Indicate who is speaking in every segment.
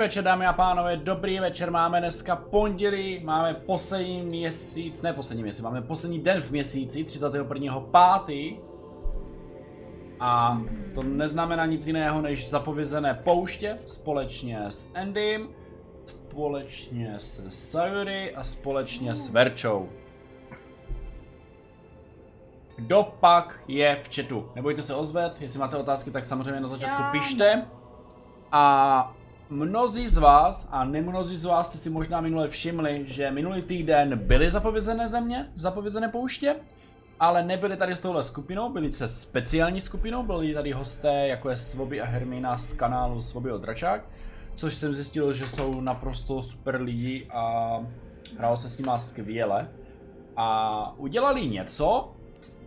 Speaker 1: večer, dámy a pánové, dobrý večer, máme dneska pondělí, máme poslední měsíc, ne poslední měsíc, máme poslední den v měsíci, 31.5. A to neznamená nic jiného než zapovězené pouště společně s Endym, společně se Sayuri a společně s Verčou. Kdo pak je v chatu? Nebojte se ozvet, jestli máte otázky, tak samozřejmě na začátku
Speaker 2: Já.
Speaker 1: pište. A mnozí z vás, a nemnozí z vás jste si možná minule všimli, že minulý týden byly zapovězené země, zapovězené pouště, ale nebyli tady s touhle skupinou, byli se speciální skupinou, byli tady hosté jako je Svoby a Hermína z kanálu Svoby od Dračák, což jsem zjistil, že jsou naprosto super lidi a hrál se s nima skvěle. A udělali něco,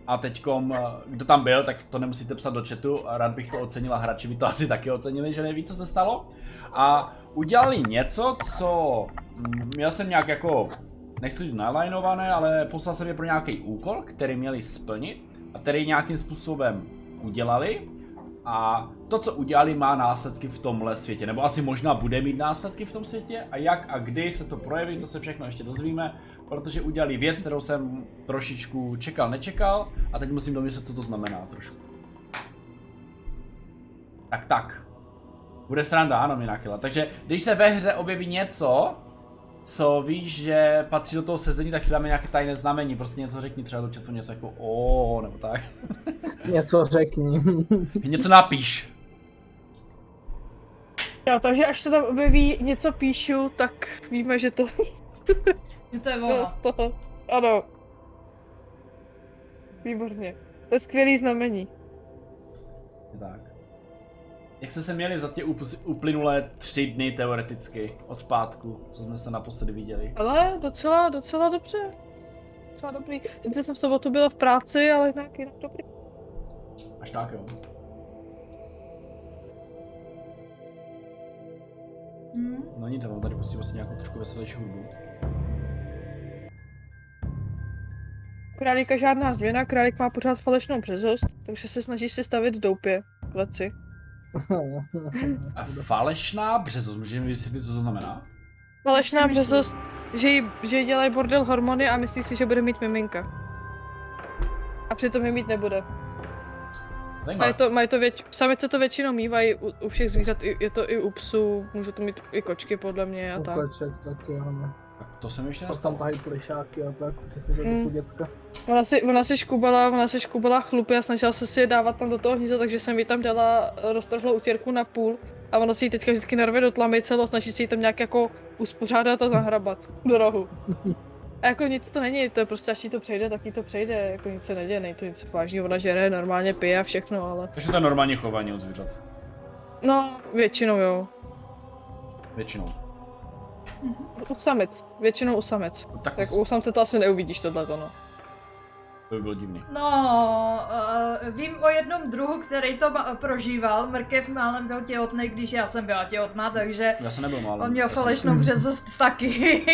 Speaker 1: a teďkom, eh, kdo tam byl, tak to nemusíte psat do chatu, rád bych to ocenil a hráči by to asi taky ocenili, že neví, co se stalo. A udělali něco, co mm, měl jsem nějak jako, nechci říct nalajnované, ale poslal jsem je pro nějaký úkol, který měli splnit a který nějakým způsobem udělali. A to, co udělali, má následky v tomhle světě, nebo asi možná bude mít následky v tom světě. A jak a kdy se to projeví, to se všechno ještě dozvíme, protože udělali věc, kterou jsem trošičku čekal, nečekal a teď musím domyslet, co to znamená trošku. Tak, tak. Bude sranda, ano, Minakila. Takže když se ve hře objeví něco, co víš, že patří do toho sezení, tak si dáme nějaké tajné znamení. Prostě něco řekni třeba do chatu, něco jako o, nebo tak.
Speaker 3: Něco řekni.
Speaker 1: něco napíš.
Speaker 4: Jo, takže až se tam objeví něco píšu, tak víme, že to
Speaker 2: Že to je
Speaker 4: bylo
Speaker 2: ono.
Speaker 4: z toho. Ano. Výborně. To je skvělý znamení.
Speaker 1: Tak. Jak jste se měli za ty upus- uplynulé tři dny teoreticky od pátku, co jsme se naposledy viděli?
Speaker 4: Ale docela, docela dobře. Docela dobrý. Sice jsem v sobotu byla v práci, ale jinak, jinak dobrý.
Speaker 1: Až tak jo.
Speaker 2: Hm.
Speaker 1: No nic, já vám tady pustím asi nějakou trošku veselější hudbu.
Speaker 4: Králíka žádná změna, králík má pořád falešnou březost, takže se snaží si stavit doupě k leci.
Speaker 1: No A falešná březost, můžeme vysvětlit, co to znamená?
Speaker 4: Falešná
Speaker 2: myslíš?
Speaker 4: březost, že jí, že jí dělají bordel hormony a myslí si, že bude mít miminka. A přitom je mít nebude. Mají
Speaker 1: Zajímavé.
Speaker 4: to, mají to věč, samice to většinou mývají u, u všech zvířat, i, je to i u psů, můžou to mít i kočky podle mě a tak.
Speaker 3: Koček taky, ano.
Speaker 1: No Tak to jsem ještě
Speaker 3: Pak no. tam
Speaker 1: nestalo.
Speaker 3: tahají plišáky a tak, přesně že to
Speaker 4: Mm.
Speaker 3: jsou děcka.
Speaker 4: Ona si, ona si škubala, ona si škubala chlupy a snažila se si je dávat tam do toho hnízda, takže jsem jí tam dala eh, roztrhlou utěrku na půl. A ona si ji teďka vždycky narve do tlamy celou, a snaží se ji tam nějak jako uspořádat a zahrabat do rohu. A jako nic to není, to je prostě až jí to přejde, tak jí to přejde, jako nic se neděje, není to nic vážného, ona žere, normálně pije a všechno, ale...
Speaker 1: Takže to je normální chování od zvířat.
Speaker 4: No, většinou jo.
Speaker 1: Většinou.
Speaker 4: U samic, většinou u samic.
Speaker 1: No, tak, tak
Speaker 4: Tak
Speaker 1: to
Speaker 4: u samce to asi neuvidíš tohleto, no.
Speaker 1: by bylo divný.
Speaker 2: No, eh, vím o jednom druhu, který to ma- prožíval. Mrkev málem byl těhotný, když já jsem byla těhotná, takže
Speaker 1: Já jsem nebyl málem.
Speaker 2: on měl
Speaker 1: já jsem- Mm.
Speaker 2: falešnou březost taky.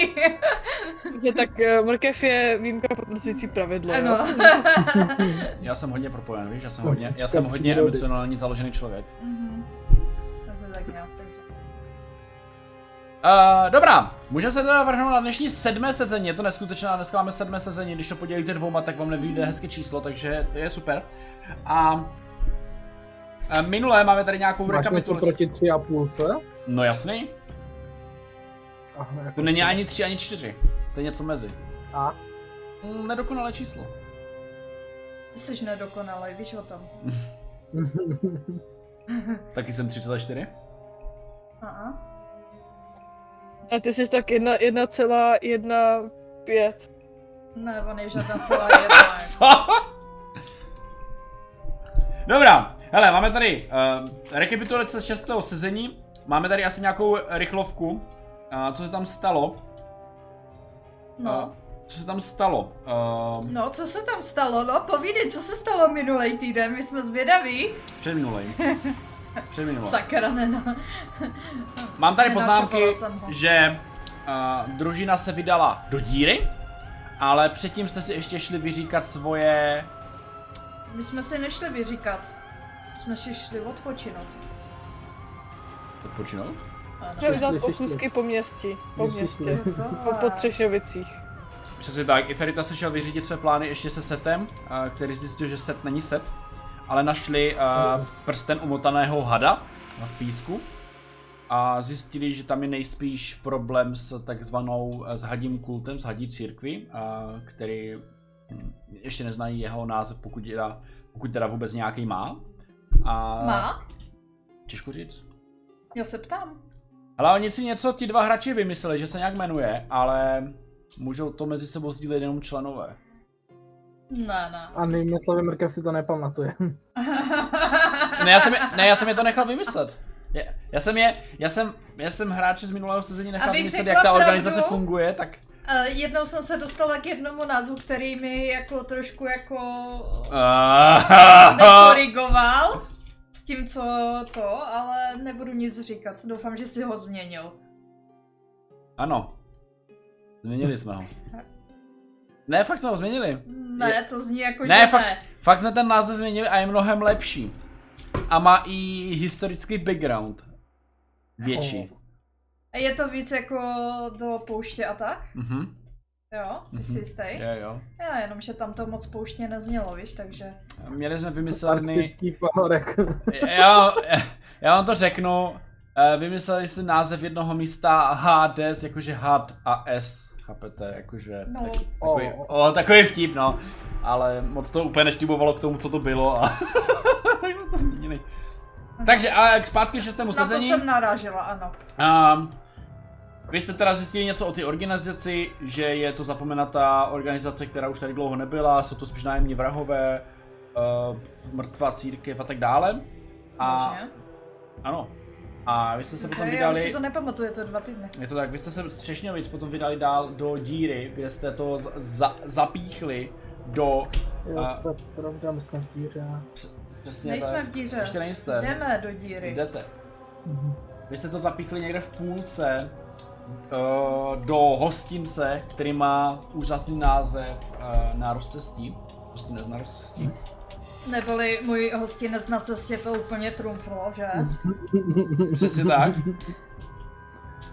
Speaker 4: Že tak eh, mrkev je výjimka potvrzující pravidlo,
Speaker 2: ano.
Speaker 4: jo.
Speaker 1: Já jsem hodně propojen, víš, já jsem
Speaker 3: No,
Speaker 1: hodně, já
Speaker 3: čekám
Speaker 1: jsem
Speaker 3: si
Speaker 1: hodně
Speaker 3: přírody.
Speaker 1: emocionální založený člověk.
Speaker 2: Mhm. Takže tak já.
Speaker 1: Uh, dobrá, můžeme se teda vrhnout na dnešní sedmé sezení, je to neskutečné, dneska máme sedmé sezení, když to podělíte dvouma, tak vám nevyjde hezké číslo, takže to je super. A a minulé máme tady nějakou
Speaker 3: Máš něco
Speaker 1: rekapitulaci.
Speaker 3: proti tři a půlce?
Speaker 1: No jasný,
Speaker 3: Aha, jako
Speaker 1: to není
Speaker 3: tři.
Speaker 1: ani tři, ani čtyři, to je něco mezi.
Speaker 3: A?
Speaker 1: Mm, Nedokonalé číslo.
Speaker 2: Jsi nedokonalý, víš o tom.
Speaker 1: Taky jsem 3,4.
Speaker 2: Aha.
Speaker 4: A ty jsi tak jedna- 1,15.
Speaker 2: Ne, on je žádná celá jedna.
Speaker 1: Co? Dobrá, hele, máme tady uh, rekapitulace z šestého sezení. Máme tady asi nějakou rychlovku, uh, co se tam stalo. Eh,
Speaker 2: No.
Speaker 1: Co se tam stalo? Uh,
Speaker 2: No, co se tam stalo? No, povídej, co se stalo minulý týden, my jsme zvědaví.
Speaker 1: předminulej. Předminulej.
Speaker 2: Sakra, nena.
Speaker 1: Mám tady
Speaker 2: nenačapala
Speaker 1: poznámky,
Speaker 2: jsem ho.
Speaker 1: že uh, družina se vydala do díry, ale předtím jste si ještě šli vyříkat svoje...
Speaker 2: My jsme si nešli vyříkat. Jsme si šli odpočinout.
Speaker 1: Odpočinout?
Speaker 2: Ano.
Speaker 4: Měl dělat
Speaker 3: slyšíš
Speaker 4: okusky
Speaker 3: ty?
Speaker 4: po městě. Po
Speaker 3: Slyšíš
Speaker 4: městě.
Speaker 2: To
Speaker 4: Po, po
Speaker 2: je.
Speaker 4: Třešňovicích.
Speaker 1: Přesně tak, i Ferita se šel vyřídit své plány ještě se setem, eh, který zjistil, že set není set, ale našli eh, prsten umotaného hada v písku a zjistili, že tam je nejspíš problém s takzvanou eh, s hadím kultem, s hadí církví, eh, který hm, ještě neznají jeho název, pokud teda, pokud teda vůbec nějaký má. A
Speaker 2: Má?
Speaker 1: Těžko říct.
Speaker 2: Já se ptám.
Speaker 1: Ale oni si něco ti dva hráči vymysleli, že se nějak jmenuje, ale můžou to mezi sebou sdílet jenom členové.
Speaker 2: Ne, ne.
Speaker 3: A nevím, Slavě Mrkev si to nepamatuje.
Speaker 1: Ne, já jsem je, ne, já jsem je to nechal vymyslet. Já, já jsem je, já jsem, já jsem hráče z minulého sezení nechal
Speaker 2: Abych
Speaker 1: vymyslet,
Speaker 2: řekla
Speaker 1: jak ta organizace
Speaker 2: pravdu?
Speaker 1: funguje, tak
Speaker 2: Eh, Jednou jsem se dostala k jednomu názvu, který mi jako trošku jako nekorigoval s tím, co to, ale nebudu nic říkat. Doufám, že si ho změnil.
Speaker 1: ano. Změnili jsme ho. Ne, fakt jsme ho změnili.
Speaker 2: Ne, to zní jako,
Speaker 1: Ne,
Speaker 2: že
Speaker 1: fakt-
Speaker 2: ne.
Speaker 1: Fakt jsme ten název změnili a je mnohem lepší. A má i historický background. Větší.
Speaker 3: No.
Speaker 2: A Je to víc jako do pouště a tak?
Speaker 1: Mhm,
Speaker 2: Jo, jsi si
Speaker 1: Mhm.
Speaker 2: jistý?
Speaker 1: jo jo.
Speaker 2: Já jenom, že tam to moc pouštně neznělo, víš, takže...
Speaker 1: Měli jsme vymyslený,
Speaker 3: Arktický pahorek.
Speaker 1: já, já vám to řeknu. Eh, Vymysleli si název jednoho místa HDS, jakože had a S, chápete, jakože
Speaker 2: No.
Speaker 1: tak, takový,
Speaker 3: O.
Speaker 1: o, takový vtip, no. Ale moc to úplně neštibovalo k tomu, co to bylo a tak jsme to změnili. Takže a k zpátky k šestému
Speaker 2: Na No, to
Speaker 1: sezení.
Speaker 2: jsem narážela, ano.
Speaker 1: Um, vy jste teda zjistili něco o té organizaci, že je to zapomenatá organizace, která už tady dlouho nebyla, jsou to spíš nájemní vrahové, uh, mrtvá církev a tak dále. A,
Speaker 2: Možně.
Speaker 1: ano. A vy jste se potom
Speaker 2: Okay, já už si
Speaker 1: vydali...
Speaker 2: to nepamatuju, je to dva týdny.
Speaker 1: Je to tak, vy jste se z Třešňovic potom vydali dál do díry, kde jste to z- za- zapíchli do...
Speaker 3: Jo,
Speaker 1: A-
Speaker 3: to je pravda, my jsme v díře.
Speaker 1: Přesně
Speaker 2: Nejsme
Speaker 1: tak.
Speaker 2: v díře.
Speaker 1: Ještě nejste.
Speaker 2: Jdeme do díry.
Speaker 1: Jdete.
Speaker 3: Mhm.
Speaker 1: Vy jste to zapíchli někde v půlce uh, do hostince, který má úžasný název uh, na rozcestí. Hostinec na rozcestí.
Speaker 2: Neboli můj hostinec na cestě to úplně trumflo, že?
Speaker 1: Hm. Přesně tak.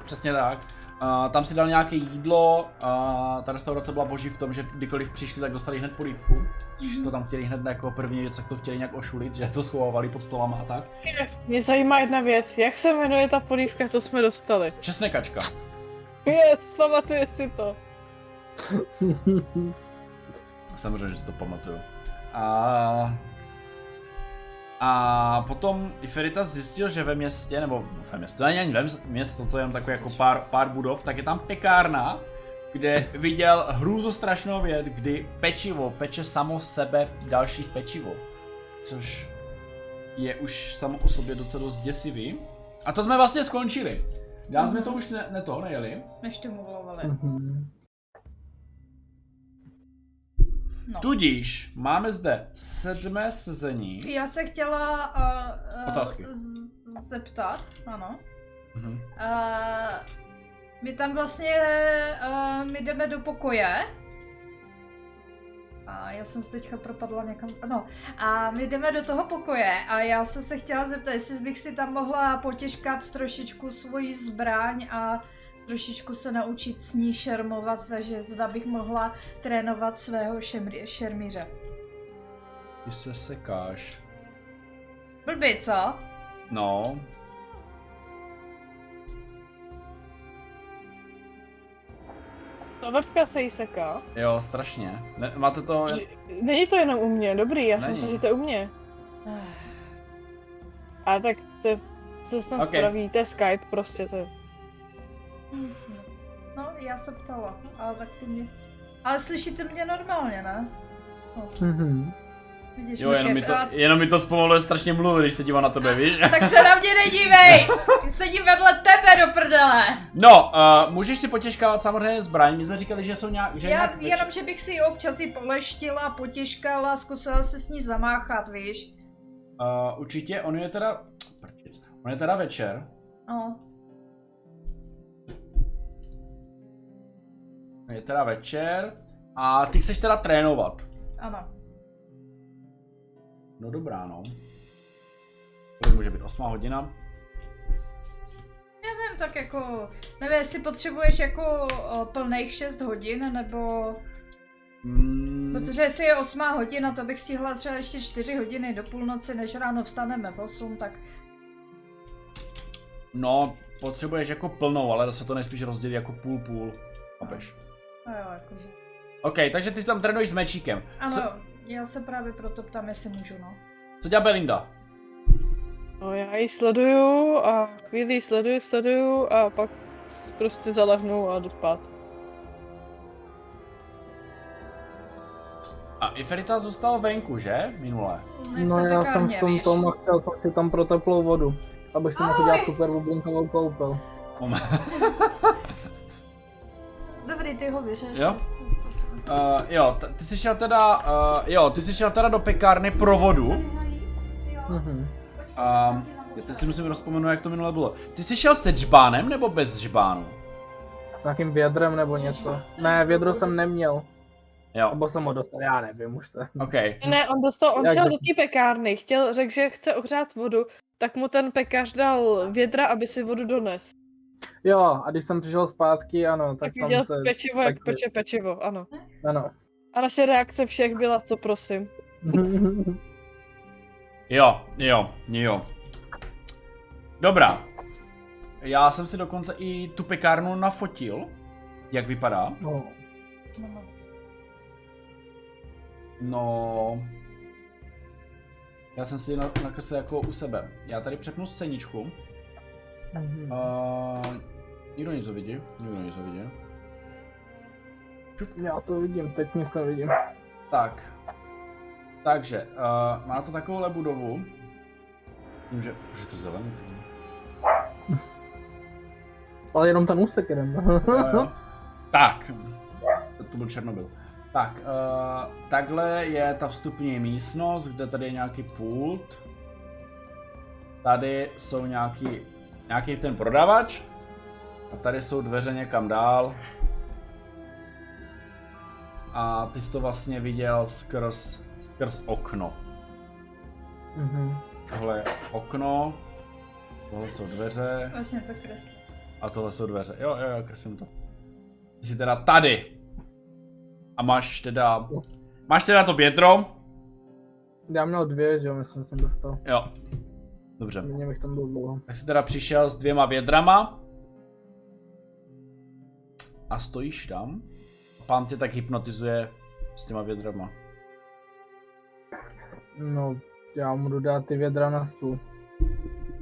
Speaker 1: Přesně tak. Uh, tam si dal nějaké jídlo, uh, ta restaurace byla boží v tom, že kdykoliv přišli, tak dostali hned polívku. Což to tam chtěli hned jako první věc, tak to chtěli nějak ošulit, že to schovávali pod stolama a tak.
Speaker 4: Mě zajímá jedna věc. Jak se jmenuje ta polívka, co jsme dostali?
Speaker 1: Česnekačka.
Speaker 4: Yes, pamatuje si to.
Speaker 1: Samozřejmě, že si to pamatuju. A... A potom i Feritas zjistil, že ve městě, nebo ve městě, to není ani ve ms- město, to je jenom takové jako pár, pár budov, tak je tam pekárna, kde viděl hrůzu strašnou věc, kdy pečivo peče samo sebe další pečivo. Což je už samo o sobě docela dost děsivý. A to jsme vlastně skončili. Dál jsme to už ne, ne to, nejeli.
Speaker 2: Než ty mluvovali.
Speaker 1: Hm.
Speaker 3: Mhm.
Speaker 2: No.
Speaker 1: Tudíž máme zde sedmé sezení.
Speaker 2: Já se chtěla uh, uh,
Speaker 1: Otázky.
Speaker 2: z- zeptat, ano.
Speaker 1: Mhm.
Speaker 2: Uh, my tam vlastně, uh, my jdeme do pokoje. A já jsem se teďka propadla někam, no. A my jdeme do toho pokoje a já jsem se chtěla zeptat, jestli bych si tam mohla potěžkat trošičku svoji zbraň a trošičku se naučit s ní šermovat, takže zda bych mohla trénovat svého šemri- šermíře.
Speaker 1: Ty se sekáš.
Speaker 2: Blbý, co?
Speaker 1: No.
Speaker 4: Ta webka se jí seká.
Speaker 1: Jo, strašně. Ne, máte to...
Speaker 4: Že- Není to jenom u mě, dobrý, já jsem
Speaker 1: No, Není.
Speaker 4: myslel, že to je u mě.
Speaker 2: Ah.
Speaker 4: A tak to je- co snad
Speaker 1: Ok.
Speaker 4: okay. spraví, to je Skype prostě, to je.
Speaker 2: No, já se ptala, ale tak ty mě... Ale slyšíte mě normálně, ne?
Speaker 3: Mhm.
Speaker 2: No, Vidíš,
Speaker 1: Jo, jenom mi
Speaker 2: kev-
Speaker 1: to,
Speaker 2: a-
Speaker 1: jenom mi to zpomaluje strašně mluvit, když se dívá na tebe, víš?
Speaker 2: Tak se na mě nedívej! Sedím vedle tebe do prdele!
Speaker 1: No, uh, můžeš si potěžkávat samozřejmě zbraň, my jsme říkali, že jsou nějak... Že
Speaker 2: Já
Speaker 1: nějak větší-
Speaker 2: jenom, že bych si ji občas i poleštila, potěžkala, zkusila se s ní zamáchat, víš?
Speaker 1: Uh, určitě, on je teda... prčic, On je teda večer.
Speaker 2: No,
Speaker 1: Je teda večer. A ty chceš teda trénovat.
Speaker 2: ano.
Speaker 1: No dobrá, no. Kolik může být? Osmá hodina?
Speaker 2: Já vím, nevím, tak jako, nevím, jestli potřebuješ jako o, plných 6 hodin, nebo,
Speaker 1: Hmm. Mm,
Speaker 2: protože jestli je 8 hodina, to bych stihla třeba ještě 4 hodiny do půlnoci, než ráno vstaneme v 8, tak
Speaker 1: no, potřebuješ jako plnou, ale se to nejspíš rozdělí jako půl-půl. Chápeš?
Speaker 2: no jo, jakože.
Speaker 1: OK, takže ty si tam trénuješ s mečíkem.
Speaker 2: Ano,
Speaker 1: Co,
Speaker 2: já se právě proto ptám, jestli můžu, no.
Speaker 1: co dělá Belinda?
Speaker 4: No, já ji sleduju a chvíli ji sleduju, sleduju a pak s- prostě zalehnu a jdu spát.
Speaker 1: A Iferita zůstal venku, že? Minule.
Speaker 2: Ne v
Speaker 3: No
Speaker 2: té
Speaker 3: já jsem v
Speaker 2: pekárně,
Speaker 3: tom
Speaker 2: víš.
Speaker 3: tom a chtěl jsem si tam pro teplou vodu. Abych si mohl
Speaker 2: Ahoj.
Speaker 3: dělat super bublinkovou koupel.
Speaker 2: Dobrý, ty ho vyřeš.
Speaker 1: Jo. Uh, jo, t- ty jsi šel teda, uh, jo, ty jsi šel teda do pekárny pro vodu.
Speaker 3: Mhm.
Speaker 1: A já teď si musím rozpomenout, jak to minule bylo. Ty jsi šel se džbánem nebo bez džbánu?
Speaker 3: S nějakým vědrem nebo něco. Ne, vědro jsem neměl.
Speaker 1: Jo,
Speaker 3: Nebo jsem ho dostal, já nevím už se.
Speaker 1: OK.
Speaker 4: Ne, on dostal, on
Speaker 3: Jak
Speaker 4: šel
Speaker 3: to?
Speaker 4: do té pekárny, chtěl, řekl, že chce ohřát vodu, tak mu ten pekař dal vědra, aby si vodu dones.
Speaker 3: Jo, a když jsem přišel zpátky, ano,
Speaker 4: Tak
Speaker 3: tak tam
Speaker 4: viděl
Speaker 3: se...
Speaker 4: pečivo, jak
Speaker 3: tak-
Speaker 4: peče pečivo, ano.
Speaker 3: Ano.
Speaker 4: A naše reakce všech byla, co prosím.
Speaker 1: Jo, jo, jo. Dobrá. Já jsem si dokonce i tu pekárnu nafotil, jak vypadá.
Speaker 3: no.
Speaker 1: No... Já jsem si ji na- nakreslil jako u sebe. Já tady přepnu scéničku.
Speaker 3: Mhm.
Speaker 1: A... Ehm, Nikdo nic vidí, nikdo nic vidí.
Speaker 3: Já to vidím, teď nic nevidím.
Speaker 1: Tak. Takže, uh, má to takovouhle budovu. Vím, že... Už je to zelený. ty vole.
Speaker 3: Ale jenom ten úsek jeden.
Speaker 1: Jo, jo. Eh, tak. To, to byl Černobyl. Tak, uh, takhle je ta vstupní místnost, kde tady je nějaký pult. Tady jsou nějaký, nějaký ten prodavač. A tady jsou dveře někam dál. A ty jsi to vlastně viděl skrz, skrz okno.
Speaker 3: Mhm.
Speaker 1: Tohle je okno, tohle jsou dveře
Speaker 2: Vlastně to kreslí.
Speaker 1: a tohle jsou dveře. Jo, jo, jo, kreslím to. Ty jsi teda tady. A máš teda... Máš teda to vědro?
Speaker 3: Já měl dvě, že jo, myslím, že jsem dostal.
Speaker 1: Jo. Dobře.
Speaker 3: Mně bych tam byl dlouho.
Speaker 1: Tak jsi teda přišel s dvěma vědrama. A stojíš tam. Pán tě tak hypnotizuje s těma vědrama.
Speaker 3: No, já mu jdu dát ty vědra na stůl.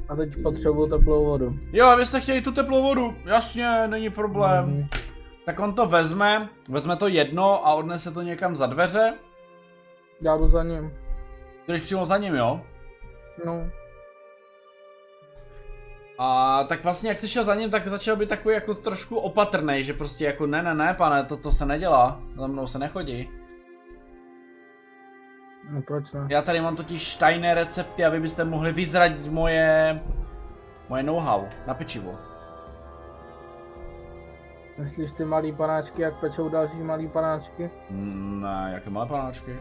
Speaker 3: A teď potřebuju teplou vodu.
Speaker 1: Jo, vy jste chtěli tu teplou vodu. Jasně, není problém.
Speaker 3: Mhm.
Speaker 1: Tak on to vezme, vezme to jedno a odnese to někam za dveře.
Speaker 3: Já jdu za ním.
Speaker 1: Jdeš přímo za ním, jo?
Speaker 3: No,
Speaker 1: A tak vlastně, jak jsi šel za ním, tak začal být takový jako trošku opatrný, že prostě jako ne, ne, ne, pane, to, to se nedělá, za mnou se nechodí.
Speaker 3: no proč ne?
Speaker 1: Já tady mám totiž tajné recepty, aby byste mohli vyzradit moje, moje know-how na pečivo.
Speaker 3: Myslíš ty malý panáčky, jak pečou další malý panáčky?
Speaker 1: Mm, Ne, jaké malé panáčky.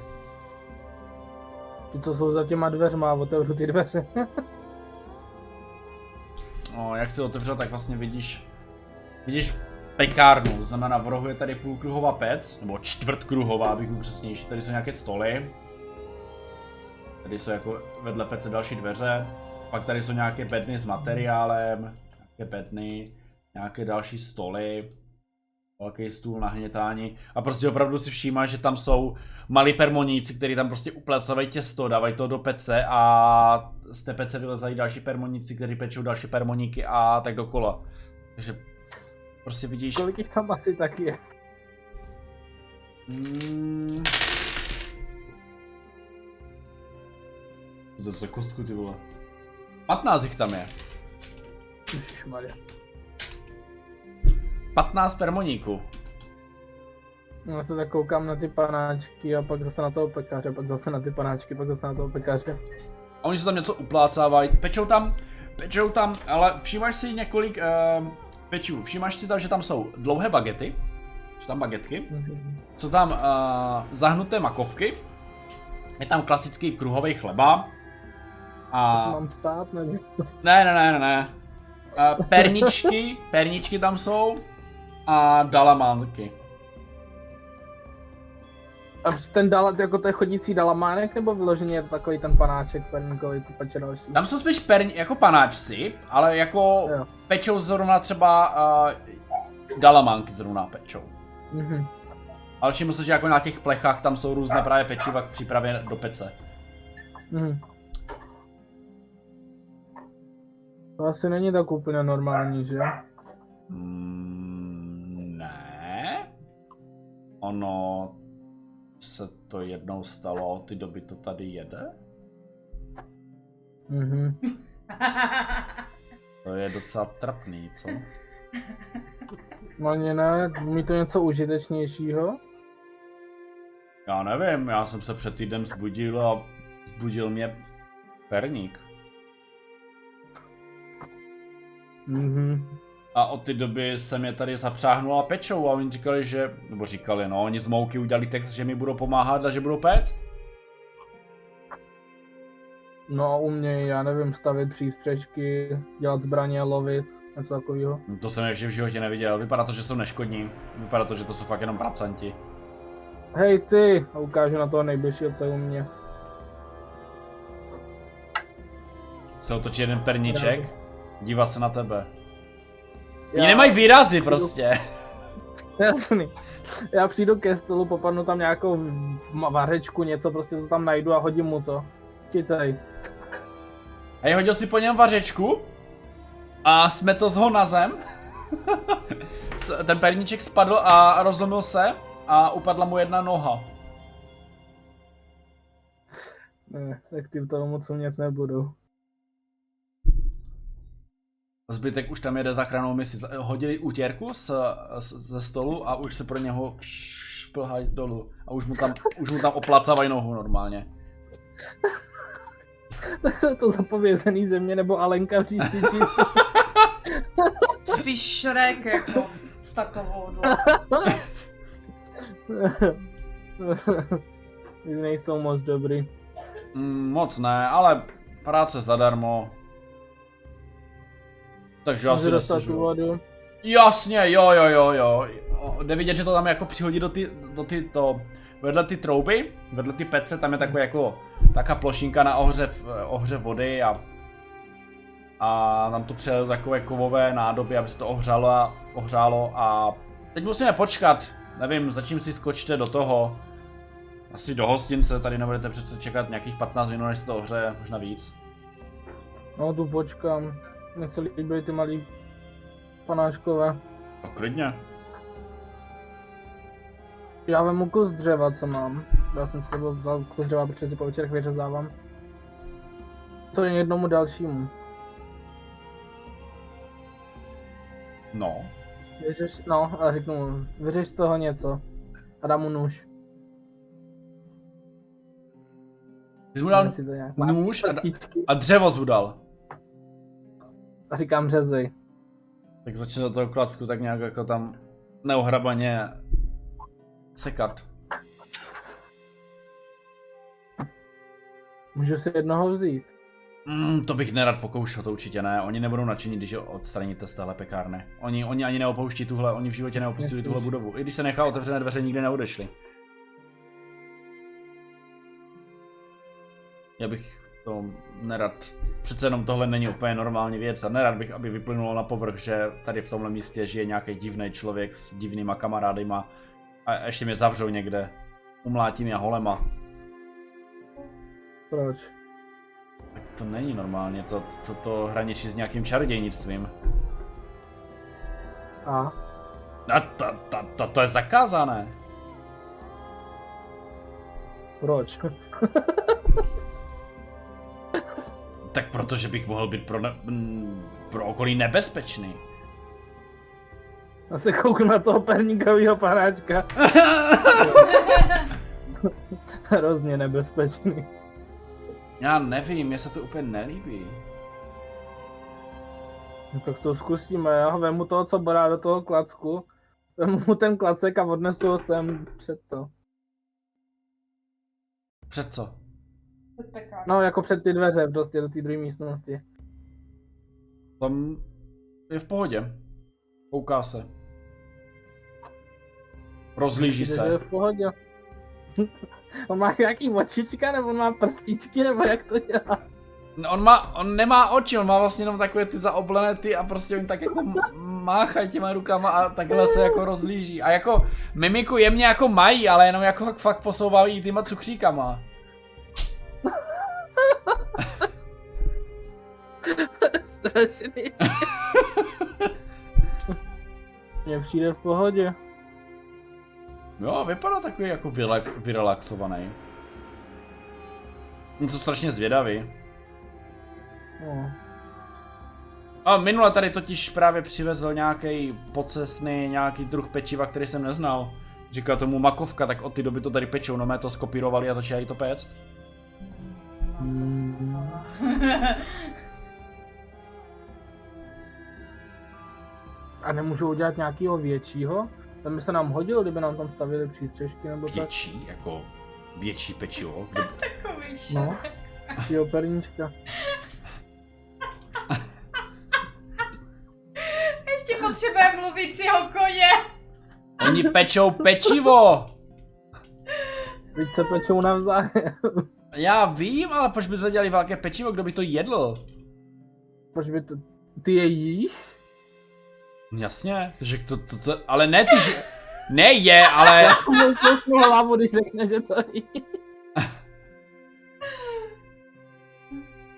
Speaker 3: Ty, co jsou za těma dveřma, a otevřu ty dveře.
Speaker 1: No, jak si otevřel, tak vlastně vidíš, vidíš pekárnu, to znamená v rohu je tady půlkruhová pec, nebo čtvrtkruhová, abych byl přesnější, tady jsou nějaké stoly. Tady jsou jako vedle pece další dveře, pak tady jsou nějaké bedny s materiálem, nějaké bedny, nějaké další stoly, velký stůl na hnětání a prostě opravdu si všímáš, že tam jsou malí permoníci, kteří tam prostě uplecavají těsto, dávají to do pece a z té pece vylezají další permoníci, kteří pečou další permoníky a tak dokola. Takže prostě vidíš...
Speaker 3: Kolik jich tam asi tak je?
Speaker 1: Mm. To za kostku ty vole. 15 jich tam je.
Speaker 3: Ježišmarja.
Speaker 1: 15 permoníků.
Speaker 3: Já se tak koukám na ty panáčky a pak zase na toho pekaře, pak zase na ty panáčky, pak zase na toho pekaře.
Speaker 1: A oni se tam něco uplácávají, pečou tam, pečou tam, ale všímáš si několik uh, pečů. Všímáš si tam, že tam jsou dlouhé bagety, jsou tam bagetky,
Speaker 3: Mhm.
Speaker 1: jsou tam uh, zahnuté makovky, je tam klasický kruhový chleba.
Speaker 3: Já si
Speaker 1: A...
Speaker 3: mám psát na ně.
Speaker 1: Ne, ne, ne, ne, ne. A perničky, perničky tam jsou a dalamánky.
Speaker 3: A ten dala, jako to je chodící dalamánek, nebo vyloženě takový ten panáček perníkový, co pače další?
Speaker 1: Tam jsou spíš perni, jako panáčci, ale jako
Speaker 3: Jo.
Speaker 1: pečou zrovna třeba uh, dalamánky zrovna pečou.
Speaker 3: Mhm.
Speaker 1: Ale všiml se, že jako na těch plechách tam jsou různé právě pečiva k přípravě do pece.
Speaker 3: Mhm. To asi není tak úplně normální, že?
Speaker 1: Mm, ne. Ono se to jednou stalo, ty doby to tady jede.
Speaker 3: Mhm.
Speaker 1: To je docela trapný, co?
Speaker 3: Ani No, ne, mít to něco užitečnějšího?
Speaker 1: Já nevím, já jsem se před týdnem zbudil a zbudil mě perník.
Speaker 3: Mhm.
Speaker 1: A od té doby jsem je tady zapřáhnula pečou a oni říkali, že, nebo říkali, no, oni z mouky udělali text, že mi budou pomáhat a že budou péct.
Speaker 3: No a uměj, já nevím, stavit přístřežky, dělat zbraně, lovit, něco takového.
Speaker 1: No, To jsem ještě v životě neviděl, vypadá to, že jsou neškodní, vypadá to, že to jsou fakt jenom pracanti.
Speaker 3: Hej ty, a ukážu na toho nejbližšího, co je u mě.
Speaker 1: Se otočí jeden perníček, dívá se na tebe.
Speaker 3: Já-
Speaker 1: Oni nemají výrazy prostě.
Speaker 3: Jasný. Já přijdu ke stolu, popadnu tam nějakou ma- vařečku, něco prostě, co tam najdu a hodím mu to. Čítej.
Speaker 1: A je hodil si po něm vařečku a smetl z ho na zem. S- Ten perníček spadl a rozlomil se a upadla mu jedna noha.
Speaker 3: Ne, tak ty toho moc umět nebudu.
Speaker 1: Zbytek už tam jede zachranou misi. Za- Hodili utěrku z, z, ze stolu a už se pro něho šplhají dolů. A už mu tam, už mu tam oplacávají nohu normálně.
Speaker 3: to zapovězený země nebo Alenka v příští čísle.
Speaker 2: Spíš Šrek jako s takovou dlaní.
Speaker 3: Ty nejsou moc dobrý.
Speaker 1: Mm, moc ne, ale práce zadarmo. Takže
Speaker 3: Můžu
Speaker 1: asi
Speaker 3: dostat tu
Speaker 1: nestěžuju.
Speaker 3: vodu.
Speaker 1: Jasně, jo, jo, jo, jo. O, Jde vidět, že to tam jako přihodí do ty, do ty to, vedle ty trouby, vedle ty pece, tam je takové jako, taká plošinka na ohřev, ohřev vody a a tam to přijeli takové kovové nádoby, aby se to ohřálo a, ohřálo a teď musíme počkat, nevím, začím si skočte do toho. Asi do hostince, tady nebudete přece čekat nějakých 15 minut, než se to ohřeje, možná víc.
Speaker 3: No tu počkám. Mně se líbí ty malý panáškové.
Speaker 1: Tak klidně.
Speaker 3: Já vemu kus dřeva, co mám. Já jsem s sebou vzal kus dřeva, protože si po večerech vyřezávám. To je jednomu dalšímu.
Speaker 1: No.
Speaker 3: Vyřeš, no, a řeknu mu, vyřeš z toho něco. A dám mu nůž.
Speaker 1: Ty jsi mu dal
Speaker 3: Jestli to nějak má.
Speaker 1: nůž a,
Speaker 3: Prstíčky.
Speaker 1: a dřevo jsi mu dal.
Speaker 3: A říkám řezej.
Speaker 1: Tak začne do toho klacku tak nějak jako tam neohrabaně sekat.
Speaker 3: Můžu si jednoho vzít.
Speaker 1: Mm, to bych nerad pokoušel, to určitě ne. Oni nebudou nadšení, když je odstraníte z téhle pekárny. Oni, oni ani neopouští tuhle, oni v životě neopustili tuhle budovu. I když se nechá otevřené dveře, nikdy neodešli. Já bych to nerad. Přece jenom tohle není úplně normální věc a nerad bych, aby vyplynulo na povrch, že tady v tomhle místě žije nějaký divný člověk s divnýma kamarádima a ještě mě zavřou někde. Umlátím a holema.
Speaker 3: Proč?
Speaker 1: Tak to není normálně, to, to, to hraničí s nějakým čarodějnictvím.
Speaker 3: A?
Speaker 1: A ta, ta, ta, to je zakázané.
Speaker 3: Proč?
Speaker 1: Tak protože bych mohl být pro, ne, mm, pro okolí nebezpečný.
Speaker 3: Já se kouknu na toho perníkového panáčka. Hrozně nebezpečný.
Speaker 1: Já nevím, mně se to úplně nelíbí.
Speaker 3: No tak to zkusíme, já ho vemu toho, co bodá do toho klacku. Vemu mu ten klacek a odnesu ho sem před to.
Speaker 1: Před co?
Speaker 3: No jako před ty dveře, prostě do té druhé místnosti.
Speaker 1: Tam Je v pohodě. Kouká se. Rozlíží
Speaker 3: Přijde, že je
Speaker 1: se.
Speaker 3: v pohodě. on má nějaký očička, nebo on má prstičky, nebo jak to dělá?
Speaker 1: No, On, má, on nemá oči, on má vlastně jenom takové ty zaoblené ty a prostě oni tak jako m- máchají těma rukama a takhle se jako rozlíží. A jako mimiku jemně jako mají, ale jenom jako fakt posouvají týma cukříkama.
Speaker 4: Strašný.
Speaker 3: Mně přijde v pohodě.
Speaker 1: Jo, vypadá takový jako vylak, vyrelaxovaný. Něco strašně zvědavý.
Speaker 3: No.
Speaker 1: A minule tady totiž právě přivezl nějaký pocesný, nějaký druh pečiva, který jsem neznal. Říká tomu makovka, tak od té doby to tady pečou, no mé to skopírovali a začínají to péct.
Speaker 3: Mm. A nemůžou udělat nějakého většího? Ten by se nám hodil, kdyby nám tam stavili přístřežky nebo tak.
Speaker 1: Větší, jako větší pečivo. Kdo-
Speaker 2: Takový
Speaker 3: No. Jo, pernička.
Speaker 2: Ještě potřebuje mluvícího koně.
Speaker 1: Oni pečou pečivo!
Speaker 3: Teď se pečou navzájem.
Speaker 1: Já vím, ale proč by dělali velké pečivo, kdo by to jedl?
Speaker 3: Proč by to... Ty je jíš?
Speaker 1: Jasně, že to, to, to ale ne ty, že... Ne je, ale...
Speaker 3: To mu kousnu hlavu, když řekne, že to jí.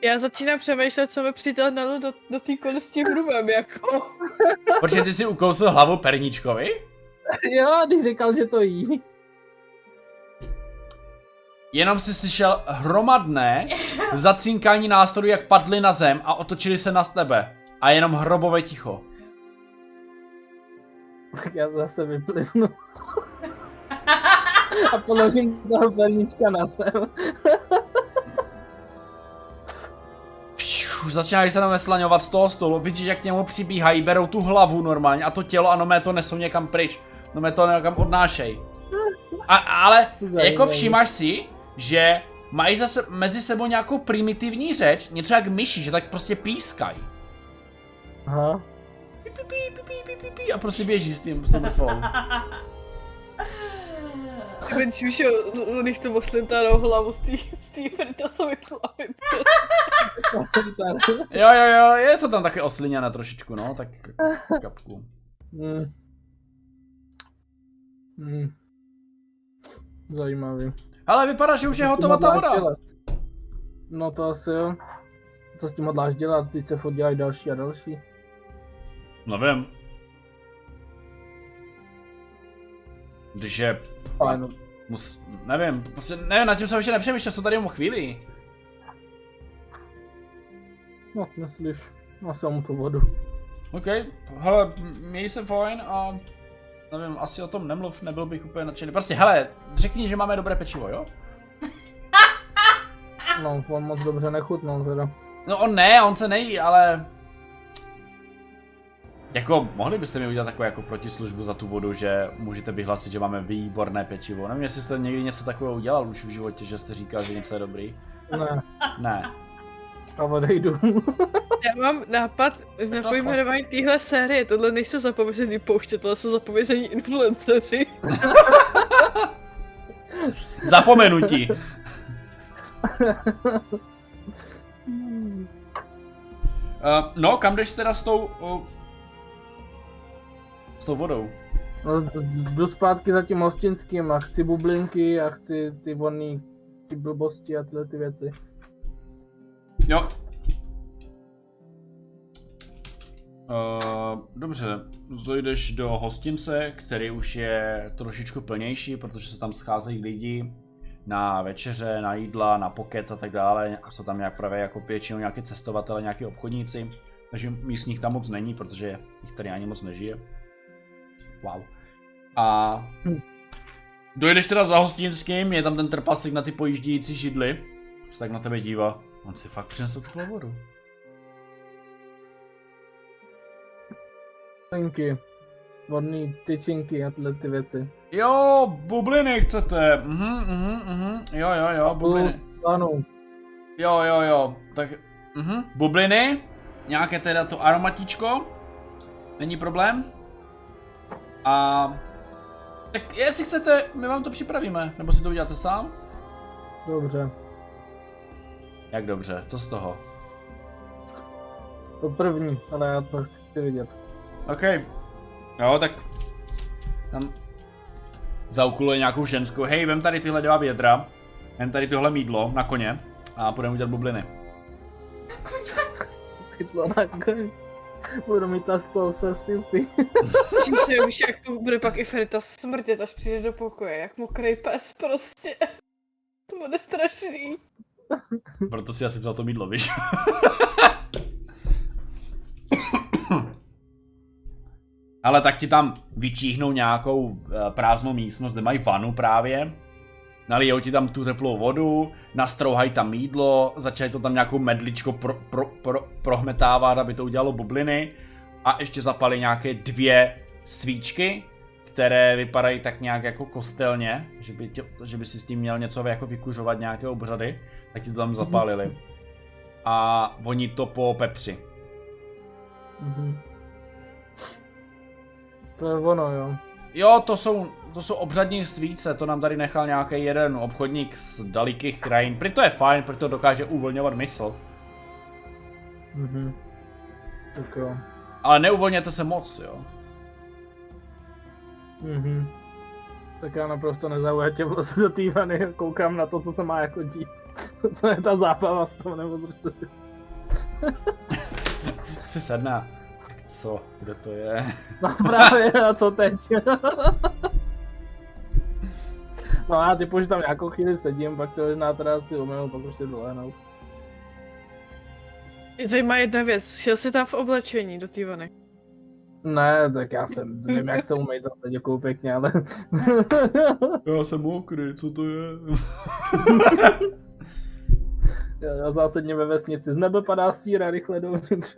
Speaker 4: Já začínám přemýšlet, co mi přítel nalil do, do té kole s tím hrubem, jako.
Speaker 1: Protože ty si ukousl hlavu perničkovi?
Speaker 3: Jo, když říkal, že to jí.
Speaker 1: Jenom si slyšel hromadné zacinkání nástrojů, jak padly na zem a otočili se na tebe. A jenom hrobové ticho.
Speaker 3: Tak já zase vyplivnu. A položím toho pernička na zem.
Speaker 1: Pšiu, začínají se na mě slaňovat z toho stolu, vidíš, jak k němu přibíhají, berou tu hlavu normálně a to tělo a nomé to nesou někam pryč. Nomé to někam odnášej. A, ale
Speaker 3: Zajímavý.
Speaker 1: jako všimáš si, že mají zase mezi sebou nějakou primitivní řeč, něco jak myši, že tak prostě pískají.
Speaker 3: Aha.
Speaker 1: Pí, pí, pí, pí, pí, pí, pí, pí, A prostě běží s tím, s tím mrtvou.
Speaker 4: Si menší už nech to oslintanou hlavu z té z té Fritasovic hlavy.
Speaker 1: Jo, jo, jo, je to tam taky osliněné trošičku, no, tak kapku.
Speaker 3: Hmm. Hmm. Zajímavý.
Speaker 1: Ale vypadá, že už je
Speaker 3: Co s tím
Speaker 1: hotová ta voda.
Speaker 3: hodláš dělat? No to asi jo. Co s tím hodláš dělat? Teď se furt dělají další a další.
Speaker 1: Nevím. Když je...
Speaker 3: Ale no,
Speaker 1: Mus, nevím, prostě nevím, nad tím jsem ještě nepřemýšlel, jsou tady jenom chvíli.
Speaker 3: no myslíš. No jsem mu tu vodu.
Speaker 1: OK, hele, měj se fajn a... Nevím, asi o tom nemluv, nebyl bych úplně nadšený. Prostě, hele, řekni, že máme dobré pečivo, jo?
Speaker 3: No, on moc dobře nechutnal teda.
Speaker 1: No on ne, on se nejí, ale... Jako, mohli byste mi udělat takovou jako protislužbu za tu vodu, že můžete vyhlásit, že máme výborné pečivo. Nevím, jestli jste někdy něco takového udělal už v životě, že jste říkal, že něco je dobrý.
Speaker 3: Ne,
Speaker 1: Ne.
Speaker 3: a odejdu.
Speaker 4: Já mám nápad na
Speaker 1: doslova.
Speaker 4: pojmenování téhle série. Tohle nejsou zapovězení pouště, tohle jsou zapovězení influenceři.
Speaker 1: Zapomenutí. Uh, no, kam jdeš teda s tou... Uh, s tou vodou?
Speaker 3: No, d- d- jdu zpátky za tím hostinským a chci bublinky a chci ty vonný ty blbosti a tyhle ty věci.
Speaker 1: Jo. Uh, dobře, dojdeš do hostince, který už je trošičku plnější, protože se tam scházejí lidi na večeře, na jídla, na pokec a tak dále. A jsou tam nějak právě jako většinou nějaké cestovatele, nějaké obchodníci. Takže místních tam moc není, protože jich tady ani moc nežije. Wow. A
Speaker 3: Hm.
Speaker 1: dojdeš teda za hostinským, je tam ten trpasík na ty pojíždějící židly. Se tak na tebe dívá. On si fakt přinesl tu vodu.
Speaker 3: Tyčinky, vonný tyčinky a tyhle ty věci.
Speaker 1: Jo, bubliny chcete. Mhm, mhm, mhm. Jo, jo, jo, bubliny.
Speaker 3: Ano,
Speaker 1: Jo, jo, jo. Tak, mhm. Bubliny. Nějaké teda to aromatičko. Není problém. A... Tak jestli chcete, my vám to připravíme, nebo si to uděláte sám?
Speaker 3: Dobře.
Speaker 1: Jak dobře, co z toho?
Speaker 3: To první, ale já to chci vidět.
Speaker 1: OK. Jo, tak... Tam... Zaukuluje nějakou ženskou, hej, vem tady tyhle dva vědra, vem tady tohle mídlo na koně a půjdeme udělat bubliny.
Speaker 3: Chytlo na koni. Budu mít na stol se vstupy.
Speaker 4: Čím si víš, jak to bude pak i Ferita smrtět, až přijde do pokoje, jak mokrý pes prostě. To bude strašný.
Speaker 1: Proto si asi vzal to mídlo, víš? Ale tak ti tam vyčíhnou nějakou eh, prázdnou místnost, kde mají vanu právě. Nalijou ti tam tu teplou vodu, nastrouhají tam mídlo, začají to tam nějakou medličko pro, pro, pro, prohmetávat, aby to udělalo bubliny. A ještě zapali nějaké dvě svíčky, které vypadají tak nějak jako kostelně, že by, tě, že by si s tím měl něco jako vykuřovat, nějaké obřady tak ti to tam zapálili. A oni to po pepři.
Speaker 3: Mhm. To je ono, jo.
Speaker 1: Jo, to jsou, to jsou obřadní svíce, to nám tady nechal nějaký jeden obchodník z dalekých krajin. Proto je fajn, proto dokáže uvolňovat mysl.
Speaker 3: Mhm. Tak jo.
Speaker 1: Ale neuvolněte se moc, jo.
Speaker 3: Mhm. Tak já naprosto nezaujatě prostě do té vany a koukám na to, co se má jako dít. Co je ta zábava v tom, nebo prostě ty.
Speaker 1: Si sedná. Tak co, kde to je?
Speaker 3: No právě, a co teď? No já typu, že tam nějakou chvíli sedím, pak se možná teda si umyl, pak už si dolehnou.
Speaker 4: Mě zajímá jedna věc, šel jsi tam v oblečení do té vany.
Speaker 3: Ne, tak já jsem, nevím jak se umýt zase, děkuju pěkně, ale...
Speaker 1: Já jsem mokrý, co to je?
Speaker 3: já zásadně ve vesnici, z nebe padá síra, rychle dovnitř.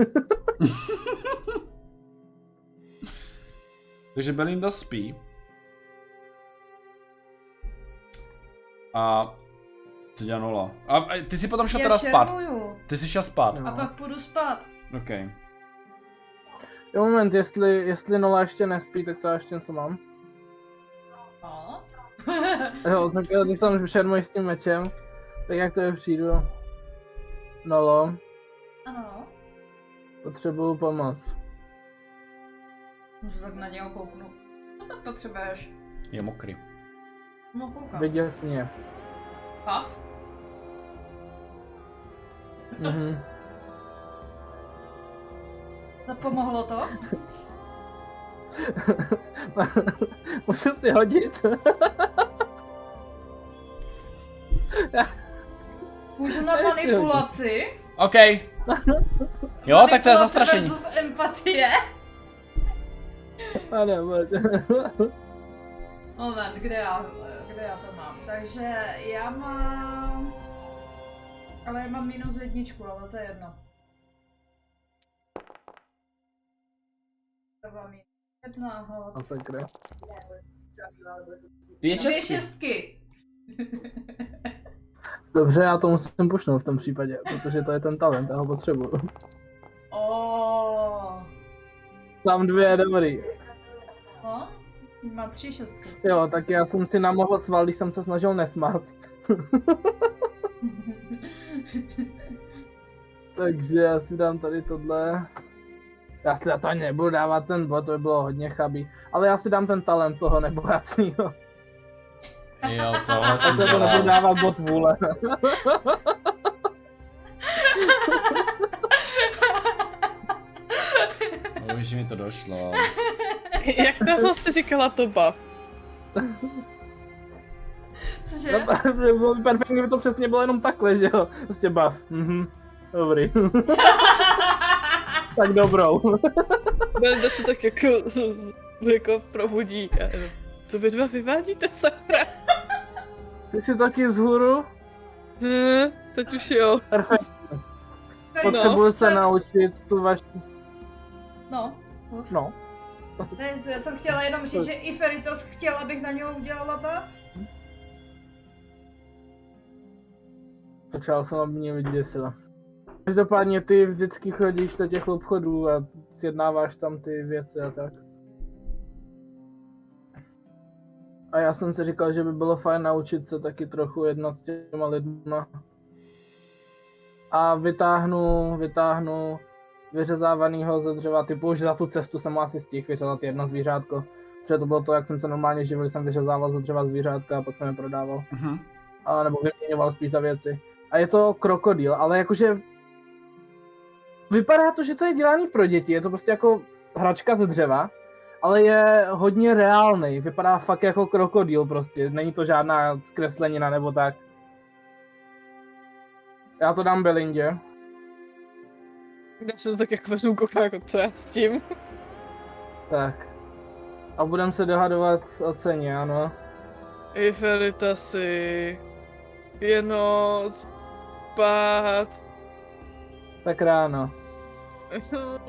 Speaker 1: Takže Belinda spí. A... Co dělá Nola? A, a ty si potom šel
Speaker 2: Já
Speaker 1: teda spát.
Speaker 2: šermuju.
Speaker 1: Ty jsi šel spát.
Speaker 3: No.
Speaker 2: A pak půjdu spát.
Speaker 1: OK.
Speaker 3: Jo, moment, jestli, jestli Nola ještě nespí, tak to já ještě něco mám.
Speaker 2: No.
Speaker 3: Jo, tak jo, když jsem šermuji s tím mečem, tak jak to je přijdu. Nolo,
Speaker 2: ano.
Speaker 3: potřebuju pomoc.
Speaker 2: Můžu tak na něho kouknu. Co tam potřebuješ?
Speaker 1: Je mokrý.
Speaker 2: No koukám.
Speaker 3: Viděl jsi mě.
Speaker 2: Pav?
Speaker 3: Mhm.
Speaker 2: Pomohlo to?
Speaker 3: Můžu si hodit?
Speaker 2: Můžu na manipulaci?
Speaker 1: OK. Jo, tak to je
Speaker 2: Manipulace
Speaker 1: zastrašení.
Speaker 2: versus empatie.
Speaker 3: A ne, bude.
Speaker 2: Moment, kde já, kde já to mám? Takže já mám... Ale já mám minus jedničku, ale to je jedno. To mám minus jedna, hod.
Speaker 3: A sakra.
Speaker 1: Dvě
Speaker 2: Dvě
Speaker 1: šestky.
Speaker 2: šestky.
Speaker 3: Dobře, já to musím pušnout v tom případě, protože to je ten talent, já ho potřebuju.
Speaker 2: Oh.
Speaker 3: Tam dvě, dobrý.
Speaker 2: No, má tři šestky.
Speaker 3: Jo, tak já jsem si namohl sval, když jsem se snažil nesmát. Takže já si dám tady tohle. Já si na to ani nebudu dávat ten bod, to by bylo hodně chabý. Ale já si dám ten talent toho nebohacího.
Speaker 1: Jo, tohle
Speaker 3: Já
Speaker 1: jsem
Speaker 3: si na to
Speaker 1: dělal.
Speaker 3: nebudu dávat bod vůle.
Speaker 1: Už mi to došlo.
Speaker 4: Jak to vlastně říkala to bav?
Speaker 2: Cože?
Speaker 3: No, bylo by perfektní, kdyby to přesně bylo jenom takhle, že jo? Prostě bav. Mhm. Dobrý. tak dobrou.
Speaker 4: Belinda se tak jako, z- jako probudí. a jenom, To vy dva vyvádíte, sakra.
Speaker 3: Ty jsi taky vzhůru?
Speaker 4: Hm, teď už jo.
Speaker 3: Perfekt.
Speaker 2: Tady-
Speaker 3: Potřebuji se naučit tu vaši...
Speaker 2: No.
Speaker 3: No.
Speaker 2: Ne, já jsem chtěla jenom říct, že i Feritas chtěl, abych na něho udělala ba.
Speaker 3: Začal jsem, aby mě vyděsila. Každopádně ty vždycky chodíš do těch obchodů a sjednáváš tam ty věci a tak. A já jsem si říkal, že by bylo fajn naučit se taky trochu jednat s těma lidma. A vytáhnu, vytáhnu vyřezávanýho ze dřeva, typu už za tu cestu jsem mu asi stihl vyřezat jedno zvířátko. Protože to bylo to, jak jsem se normálně živil, jsem vyřezával ze dřeva zvířátka a pak jsem je prodával
Speaker 1: Mhm.
Speaker 3: a, nebo vyměňoval spíš za věci. A je to krokodýl, ale jakože vypadá to, že to je dělání pro děti, je to prostě jako hračka ze dřeva, ale je hodně reálný, vypadá fakt jako krokodýl prostě, není to žádná zkreslenina nebo tak. Já to dám Belindě.
Speaker 4: Já se to tak jako vezmu koukám, jako co já s tím.
Speaker 3: Tak. A budeme se dohadovat o ceně, ano.
Speaker 4: Iferitasi. Je noc. Spát.
Speaker 3: Tak ráno.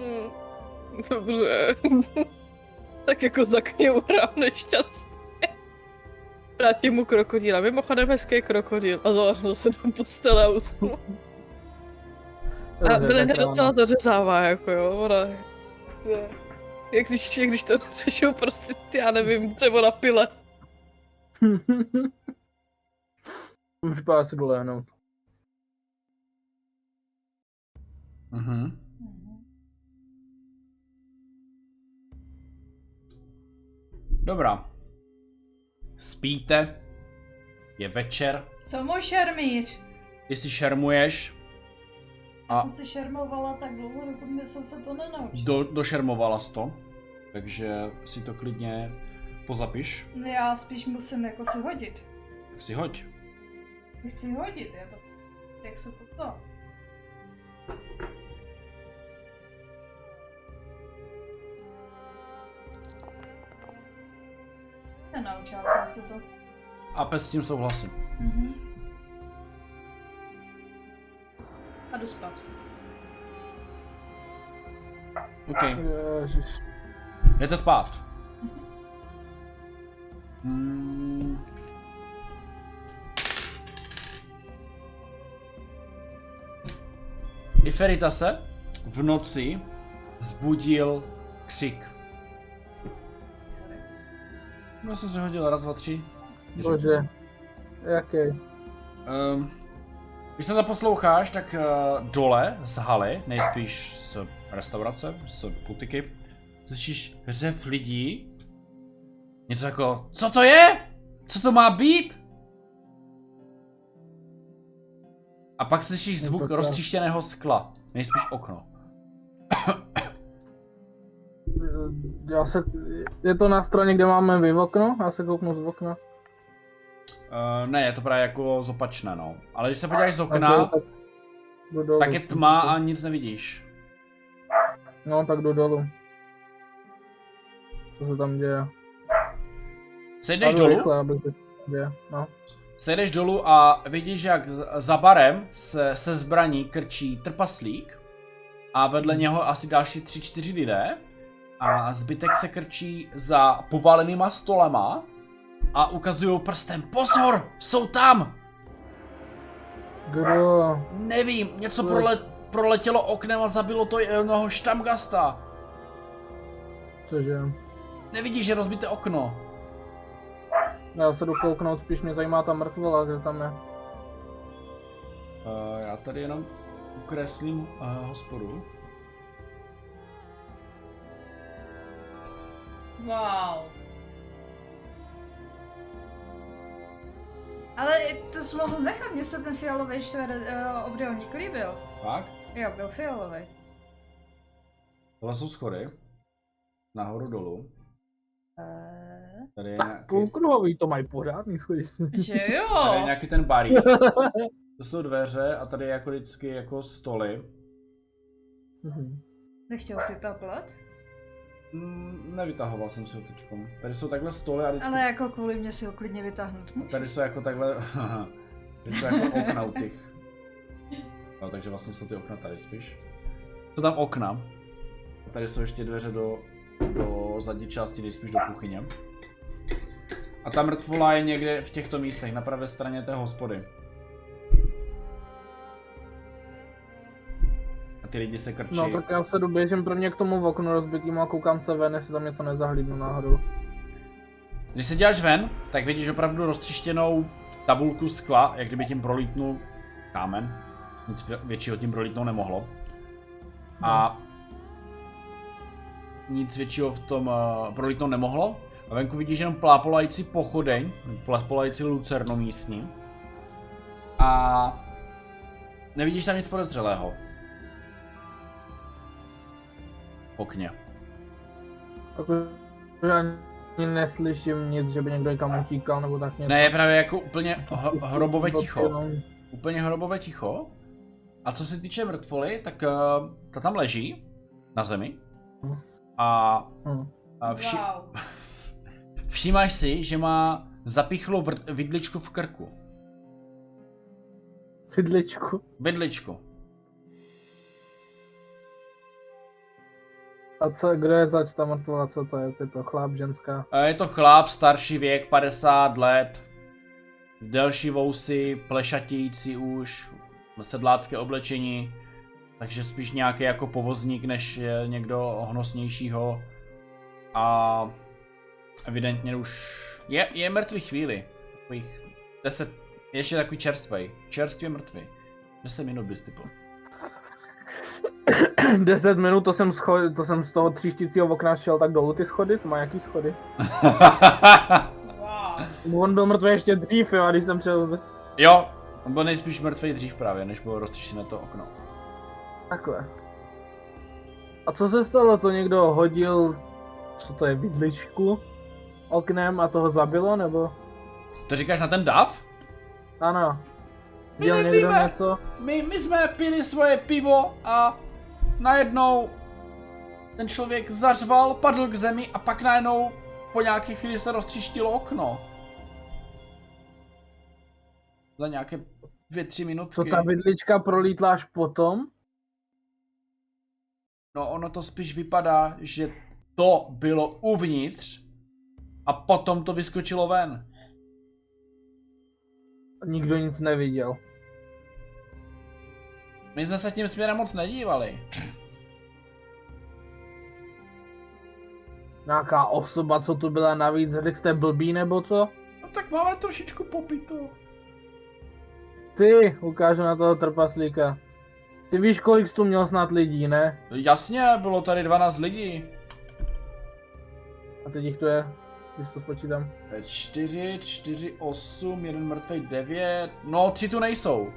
Speaker 4: Dobře. tak jako zakňourám nešťastně. Vrátím mu krokodýla. Mimochodem hezký krokodýl. A zahrnu se do postele a usnu. A Belinda
Speaker 3: tak no. ráno.
Speaker 4: docela zařezává, jako jo. Ona... to je- Jak když, jak když to řešou prostě, já nevím, dřevo na pile.
Speaker 3: Už pár si dolehnout.
Speaker 1: Mhm. Dobrá. Spíte. Je večer.
Speaker 2: Co můj šermíř?
Speaker 1: Ty si šermuješ.
Speaker 2: Já
Speaker 1: A-
Speaker 2: jsem se šermovala tak dlouho, dokud mi jsem se to nenaučila.
Speaker 1: Do, došermovala jsi to. Takže si to klidně pozapiš.
Speaker 2: No Já spíš musím jako si hodit.
Speaker 1: Tak si hoď.
Speaker 2: Chci hodit, já to... Jak se to to? Nenaučila jsem se to.
Speaker 1: A pes s tím souhlasí.
Speaker 2: Mhm. A jdu spát.
Speaker 1: OK.
Speaker 3: Ježiš.
Speaker 1: Jdete spát. Mm. Iferita se v noci zbudil křik. No, já jsem se hodil raz, dva, tři. čtyři.
Speaker 3: Bože. Jaký?
Speaker 1: Ehm, když se zaposloucháš, tak eh, dole z haly, nejspíš z restaurace, z butiky, slyšíš řev lidí. Něco jako, co to je? Co to má být? A pak slyšíš
Speaker 3: Je to
Speaker 1: zvuk
Speaker 3: tak.
Speaker 1: roztříštěného skla, nejspíš okno.
Speaker 3: Eh, Já se, je to na straně, kde máme vy okno? Já se kouknu z okna.
Speaker 1: Eh, ne, je to právě jako zopačné, no. Ale když se podíváš z okna,
Speaker 3: Tak jdu- tak jdu dolů.
Speaker 1: tak je tma a nic nevidíš.
Speaker 3: No, tak jdu dolů. Co se tam děje?
Speaker 1: Sejdeš
Speaker 3: Já jdu
Speaker 1: dolů?
Speaker 3: Rychle, aby se děje. No.
Speaker 1: Sejdeš dolů a vidíš, jak z- za barem se, se zbraní krčí trpaslík a vedle něho asi další tři, čtyři lidé a zbytek se krčí za povalenýma stolama a ukazují prstem pozor, jsou tam!
Speaker 3: Kdo?
Speaker 1: Nevím, něco prole, proletělo oknem a zabilo to jednoho štamgasta.
Speaker 3: Cože?
Speaker 1: Nevidíš, že je rozbité okno.
Speaker 3: Já se jdu kouknout, spíš mě zajímá ta mrtvola, kde tam je.
Speaker 1: Uh, já tady jenom ukreslím uh, hospodu.
Speaker 2: Wow. Ale to jsi mohl nechat, mně se ten fialový štver, uh, obdélník líbil.
Speaker 1: Tak,
Speaker 2: Jo, byl fialový.
Speaker 1: tohle jsou schody. Nahoru dolů.
Speaker 2: Eh,
Speaker 1: Tady je nějaký
Speaker 3: Půlkruhový, to mají pořádný schodiště.
Speaker 2: že jo?
Speaker 1: Tady je nějaký ten barík. To jsou dveře a tady je jako vždycky jako stoly.
Speaker 3: Mhm.
Speaker 2: Nechtěl si tablet?
Speaker 1: Mm, nevytahoval jsem si ho teďkom. Tady jsou takhle stoly a vždycky,
Speaker 2: Ale jako kvůli mě si ho klidně vytáhnout můžu.
Speaker 1: tady jsou jako takhle, tady jsou jako okna u těch. No, takže vlastně jsou ty okna tady spíš. Jsou tam okna. A tady jsou ještě dveře do, do zadní části, nejspíš do kuchyně. A ta mrtvola je někde v těchto místech, na pravé straně té hospody. ty lidi se krčí.
Speaker 3: No tak já se jdu běžím prvně k tomu oknu rozbitýmu a koukám se ven, jestli tam něco nezahlídnu náhodou.
Speaker 1: Když se děláš ven, tak vidíš opravdu roztřištěnou tabulku skla, jak kdyby tím prolítnul kámen. Nic vě- většího tím prolítnout nemohlo. A nic většího v tom uh, prolítnout nemohlo. A venku vidíš jenom plápolající pochodeň, plápolající lucernu místní. A nevidíš tam nic podezřelého. V Okně.
Speaker 3: Tak už ani neslyším nic, že by někdo někam utíkal nebo tak něco.
Speaker 1: Ne, je právě jako úplně no. h- hrobové
Speaker 3: Nebo
Speaker 1: ticho.
Speaker 3: jenom-
Speaker 1: úplně hrobové ticho. A co se týče mrtvoly, tak uh, ta tam leží na zemi. A,
Speaker 3: Hm.
Speaker 1: a vši,
Speaker 2: Wow.
Speaker 1: všímáš si, že má zapichlou vrt, vidličku v krku.
Speaker 3: Vidličku.
Speaker 1: Vidličku.
Speaker 3: A co, kdo je zač ta mrtvola, co to je, ty to chlap, ženská.
Speaker 1: A Eh, je to chlap, starší věk, 50 let. Delší vousy, plešatící už, sedlácké oblečení. Takže spíš nějaký jako povozník, než eh, někdo honosnějšího. A evidentně už je, je mrtvý chvíli. Takových 10, ještě takový čerstvej. Čerstvě mrtvý. 10 minut bys typl.
Speaker 3: 10 minut, to jsem, scho- to jsem z toho tříštícího okna šel tak dolů ty schody, to má jaký schody?
Speaker 2: Wow.
Speaker 3: On byl mrtvý ještě dřív, jo, a když jsem přijel
Speaker 1: jo, on byl nejspíš mrtvý dřív právě, než bylo roztřešené to okno.
Speaker 3: takhle. A co se stalo, to někdo hodil, co to je, vidličku oknem a toho zabilo, nebo?
Speaker 1: To říkáš na ten dav?
Speaker 3: Ano.
Speaker 1: My
Speaker 3: Dělal někdo
Speaker 1: nevíme.
Speaker 3: něco?
Speaker 1: My, my jsme pili svoje pivo a najednou ten člověk zařval, padl k zemi a pak najednou po nějaké chvíli se roztříštilo okno. Za nějaké dvě, tři minutky.
Speaker 3: To ta vidlička prolítla až potom?
Speaker 1: No ono to spíš vypadá, že to bylo uvnitř a potom to vyskočilo ven.
Speaker 3: Nikdo nic neviděl.
Speaker 1: My jsme se tím směrem moc nedívali.
Speaker 3: Nějaká osoba, co tu byla navíc, řekl jste blbý nebo co?
Speaker 1: No tak máme trošičku popito.
Speaker 3: Ty, ukážu na toho trpaslíka. Ty víš, kolik jsi tu měl snad lidí, ne?
Speaker 1: Jasně, bylo tady 12 lidí.
Speaker 3: A teď jich tu je, když to spočítám.
Speaker 1: 4, 4, 8, jeden mrtvej, 9. No, tři tu nejsou.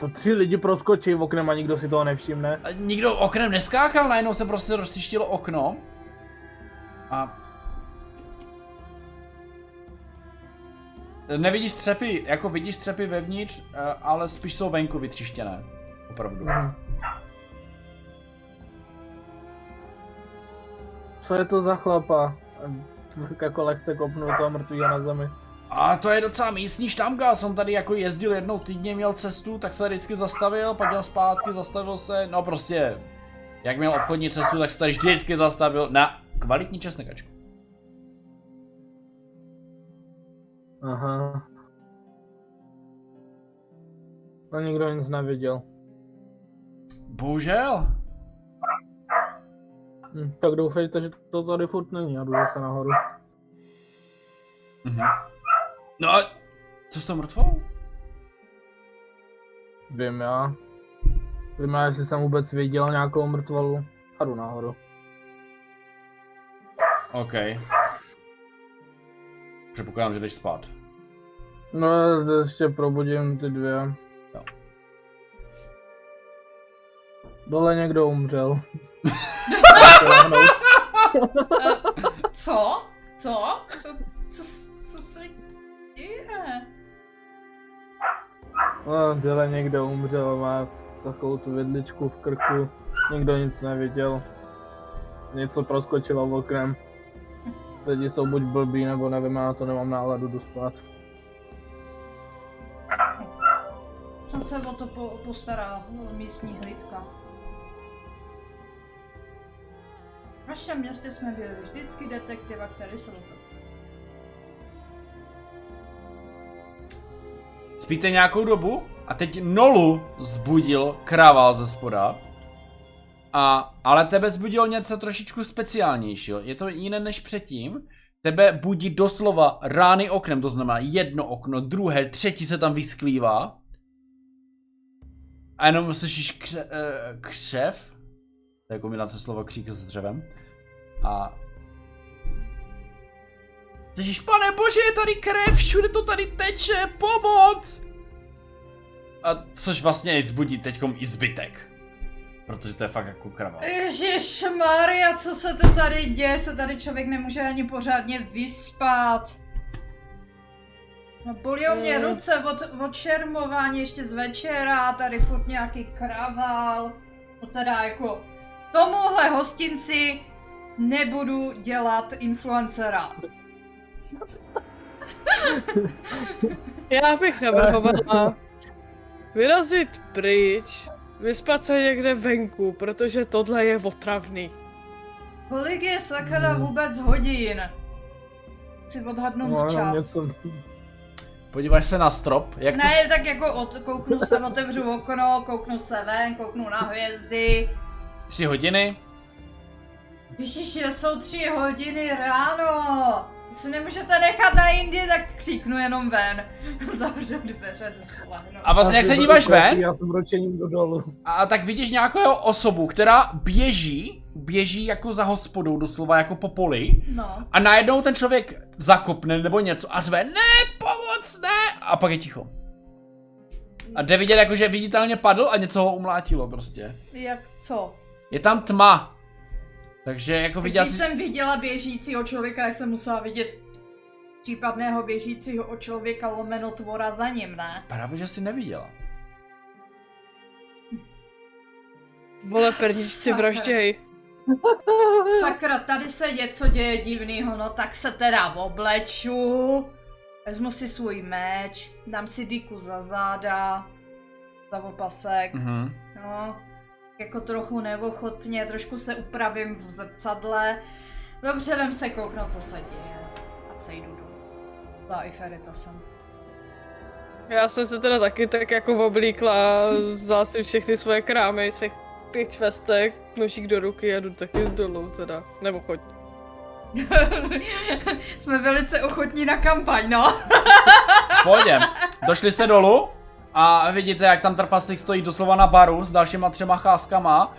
Speaker 3: To tři lidi proskočí v oknem a nikdo si toho nevšimne.
Speaker 1: A Nikdo oknem neskákal, najednou se prostě roztřištilo okno. A... Nevidíš střepy, jako vidíš střepy vevnitř, eh, ale spíš jsou venku vytřištěné. Opravdu.
Speaker 3: Mhm. Co je to za chlapa? Tak jako lehce kopnul toho mrtvýho na zemi.
Speaker 1: A to je docela místní štamgas, on tady jako jezdil jednou týdně, měl cestu, tak se tady vždycky zastavil, pak jel zpátky, zastavil se, no prostě, jak měl obchodní cestu, tak se tady vždycky zastavil na kvalitní česnekačku.
Speaker 3: Aha. No nikdo nic neviděl.
Speaker 1: Bohužel.
Speaker 3: Hm, tak doufejte, že to tady furt není a jdu zase nahoru.
Speaker 1: Mhm. No a co s tou mrtvou?
Speaker 3: Vím já. Vím já, jestli jsem vůbec viděl nějakou mrtvolu. A jdu nahoru.
Speaker 1: OK. Předpokládám, že jdeš spát.
Speaker 3: No, ještě probudím ty dvě.
Speaker 1: Jo.
Speaker 3: Dole někdo umřel.
Speaker 2: Co? Co? Co, co, co se děje?
Speaker 3: No, dole někdo umřel, má takovou tu vidličku v krku. Nikdo nic neviděl. Něco proskočilo v oknem. Lidi jsou buď blbí, nebo nevím, já na to nemám náladu, jdu spát.
Speaker 2: Tam se o to po, postará no, místní hlídka. V našem městě jsme byli vždycky detektiva, který se o to
Speaker 1: S Spíte nějakou dobu a teď Nolu zbudil krával ze spoda. A, ale tebe zbudilo něco trošičku speciálnějšího. Je to jiné než předtím. Tebe budí doslova rány oknem, to znamená jedno okno, druhé, třetí se tam vysklívá. A jenom slyšíš kře, eh, křev. To je jako kombinace slova křík s dřevem. A Ježíš, pane bože, je tady krev, všude to tady teče, pomoc! A což vlastně i zbudí teďkom i zbytek. Protože to je fakt jako krava.
Speaker 2: Ježíš Maria, co se to tady děje? Se tady člověk nemůže ani pořádně vyspat. No bolí o mě
Speaker 4: Mm.
Speaker 2: ruce od, od šermování ještě z večera, tady furt nějaký kravál. To teda jako tomuhle hostinci nebudu dělat influencera.
Speaker 4: Já bych navrhovala vyrazit pryč, vyspat se někde venku, protože tohle je otravný.
Speaker 2: Kolik je sakra vůbec hodin? Chci odhadnout
Speaker 3: Hmm. No, jenom
Speaker 2: čas.
Speaker 3: něco.
Speaker 1: Podíváš se na strop, jak to...
Speaker 2: Ne, tak jako od, kouknu se, otevřu okno, kouknu se ven, kouknu na hvězdy.
Speaker 1: Tři hodiny,
Speaker 2: Ježiši, jsou tři hodiny ráno. Když se nemůžete nechat na jindy, tak kříknu jenom ven. Zavřu dveře no. do slahnu.
Speaker 1: A vlastně,
Speaker 3: Já
Speaker 1: jak se
Speaker 3: jsem
Speaker 1: díváš
Speaker 3: byl
Speaker 1: ven?
Speaker 3: koupí, Já jsem ročením do dolu.
Speaker 1: A tak vidíš nějakou osobu, která běží, běží jako za hospodou, doslova jako po poli.
Speaker 2: No.
Speaker 1: A najednou ten člověk zakopne nebo něco a řve, ne, pomoc, ne! A pak je ticho. A jde vidět, jako že viditelně padl a něco ho umlátilo prostě.
Speaker 2: Jak co?
Speaker 1: Je tam tma. Takže jako No, viděl
Speaker 2: Viděla Když
Speaker 1: jsi...
Speaker 2: jsem viděla běžícího člověka, jak jsem musela vidět případného běžícího člověka lomeno tvora za ním, ne?
Speaker 1: Právě, že jsi neviděla.
Speaker 4: Vole, perničci
Speaker 2: Sakra.
Speaker 4: vražděj.
Speaker 2: Sakra, tady se něco děje divného, no tak se teda obleču. Vezmu si svůj meč, dám si díku za záda, za opasek,
Speaker 1: Mhm.
Speaker 2: no. Jako trochu neochotně, trošku se upravím v zrcadle. Dobře, jdem se kouknout, co se děje. A sejdu dolů. Za Iferita jsem.
Speaker 4: Já jsem se teda taky tak jako oblíkla, vzala si všechny svoje krámy, svých pět čvestek, nožík do ruky a jdu taky dolů teda. Nebo choď.
Speaker 2: Jsme velice ochotní na kampaň, no.
Speaker 1: Pojďem. Došli jste dolů a vidíte, jak tam trpaslík stojí doslova na baru s dalšíma třema cháskama. Uh,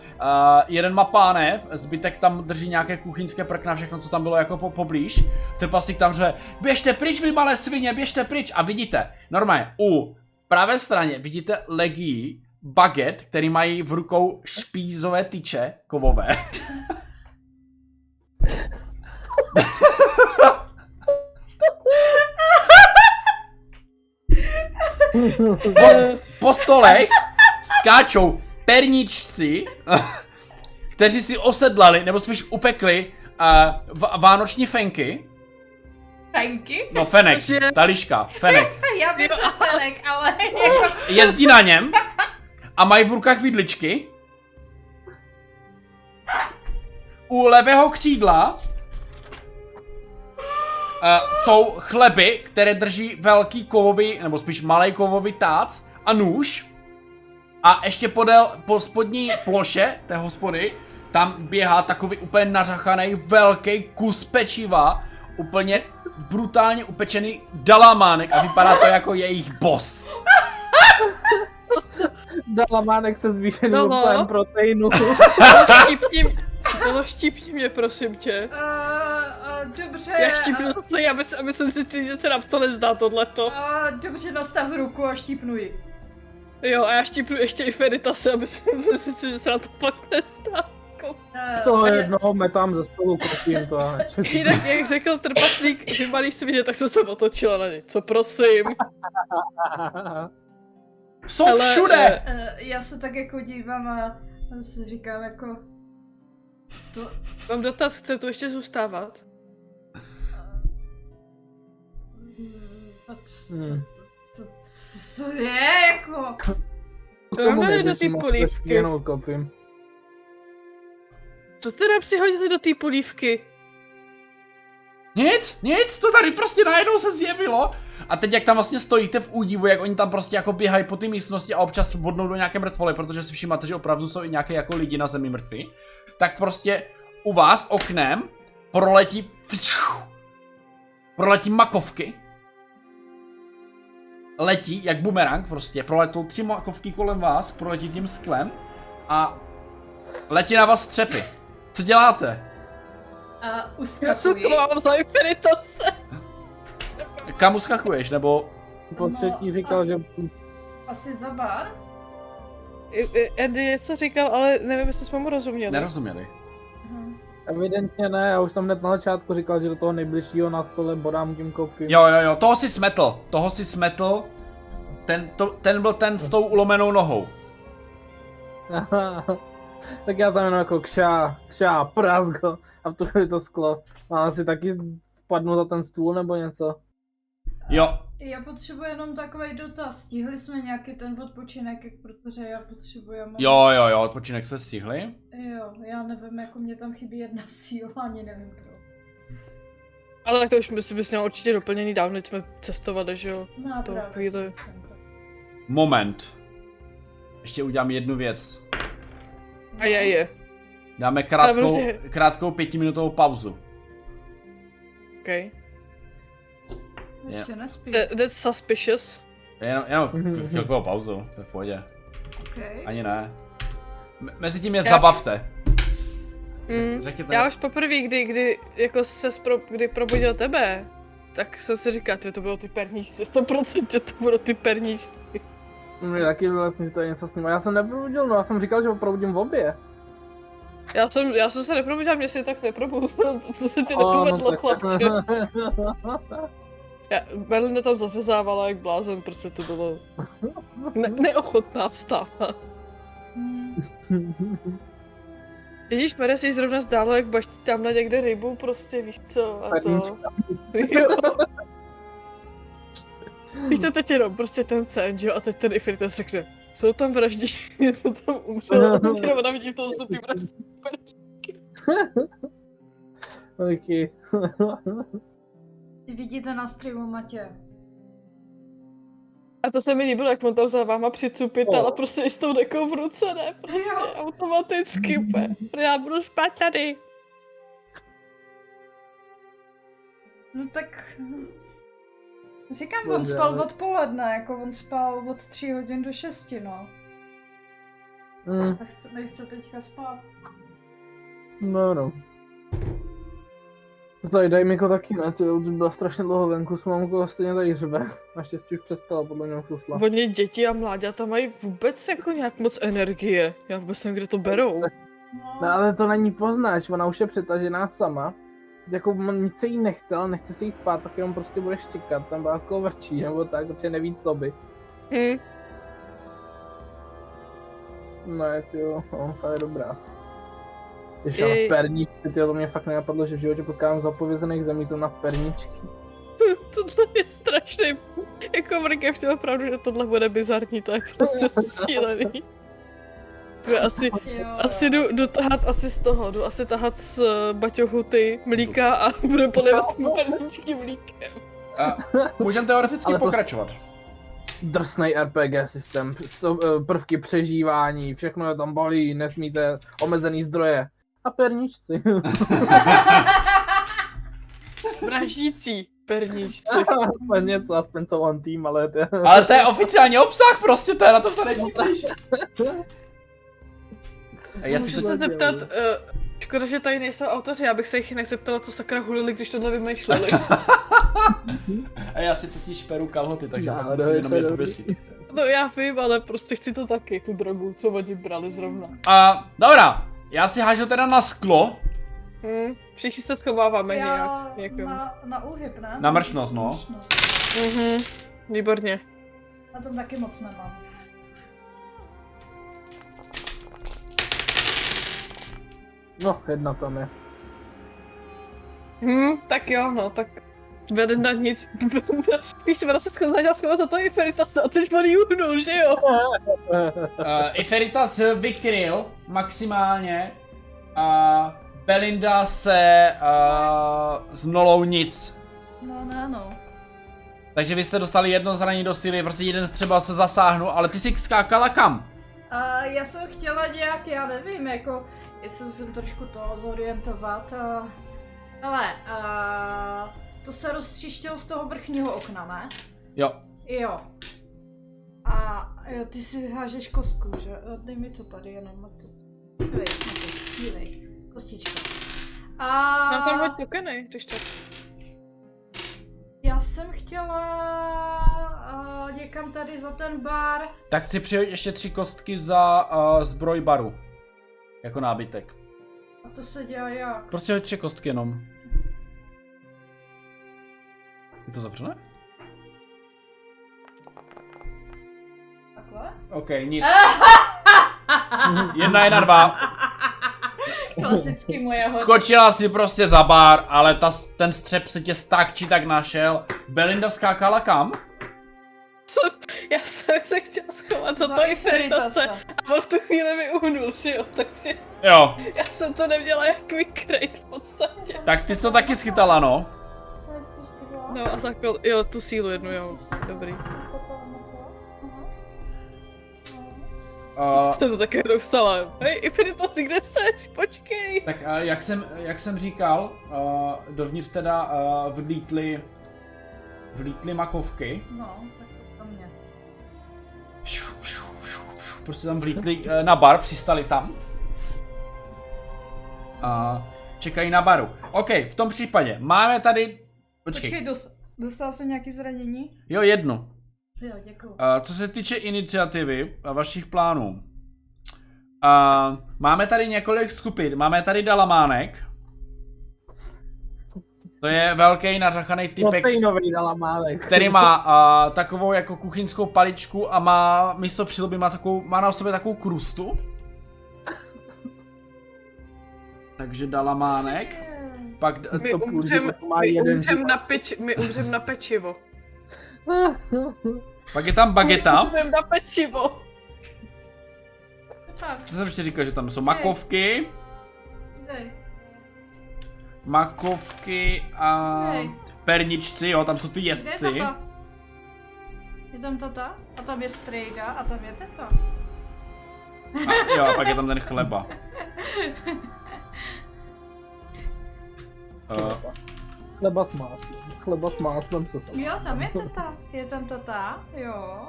Speaker 1: jeden má pánev, zbytek tam drží nějaké kuchyňské prkna, všechno, co tam bylo jako po, poblíž. Trpaslík tam řve, běžte pryč, vy malé svině, běžte pryč. A vidíte, normálně, u pravé straně vidíte legii baget, který mají v rukou špízové tyče kovové. Po, po stolech skáčou perničci, kteří si osedlali, nebo spíš upekli uh, v- vánoční fenky.
Speaker 2: Fenky?
Speaker 1: No fenek, ta liška, fenek.
Speaker 2: Já vím, co fenek, ale jako...
Speaker 1: Jezdí na něm a mají v rukách vidličky. U levého křídla uh, jsou chleby, které drží velký kovový, nebo spíš malý kovový tác a nůž. A ještě podél, po spodní ploše té hospody, tam běhá takový úplně nařachaný velký kus pečiva, úplně brutálně upečený dalamánek a vypadá to jako jejich boss.
Speaker 3: Dala mánek se zvýšeným no,
Speaker 4: No, no.
Speaker 3: obsahem proteinu.
Speaker 4: Štípni mě, Dalo, štípni mě, prosím tě.
Speaker 2: Uh, uh, dobře.
Speaker 4: Já štípnu zase, aby, aby jsem si tím, že se nám to nezdá tohleto.
Speaker 2: A Eh, dobře, nastav ruku a štípnu ji.
Speaker 4: Jo, a já štípnu ještě i Feritase, aby jsem si zjistil, že se nám to pak nezdá.
Speaker 2: Eh,
Speaker 3: toho
Speaker 2: ale-
Speaker 3: jednoho metám ze stolu, kopím to a čekám.
Speaker 4: Jinak, jak řekl trpaslík, vy malý svině, tak jsem se otočila na ně. Co prosím?
Speaker 1: Jsou
Speaker 4: Hele,
Speaker 1: všude!
Speaker 4: eh,
Speaker 2: eh, Já se tak jako dívám a si říkám jako... To...
Speaker 4: Mám dotaz, chce tu ještě zůstávat?
Speaker 2: mm, a co-
Speaker 3: Hmm.
Speaker 2: co- co- Co je jako?
Speaker 4: To nám dali do té polívky.
Speaker 3: Jenom kopím.
Speaker 4: Co jste nám přihodili do té polívky?
Speaker 1: Nic, nic, to tady prostě najednou se zjevilo A teď jak tam vlastně stojíte v údivu, jak oni tam prostě jako běhají po té místnosti a občas bodnou do nějaké mrtvoly, protože si všimáte, že opravdu jsou i nějaké jako lidi na zemi mrtví, tak prostě u vás oknem proletí proletí makovky. Letí, jak bumerang prostě, proletou tři makovky kolem vás, proletí tím sklem a letí na vás střepy. Co děláte?
Speaker 2: A
Speaker 4: Já se
Speaker 2: uskakuji.
Speaker 4: schovám za infinitase.
Speaker 1: Kam uskakuješ, nebo...
Speaker 3: Po
Speaker 2: No,
Speaker 3: třetí říkal,
Speaker 2: asi-
Speaker 3: že
Speaker 2: Asi za bar?
Speaker 4: I- i- Andy něco říkal, ale nevím, jestli jsme mu rozuměli.
Speaker 1: Nerozuměli.
Speaker 2: Aha.
Speaker 3: evidentně ne, já už jsem hned na začátku říkal, že do toho nejbližšího na stole bodám tím kopím.
Speaker 1: Jo, jo, jo, toho si smetl, toho si smetl. Ten, to, ten byl ten s tou ulomenou nohou.
Speaker 3: tak já tam jenom jako kša, kša, prázgo a v tu chvíli to sklo. A asi taky spadnu za ten stůl nebo něco.
Speaker 1: Jo,
Speaker 2: Já potřebuji jenom takový dotaz. Stihli jsme nějaký ten odpočinek, jak- protože já potřebuji... moc-
Speaker 1: jo, jo, jo, odpočinek se stihli.
Speaker 2: Jo, já nevím, jako mě tam chybí jedna síla, ani nevím proč.
Speaker 4: Ale tak to už myslím, bys měl určitě doplněný dávno, když jsme cestovali, že jo.
Speaker 2: No a
Speaker 4: To
Speaker 2: právě si
Speaker 4: chvíli.
Speaker 2: myslím to.
Speaker 1: Moment. Ještě udělám jednu věc.
Speaker 4: A je,
Speaker 2: No,
Speaker 4: je.
Speaker 1: Dáme krátkou,
Speaker 4: prostě-
Speaker 1: krátkou pětiminutovou pauzu.
Speaker 4: Okay.
Speaker 2: Ještě nespí.
Speaker 4: That, that's suspicious.
Speaker 1: Jenom, jenom chvilkovou pauzu, to je v pohodě.
Speaker 2: Okay.
Speaker 1: Ani ne. Me- Mezi tím je
Speaker 4: Já-
Speaker 1: zabavte.
Speaker 4: Mm.
Speaker 1: Řekněte,
Speaker 4: Já už poprvé, kdy, kdy jako se spro, kdy probudil tebe, tak jsem si říkal, "Ty, to bylo ty perníčky, 100% to bylo ty perníčky.
Speaker 3: Mě taky vlastně, že to je něco s ním. A já jsem neprobudil, no já jsem říkal, že opravdím v obě.
Speaker 4: Já jsem, já jsem se neprobudila, mě si tak neprobudilo, co, co se ti
Speaker 3: O, no
Speaker 4: nepovedlo,
Speaker 3: tak-
Speaker 4: chlapče. Já, Merlina tam zařezávala jak blázen, prostě to bylo ne- neochotná vstávat.
Speaker 2: Hmm.
Speaker 4: Vidíš, Mere si zrovna zdálo, jak baští tamhle někde rybu, prostě víš co, a to...
Speaker 3: Perníčka.
Speaker 4: Jo. Víš to teď jenom, prostě ten cen, že jo, a teď ten Ifritas řekne, jsou tam vraždí, to tam umřelo, a teď jenom ona vidí v tom zubí vraždí.
Speaker 3: Taky.
Speaker 2: Ty vidíte na streamu, Matě.
Speaker 4: A to se mi líbilo, jak on tam za váma přicupitel a
Speaker 3: No.
Speaker 4: prostě i s tou dekou v ruce, ne, prostě
Speaker 2: Jo.
Speaker 4: automaticky, úplně. já budu spát tady.
Speaker 2: No tak... hm. Říkám, on
Speaker 3: Bože,
Speaker 2: spal
Speaker 3: ale-
Speaker 2: odpoledne, jako on spal od 3 hodin do 6, no.
Speaker 3: Mm,
Speaker 2: Nechce, nechce teďka spát.
Speaker 3: no, no. Tady daj mi jako taky ne, ty už byla strašně dlouho venku s mamkou a stejně tady řve. Naštěstí už přestala, podle mě už usla.
Speaker 4: Oni děti a mláďata mají vůbec jako nějak moc energie. Já vůbec nevím, kde to berou.
Speaker 2: No,
Speaker 3: No ale to na ní poznáš, ona už je přetažená sama. Jako m- nic se jí nechce, ale nechce se jí spát, tak jenom prostě bude štěkat, tam byla jako vrčí nebo tak, protože neví co by.
Speaker 4: Hm.
Speaker 3: Ne, ty jo, no, ta je dobrá. Ještě ale
Speaker 4: Jej.
Speaker 3: perníčky, ty to mě fakt nenapadlo, že v životě potkávám zapovězených zemí to na perníčky.
Speaker 4: Tohle je strašný. Jako Mrkev chtěl pravdu, že tohle bude bizarní, to je prostě sílený. Jdu asi,
Speaker 2: jo, jo.
Speaker 4: asi jdu, jdu, tahat asi z toho, jdu asi tahat z eh, baťohu ty mlíka a bude polivat mu perničky mlíkem.
Speaker 1: Můžeme teoreticky
Speaker 3: Ale to-
Speaker 1: pokračovat.
Speaker 3: Drsnej RPG systém, to, eh, prvky přežívání, všechno je tam balí, nesmíte omezený zdroje. A perničci.
Speaker 4: Vraždící perničci.
Speaker 3: Aspoň něco, aspoň co on tým, ale to je...
Speaker 1: Ale to je oficiálně obsah prostě, to je na tom to nevtípneš. Já si
Speaker 4: Můžu
Speaker 1: to...
Speaker 4: se
Speaker 3: to-
Speaker 4: zeptat, uh, škoda, že tady nejsou autoři, já bych se jich jinak zeptala, co sakra hulili, když tohle vymýšleli.
Speaker 1: A já si totiž peru kalhoty, takže
Speaker 3: No,
Speaker 1: no,
Speaker 3: dobrý,
Speaker 1: musím jenom
Speaker 3: to je
Speaker 1: je to
Speaker 3: dobrý.
Speaker 1: vysit.
Speaker 4: No já vím, ale prostě chci to taky, tu drogu, co oni brali zrovna.
Speaker 1: A, dobrá, já si hážu teda na sklo,
Speaker 4: Hm, všichni se schováváme
Speaker 2: Já
Speaker 4: nějak. Jako.
Speaker 2: na, na úhyb, ne?
Speaker 1: Na mršnost, no.
Speaker 2: mršnost.
Speaker 4: Mhm, výborně.
Speaker 2: Na tom taky moc nemám.
Speaker 3: No, jedna tam je.
Speaker 4: Hm, tak jo, no, tak vede na nic. Víš, se se schovat, začala schovat za to i Feritas a teď on juhnul, že jo?
Speaker 1: Uh, Iferitas vykryl maximálně a Belinda se uh, z nolou nic.
Speaker 2: No ne, no.
Speaker 1: Takže vy jste dostali jedno zranění do síly, prostě jeden třeba se zasáhnul, ale ty jsi skákala kam?
Speaker 2: A já jsem chtěla nějak, já nevím, jako, jestli musím trošku to zorientovat. A... Ale a... to se roztříštilo z toho vrchního okna, ne?
Speaker 1: Jo,
Speaker 2: Jo. A jo, ty si hážeš kostku, že? Jo, Dej mi to tady jenom. ať To... Dívej, dívej, kostička. A...
Speaker 4: No tam hoď tokeny, když tak.
Speaker 2: Já jsem chtěla uh, někam tady za ten bar.
Speaker 1: tak si přihoď ještě tři kostky za uh, zbroj baru. Jako nábytek.
Speaker 2: A to se dělá jak?
Speaker 1: Prostě hoď tři kostky jenom. Je to zavřené?
Speaker 2: Takhle?
Speaker 1: OK, nic. Jedna, jedna, dva.
Speaker 2: Klasicky moje hodina.
Speaker 1: Skočila si prostě za bar, ale ta, ten střep se tě tak či tak našel. Belinda skákala kam?
Speaker 4: Já jsem se chtěla schovat za to i feritace. A on v tu chvíli mi uhnul, že jo, takže
Speaker 1: Jo.
Speaker 4: já jsem to neměla jak vykrejt v podstatě.
Speaker 1: Tak ty jsi to taky schytala, no.
Speaker 4: No a za chvíli, jo, tu sílu jednu, jo, dobrý.
Speaker 1: Uh,
Speaker 4: Jste to také dostala. Hej, i feritaci, kde seš? Počkej!
Speaker 1: tak uh, jak, jsem, jak jsem říkal, uh, dovnitř teda uh, vlítly, vlítly makovky.
Speaker 2: No, tak to tam mě.
Speaker 1: Prostě tam vlítli eh, na bar, přistali tam. A čekají na baru. OK, v tom případě máme tady... Počkej.
Speaker 2: Počkej, dos- dostala jsem nějaký zranění?
Speaker 1: Jo, jednu.
Speaker 2: Jo, děkuju.
Speaker 1: A co se týče iniciativy a vašich plánů, a máme tady několik skupin. Máme tady Dalamánek. To je velký nařachaný
Speaker 3: No,
Speaker 1: typek,
Speaker 3: Proteinový dala málek.
Speaker 1: který má a, takovou jako kuchyňskou paličku a má místo přilby má, takovou, má na sobě takovou krustu. Takže Dalamánek. Pak d-
Speaker 4: My
Speaker 3: to půl, že
Speaker 4: umřem,
Speaker 3: to má
Speaker 4: my
Speaker 3: jeden
Speaker 4: umřem,
Speaker 3: život.
Speaker 4: na, peč, my umřem na pečivo.
Speaker 1: pak je tam
Speaker 3: No.
Speaker 1: Bageta.
Speaker 4: Umřem na pečivo.
Speaker 2: Tak,
Speaker 1: Co jsem ještě říkal, že tam jsou makovky.
Speaker 2: dej.
Speaker 1: Makovky a
Speaker 2: Hej.
Speaker 1: perničci, jo, tam jsou ty
Speaker 2: Kde je
Speaker 1: jezdci.
Speaker 2: tata? Je tam tata? A tam je strejda a tam je teta.
Speaker 1: A, jo, a pak je tam ten chleba. Uh,
Speaker 3: Chleba s máslem. Chleba s máslem se sam.
Speaker 2: Jo, tam je teta. Je tam tata, jo.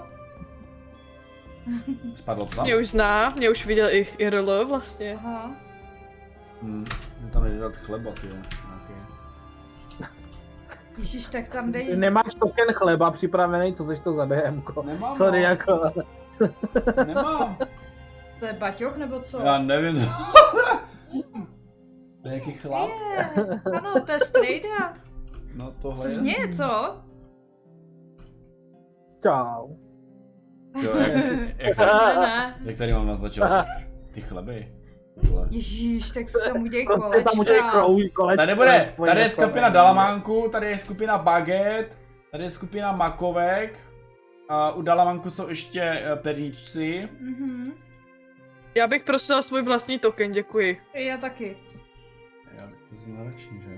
Speaker 1: spadlo to tam?
Speaker 4: Mě už zná, mě už viděl i, i Rolo vlastně.
Speaker 2: Aha.
Speaker 1: Hmm, tam nejde dát chleba, ty jo. Okay.
Speaker 2: Ježíš, tak tam dej.
Speaker 3: Ty nemáš token chleba připravený, co seš to za DMko.
Speaker 1: Nemám,
Speaker 3: Sorry,
Speaker 1: no.
Speaker 3: jako, ale
Speaker 1: Nemám.
Speaker 2: To je baťoch nebo co?
Speaker 1: Já nevím. to je jaký chlap?
Speaker 2: Je, ano, to je strejda.
Speaker 1: No tohle
Speaker 2: Se
Speaker 1: je.
Speaker 2: zněje, co?
Speaker 3: čau.
Speaker 1: Jo, jak, jak, tady,
Speaker 2: Ne, ne.
Speaker 1: jak tady mám naznačovat? Ty chleby. Tohle.
Speaker 2: Ježíš, tak se tam uděj
Speaker 3: Prostě tam udělej
Speaker 2: kolečka.
Speaker 3: krouží kolečko.
Speaker 1: Tady bude,
Speaker 3: tvoje
Speaker 1: tady je
Speaker 3: kolečko.
Speaker 1: skupina Dalamánku, tady je skupina Baget, tady je skupina Makovek. A u Dalamánku jsou ještě eh, perničci.
Speaker 2: Mhm.
Speaker 4: Já bych prosila svůj vlastní token, děkuji.
Speaker 2: Já taky.
Speaker 1: Já bych to náročný, že?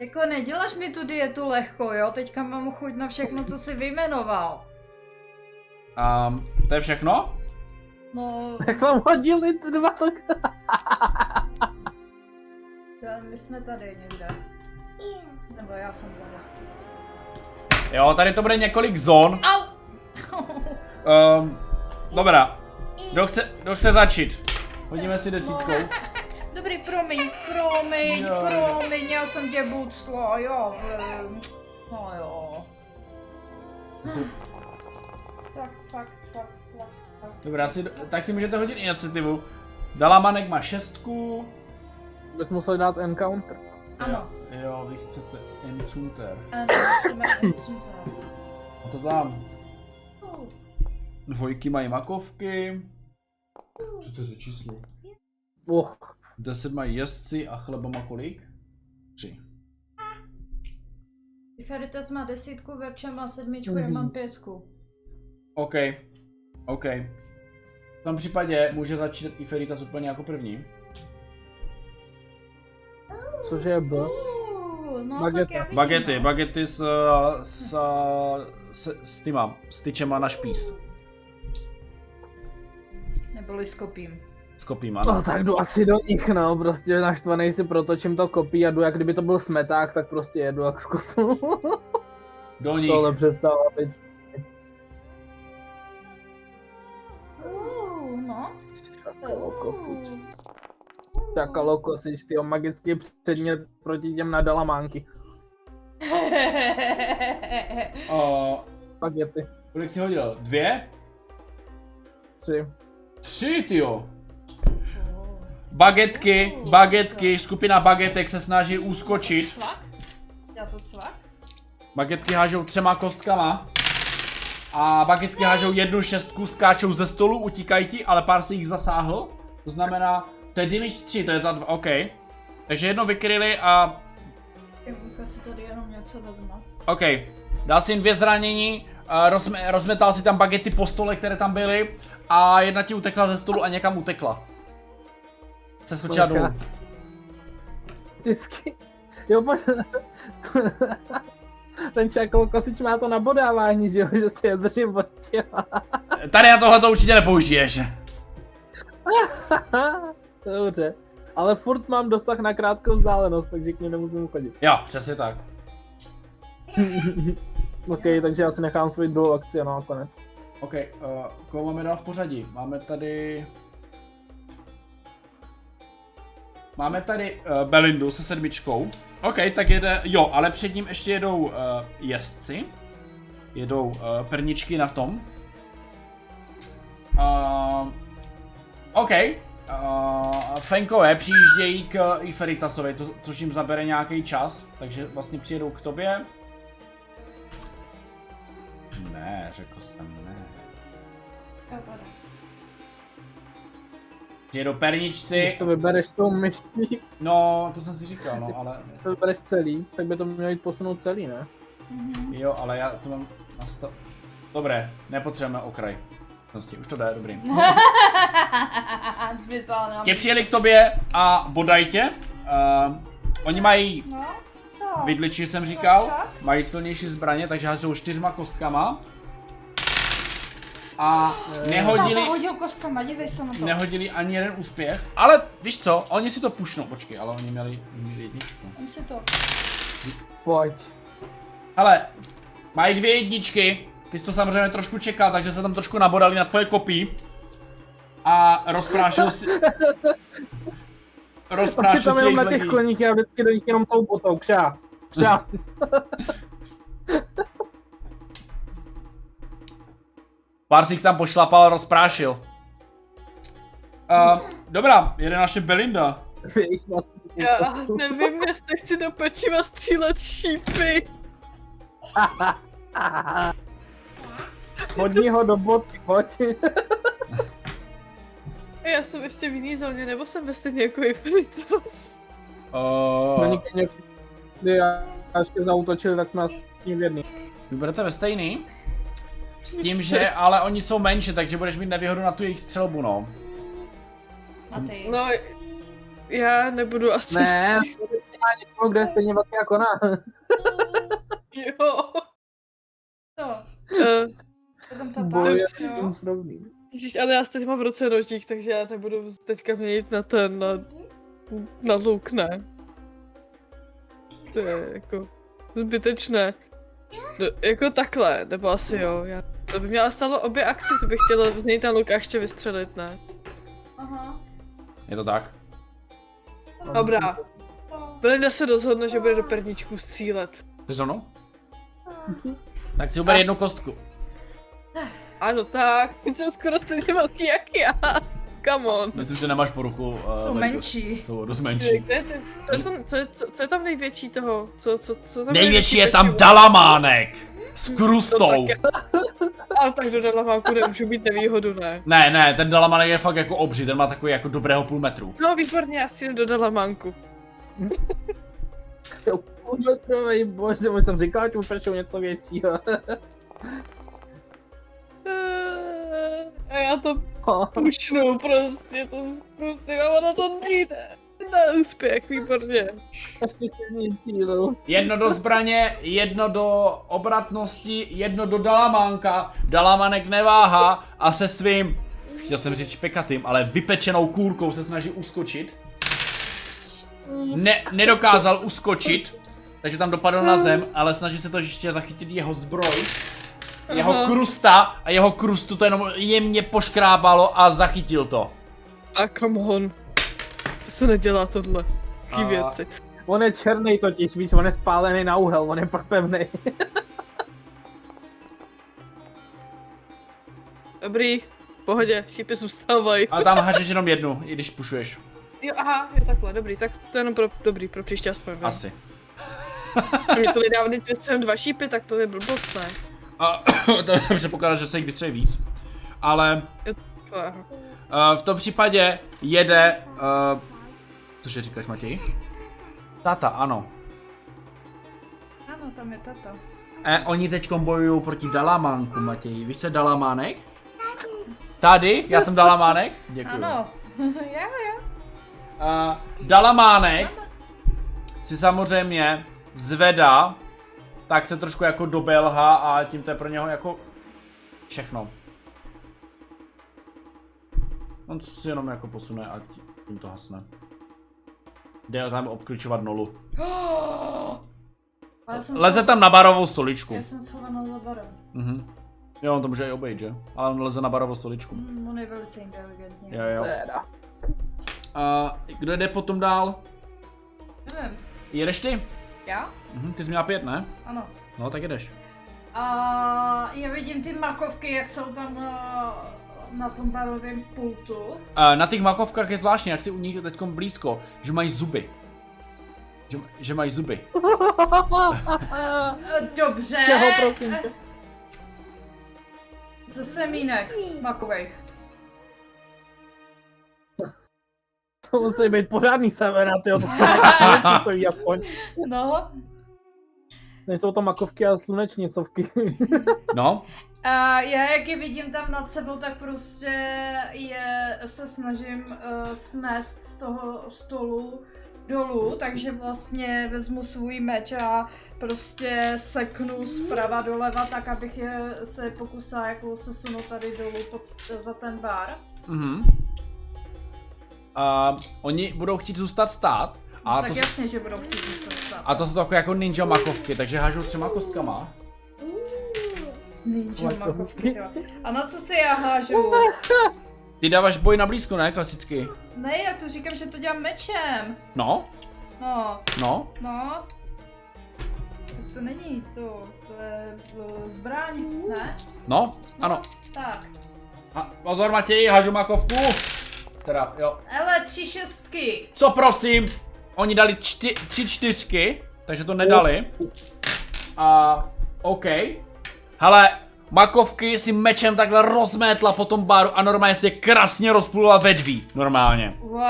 Speaker 2: Jako neděláš mi tu dietu lehko, jo? Teďka mám chuť na všechno, co jsi vyjmenoval.
Speaker 1: Um, to je všechno?
Speaker 2: No,
Speaker 3: Tak jsem hodil i ty dva tokeny.
Speaker 2: my jsme tady někde. Nebo já jsem tady.
Speaker 1: Jo, tady to bude několik zón.
Speaker 2: Au!
Speaker 1: Um, dobrá. Kdo chce, kdo chce začít? Hodíme si desítkou.
Speaker 2: Dobrý, promiň, promiň,
Speaker 1: Jo.
Speaker 2: promiň, já jsem tě bucla, jo. ehm, No jo. Cvak, cvak, cvak, cvak, cvak.
Speaker 1: Dobrá, si, tak si můžete hodit iniciativu. Dalamanek má šestku.
Speaker 3: Bych musel dát encounter.
Speaker 2: Ano.
Speaker 1: Jo, jo vy chcete Encounter.
Speaker 2: Ano, jsme super.
Speaker 1: A to tam. Dvojky mají makovky. Co to je za číslo?
Speaker 3: Och,
Speaker 1: Deset mají jezdci a chleba má kolik? Tři.
Speaker 2: Feritas má desítku, Verča má sedmičku, já mám pětku.
Speaker 1: OK. OK. V tom případě může začít i Feritas úplně jako první.
Speaker 3: cože je B?
Speaker 2: Uh, no tak
Speaker 3: Bageta.
Speaker 2: já vidím,
Speaker 1: Bagety,
Speaker 2: no.
Speaker 1: bagety s, s, s, s týma, s tyčema na špíz.
Speaker 2: Neboli s kopím.
Speaker 1: S kopíma.
Speaker 3: No tak jdu asi do nich, no, prostě naštvanej si protočím to kopí a jdu, jak kdyby to byl smeták, tak prostě jedu jak z kosu.
Speaker 1: Do nich.
Speaker 3: Tohle přestává být.
Speaker 2: Uh, no.
Speaker 3: Čakalokosič. Čakalokosič, tyjo, magický předmět proti těm nadala mánky.
Speaker 1: Uh,
Speaker 3: Pak je ty.
Speaker 1: kolik jsi hodil? Dvě?
Speaker 3: Tři.
Speaker 1: Tři, tyjo. Bagetky, bagetky, skupina bagetek se snaží úskočit.
Speaker 2: Cvak? Já to cvak?
Speaker 1: Bagetky hážou třema kostkama. A bagetky hážou jednu šestku, skáčou ze stolu, utíkají ti, ale pár si jich zasáhl. To znamená, to je damage 3, to je za dva, OK. Takže jedno vykryli a
Speaker 2: Jablka si tady jenom něco vezme.
Speaker 1: OK. Dal si jim dvě zranění, eh, rozme, rozmetal si tam bagety po stole, které tam byly a jedna ti utekla ze stolu a někam utekla. Se skočila dolů.
Speaker 3: Kolikrát? Vždycky. Jo, po... Ten čakalokosič má to na bodávání, že jo, že si je držím od těla.
Speaker 1: Tady na tohle to určitě nepoužiješ.
Speaker 3: Dobře. Ale furt mám dosah na krátkou vzdálenost, takže k ní nemusím chodit.
Speaker 1: Jo, přesně tak.
Speaker 3: OK, takže já si nechám svoji dual akci a nakonec.
Speaker 1: OK, uh, koho máme dál v pořadí? Máme tady... Máme tady uh, Belindu se sedmičkou. OK, tak jede... Jo, ale před ním ještě jedou uh, jezdci. Jedou uh, perničky na tom. Uh, OK. Uh, Fenkové přijíždějí k Iferitasovi, to, což jim zabere nějaký čas, takže vlastně přijedou k tobě. Ne, řekl jsem ne. Přijedou perničci,
Speaker 3: Když to vybereš tou myší,
Speaker 1: no to jsem si říkal, no ale
Speaker 3: když to vybereš celý, tak by to mělo jít posunout celý, ne?
Speaker 1: jo, ale já to mám na sto... Dobré, nepotřebujeme okraj. Vlastně, už to jde, dobrý.
Speaker 2: Zmizela nám.
Speaker 1: Tě přijeli k tobě a bodaj tě. Uh, oni mají
Speaker 2: No, co?
Speaker 1: vidliči, jsem říkal, mají silnější zbraně, takže hážou čtyřma kostkama. A
Speaker 2: Hodili...
Speaker 1: nehodili,
Speaker 2: Táta hodil kostkama, dívej se na to.
Speaker 1: nehodili ani jeden úspěch, ale víš co, oni si to pušnou, počkej, ale oni měli, měli jedničku.
Speaker 2: Tam si to.
Speaker 3: Pojď.
Speaker 1: Ale mají dvě jedničky, ty jsi to samozřejmě trošku čekal, takže se tam trošku nabodali na tvoje kopí. A rozprášil si...
Speaker 3: Pak je
Speaker 1: rozprášil
Speaker 3: tam
Speaker 1: si
Speaker 3: jenom
Speaker 1: jejich
Speaker 3: na těch
Speaker 1: legí.
Speaker 3: koních, já vždycky do nich jenom tou botou, křáp. Křáp.
Speaker 1: Pár si jich tam pošlapal a rozprášil. Uh, dobrá, jede naše Belinda.
Speaker 3: Víš, no. na tom
Speaker 4: Já
Speaker 3: botou.
Speaker 4: nevím, jestli chci do pečiva střílet šípy.
Speaker 3: Hodni ho do boty, pojď.
Speaker 4: Já jsem ještě v jiný zóně, nebo jsem ve stejně jako Ifritas.
Speaker 3: Na
Speaker 1: Uh,
Speaker 3: nikdy něco. Kdy já až tě zautočil, tak jsme asi tím v jedný.
Speaker 1: vy budete ve stejný? S tím, že ale oni jsou menší, takže budeš mít nevýhodu na tu jejich střelbu, no.
Speaker 2: Matej.
Speaker 4: No, já nebudu asi...
Speaker 3: Ne, já někoho, kde je stejně velký jako ona.
Speaker 4: Jo.
Speaker 2: To.
Speaker 4: Eh,
Speaker 2: To tam tata.
Speaker 3: Boj
Speaker 4: je-
Speaker 2: jo.
Speaker 3: srovný.
Speaker 4: Ježíš, ale já teď mám v ruce rožník, takže já nebudu teďka měnit na ten, na, na luk, ne. To je jako zbytečné. No, jako takhle, nebo asi jo. Já, to by měla stalo obě akce, to bych chtěla změnit ten luk a ještě vystřelit, ne?
Speaker 2: Aha.
Speaker 1: Je to tak?
Speaker 4: Dobrá.
Speaker 2: To.
Speaker 4: Belinda se rozhodne, že bude do perničků střílet.
Speaker 1: Jsi za mnou? Tak si uber jednu kostku.
Speaker 4: Ano tak, ty jsou skoro stejně velký jak já. Come on.
Speaker 1: Myslím, že nemáš poruchu. Uh,
Speaker 2: Jsou menší.
Speaker 1: Jsou dost
Speaker 4: Kde
Speaker 1: menší.
Speaker 4: je ten- Co je, tam, co, je, co, co je tam největší toho? Co, co, co tam
Speaker 1: Největší je
Speaker 4: pečivo?
Speaker 1: tam Dalamánek. S krustou.
Speaker 4: To Ale tak dodala vám, nemůžu mít nevýhodu, ne?
Speaker 1: Ne, ne, ten Dalamánek je fakt jako obří, ten má takový jako dobrého půl metru.
Speaker 4: No výborně, já si dodala manku.
Speaker 3: Jo, půlmetrovej, bože, už jsem říkal, že mu prčou něco většího.
Speaker 4: Eh, A já prostě, to pušnu prostě, to zkusím, a ono to nejde. Na úspěch, výborně.
Speaker 3: Ještě stejný sílu.
Speaker 1: Jedno do zbraně, jedno do obratnosti, jedno do Dalamánka. Dalamanek neváha a se svým, chtěl jsem říct špekatým, ale vypečenou kůrkou se snaží uskočit. Ne, nedokázal uskočit, takže tam dopadl na zem, ale snaží se to ještě zachytit jeho zbroj. Jeho
Speaker 4: Aha.
Speaker 1: krusta a jeho krustu to jenom jemně poškrábalo a zachytil to.
Speaker 4: A come on. To se nedělá tohle. Ty
Speaker 1: A-
Speaker 4: věci.
Speaker 3: On je černý totiž, víš, on je spálený na úhel, on je fakt pevný.
Speaker 4: Dobrý, v pohodě, šípy zůstávají.
Speaker 1: A tam hažeš jenom jednu, i když pušuješ.
Speaker 4: Jo, aha, jo, takhle, dobrý, tak to je jenom pro, dobrý, pro příště aspoň. jo.
Speaker 1: Asi.
Speaker 4: Mě to nedává vždycky dva šípy, tak to je blbost, ne?
Speaker 1: A to předpokládá, že se jich vytře víc. Ale
Speaker 4: To, aha.
Speaker 1: Uh, v tom případě jede... Uh, cože říkáš, Matěj? Tata, ano.
Speaker 2: Ano, tam je tato.
Speaker 1: E, oni teď bojují proti Dalamánku, Matěj. Víš, co je Dalamánek? Tady? Já jsem Dalamánek? Děkuji.
Speaker 2: Ano, jo, jo.
Speaker 1: Uh, Dalamánek si samozřejmě zvedá, tak se trošku jako dobelha a tím to je pro něho jako všechno. On si jenom jako posune a tím to hasne. Jde tam obklíčovat nulu.
Speaker 2: Ale jsem
Speaker 1: Leze
Speaker 2: scho-
Speaker 1: tam na barovou stoličku.
Speaker 2: Já jsem schovaná za barem.
Speaker 1: Mhm. Jo, on to může i obejít, že? Ale on leze na barovou stoličku.
Speaker 2: Hmm, on je velice inteligentní.
Speaker 1: Jo, jo.
Speaker 3: Teda.
Speaker 1: A kdo jde potom dál?
Speaker 2: Nevím,
Speaker 1: Jedeš ty?
Speaker 2: já?
Speaker 1: Mhm, ty jsi měla pět, ne?
Speaker 2: Ano.
Speaker 1: No, tak jedeš.
Speaker 2: A já vidím ty makovky, jak jsou tam a, na tom barovém pultu.
Speaker 1: A Eh, na těch makovkách je zvláštní, jak si u nich teď blízko, že mají zuby. Že, že mají zuby.
Speaker 2: E, Dobře.
Speaker 3: Čeho, prosím tě?
Speaker 2: E, Ze semínek makových.
Speaker 3: To musí být pořádný semena, tyjo. To jsou jí aspoň.
Speaker 2: No.
Speaker 3: Nejsou to makovky, ale slunečnicovky.
Speaker 1: No,
Speaker 2: A já jak je vidím tam nad sebou, tak prostě je, se snažím uh, smést z toho stolu dolů, takže vlastně vezmu svůj meč a prostě seknu zprava doleva, tak abych je, se pokusila jako sesunout tady dolů pod, za ten bar.
Speaker 1: mhm. A oni budou chtít zůstat stát. A
Speaker 2: tak
Speaker 1: to, jsou-
Speaker 2: jasně, že budou chtít zůstat stát.
Speaker 1: a to jsou takové jako ninja makovky, takže hážou třema kostkama.
Speaker 2: Ninja
Speaker 3: Makovky.
Speaker 2: makovky. jo. A na co si já hážu?
Speaker 1: Ty dáváš boj na blízko, ne? Klasicky.
Speaker 2: Ne, já tu říkám, že to dělám mečem.
Speaker 1: No,
Speaker 2: No,
Speaker 1: no.
Speaker 2: No. Tak To není to, to je to zbraň, ne?
Speaker 1: No, ano.
Speaker 2: Tak.
Speaker 1: A pozor Matěj, hažu makovku. Teda, jo.
Speaker 2: Ele, tři šestky.
Speaker 1: Co prosím? Oni dali čty, tři čtyřky, takže to nedali. A OK. Hele, makovky si mečem takhle rozmétla po tom baru a normálně si je krásně rozplula ve dví. Normálně.
Speaker 2: Wow.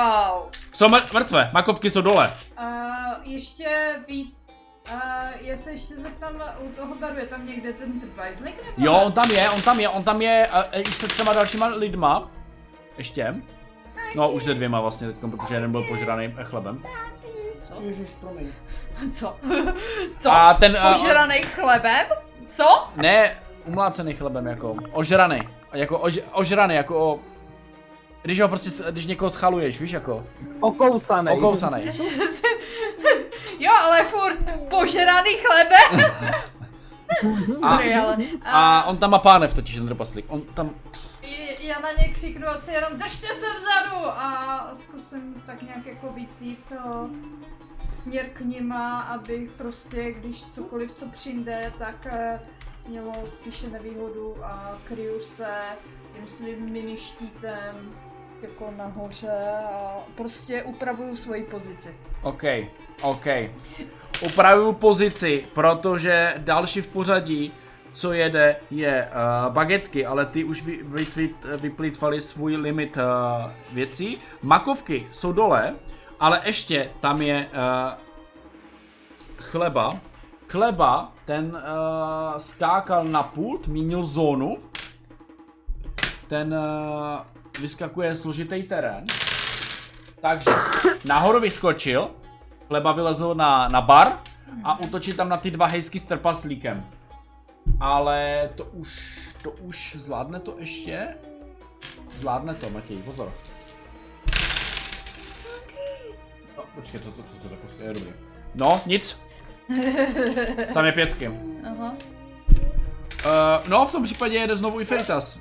Speaker 1: Jsou mr- mrtvé, makovky jsou dole.
Speaker 2: A ještě ví... A já se ještě zeptám, u toho baru je tam někde ten trvajzlik
Speaker 1: Jo,
Speaker 2: nebo? ne?
Speaker 1: on tam je, on tam je, on tam je a, a, i se třema dalšíma lidma. Ještě. No, už se dvěma vlastně, teďkom, protože jeden byl požraný eh, chlebem.
Speaker 2: Co? Co?
Speaker 1: A ten... eh, a-
Speaker 2: Požranej chlebem? Co?
Speaker 1: Ne umlácený chlebem, jako ožraný. Jako ož, ožraný, jako o... Když ho prostě, s- když někoho schaluješ, víš, jako
Speaker 3: Okousaný.
Speaker 1: okousaný.
Speaker 2: Jo, ale furt požraný chlebem? Sorry, ale...
Speaker 1: A on tam má pánev totiž, ten trpaslík. On tam,
Speaker 2: I- Já na ně křiknu asi jenom držte se vzadu a zkusím tak nějak jako vycít eh, směr k nima, aby prostě když cokoliv co přijde, tak eh, mělo spíše nevýhodu a kryju se tím svým mini štítem jako nahoře a prostě upravuju svoji pozici.
Speaker 1: OK, OK. Upravuju pozici, protože další v pořadí, co jede, je uh, bagetky, ale ty už vy, vytvít, vyplýtvali svůj limit uh, věcí. Makovky jsou dole, ale ještě tam je uh, chleba. Chleba, ten uh, skákal na pult, mínil zónu. eh, Ten uh, vyskakuje složitý terén. Takže nahoru vyskočil, chleba vylezl na, na bar a
Speaker 3: Mhm.
Speaker 1: útočí tam na ty dva hejsky s trpaslíkem. Ale to už, to už, zvládne to ještě? Zvládne to, Matěj, pozor. No, počkej, to, to, to, to, to, to je dobrý. No, nic. Tam je pětky.
Speaker 2: Aha.
Speaker 1: Uh, no, v tom případě jede znovu i Feritas.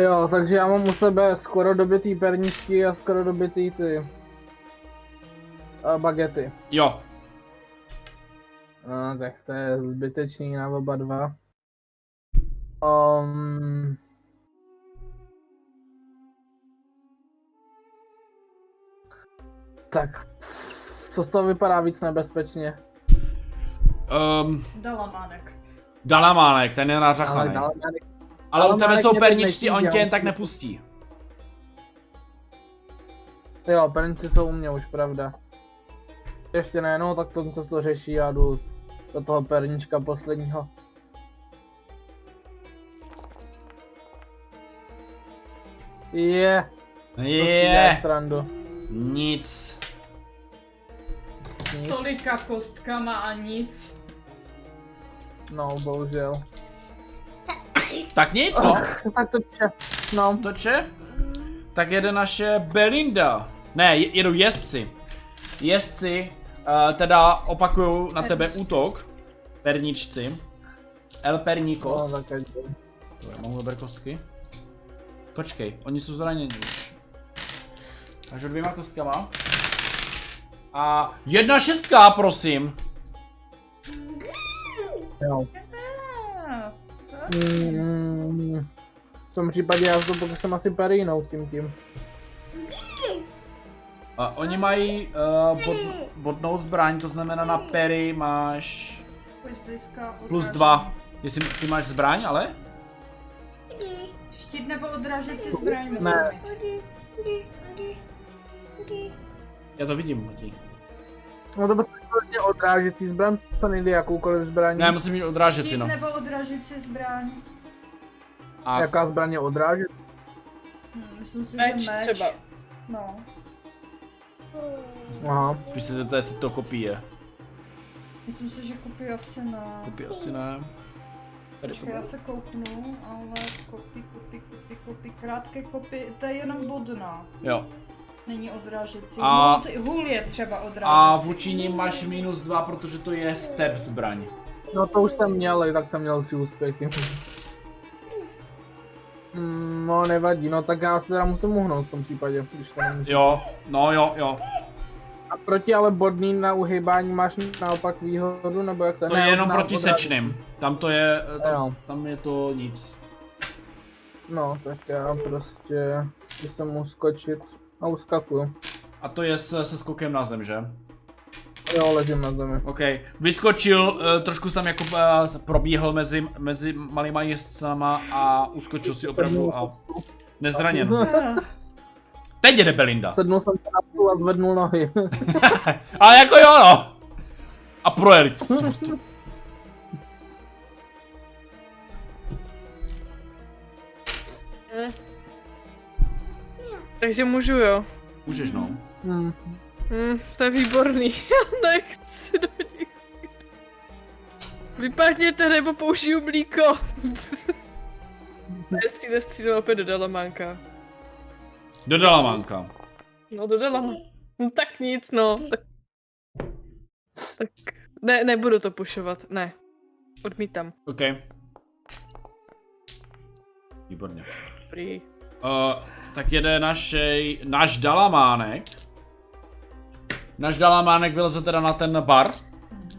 Speaker 3: Jo, takže já mám u sebe skoro dobitý perničky a skoro dobitý ty a bagety.
Speaker 1: Jo,
Speaker 3: No, tak to je zbytečný na oba dva. Um, tak, pff, co z toho vypadá víc nebezpečně?
Speaker 1: um,
Speaker 2: Dala mánek.
Speaker 1: Dalamánek, ten je nařachaný.
Speaker 3: dal-
Speaker 1: Ale u tebe
Speaker 3: Dalamánek
Speaker 1: jsou
Speaker 3: mě tak
Speaker 1: perničky, on
Speaker 3: netíží,
Speaker 1: tě
Speaker 3: já
Speaker 1: jen tak
Speaker 3: musím-
Speaker 1: nepustí.
Speaker 3: Jo, perničky jsou u mě už, pravda. Ještě ne, no, tak to, to, to řeší, já jdu do toho pernička posledního. Je, to si děláš
Speaker 1: Je,
Speaker 3: srandu.
Speaker 1: nic.
Speaker 3: Nic.
Speaker 2: Tolika kostkama a nic.
Speaker 3: No, bohužel.
Speaker 1: Tak nic, no.
Speaker 3: Tak to če. No,
Speaker 1: Toče, tak jede naše Belinda. Ne, je- jedou jezdci. Jezdci uh, teda opakují na tebe
Speaker 2: Perničci.
Speaker 1: útok. Perničci. El
Speaker 3: no
Speaker 1: Pernikos.
Speaker 3: tak ať jde.
Speaker 1: Tohle, mohu vybrat kostky? Počkej, oni jsou zraněni už. Takže dvěma kostkama. A jedna šestka, prosím.
Speaker 3: jo.
Speaker 2: Ah,
Speaker 3: Mm, v tom případě já se to pokusím asi perínou tím tím.
Speaker 1: A oni mají uh, bod, bodnou zbraň, to znamená na pery máš...
Speaker 2: Pojď blízka.
Speaker 1: Plus
Speaker 2: odrážení.
Speaker 1: dva. Jestli ty máš zbraň, ale?
Speaker 2: Štít nebo odrážecí zbraň musí
Speaker 3: Ne.
Speaker 2: mít.
Speaker 1: Já to vidím, Matěj.
Speaker 3: No to bude hodně odrážecí zbraň, to nejde jakoukoliv zbraň.
Speaker 1: Ne, já musím mít odrážecí,
Speaker 2: Štít
Speaker 1: no.
Speaker 2: nebo odrážecí zbraň.
Speaker 1: A
Speaker 3: Jaká zbraň je odrážecí?
Speaker 2: Hm, myslím si,
Speaker 4: Meč
Speaker 2: že meč.
Speaker 4: třeba.
Speaker 2: No.
Speaker 3: Aha.
Speaker 1: spíš se zeptat, jestli to kopie.
Speaker 2: Myslím si, že kopí asi na...
Speaker 1: Kopí asi ne. Tady to
Speaker 2: Počkej,
Speaker 1: bude.
Speaker 2: já se kouknu, ale kopí, kopí, kopí, kopí, krátké kopí, to je jenom bodná.
Speaker 1: Jo.
Speaker 2: Není odrážecí.
Speaker 1: A-
Speaker 2: A... No, t- hůl je třeba odrážecí.
Speaker 1: A vůči ním máš minus dva, protože to je step zbraň.
Speaker 3: No to už jsem měl, i tak jsem měl tři úspěchy. Mm, no nevadí, no tak já se teda musím uhnout v tom případě, když to nemůžu.
Speaker 1: Jo, no jo, jo.
Speaker 3: A proti ale bodný na uhybání máš naopak výhodu, nebo jak to
Speaker 1: To
Speaker 3: Ne,
Speaker 1: je jenom
Speaker 3: na
Speaker 1: proti
Speaker 3: odrážecí.
Speaker 1: sečným. Tam to je, eh, tam,
Speaker 3: Jo,
Speaker 1: tam je to nic.
Speaker 3: no tak já prostě musím uskočit a uskakuju.
Speaker 1: A to je se, se skokem na zem, že?
Speaker 3: Jo, ležím na zemi.
Speaker 1: OK. Vyskočil, eh, trošku se tam jako eh, probíhl mezi, mezi malýma jezdcama a uskočil si opravdu a nezraněn. Teď jede Belinda.
Speaker 3: Sednul jsem se na stůl a zvednul nohy.
Speaker 1: A jako jo no. A projeli.
Speaker 2: Eh.
Speaker 4: Takže můžu, jo.
Speaker 1: Můžeš no.
Speaker 3: Hmm.
Speaker 4: Hm, to je výborný. Já nechci do nich. Vypadněte nebo použiju mlíko. Jestli nestřídám opět do Dalamánka.
Speaker 1: Dodala manka.
Speaker 4: No do Dalamánka. No tak nic, no. Tak... tak... Ne, nebudu to pušovat, ne. Odmítám.
Speaker 1: OK. Výborně.
Speaker 4: Dobrý.
Speaker 1: Uh, tak jede našej, náš Dalamánek. Náš Dalamánek vyleze teda na ten bar.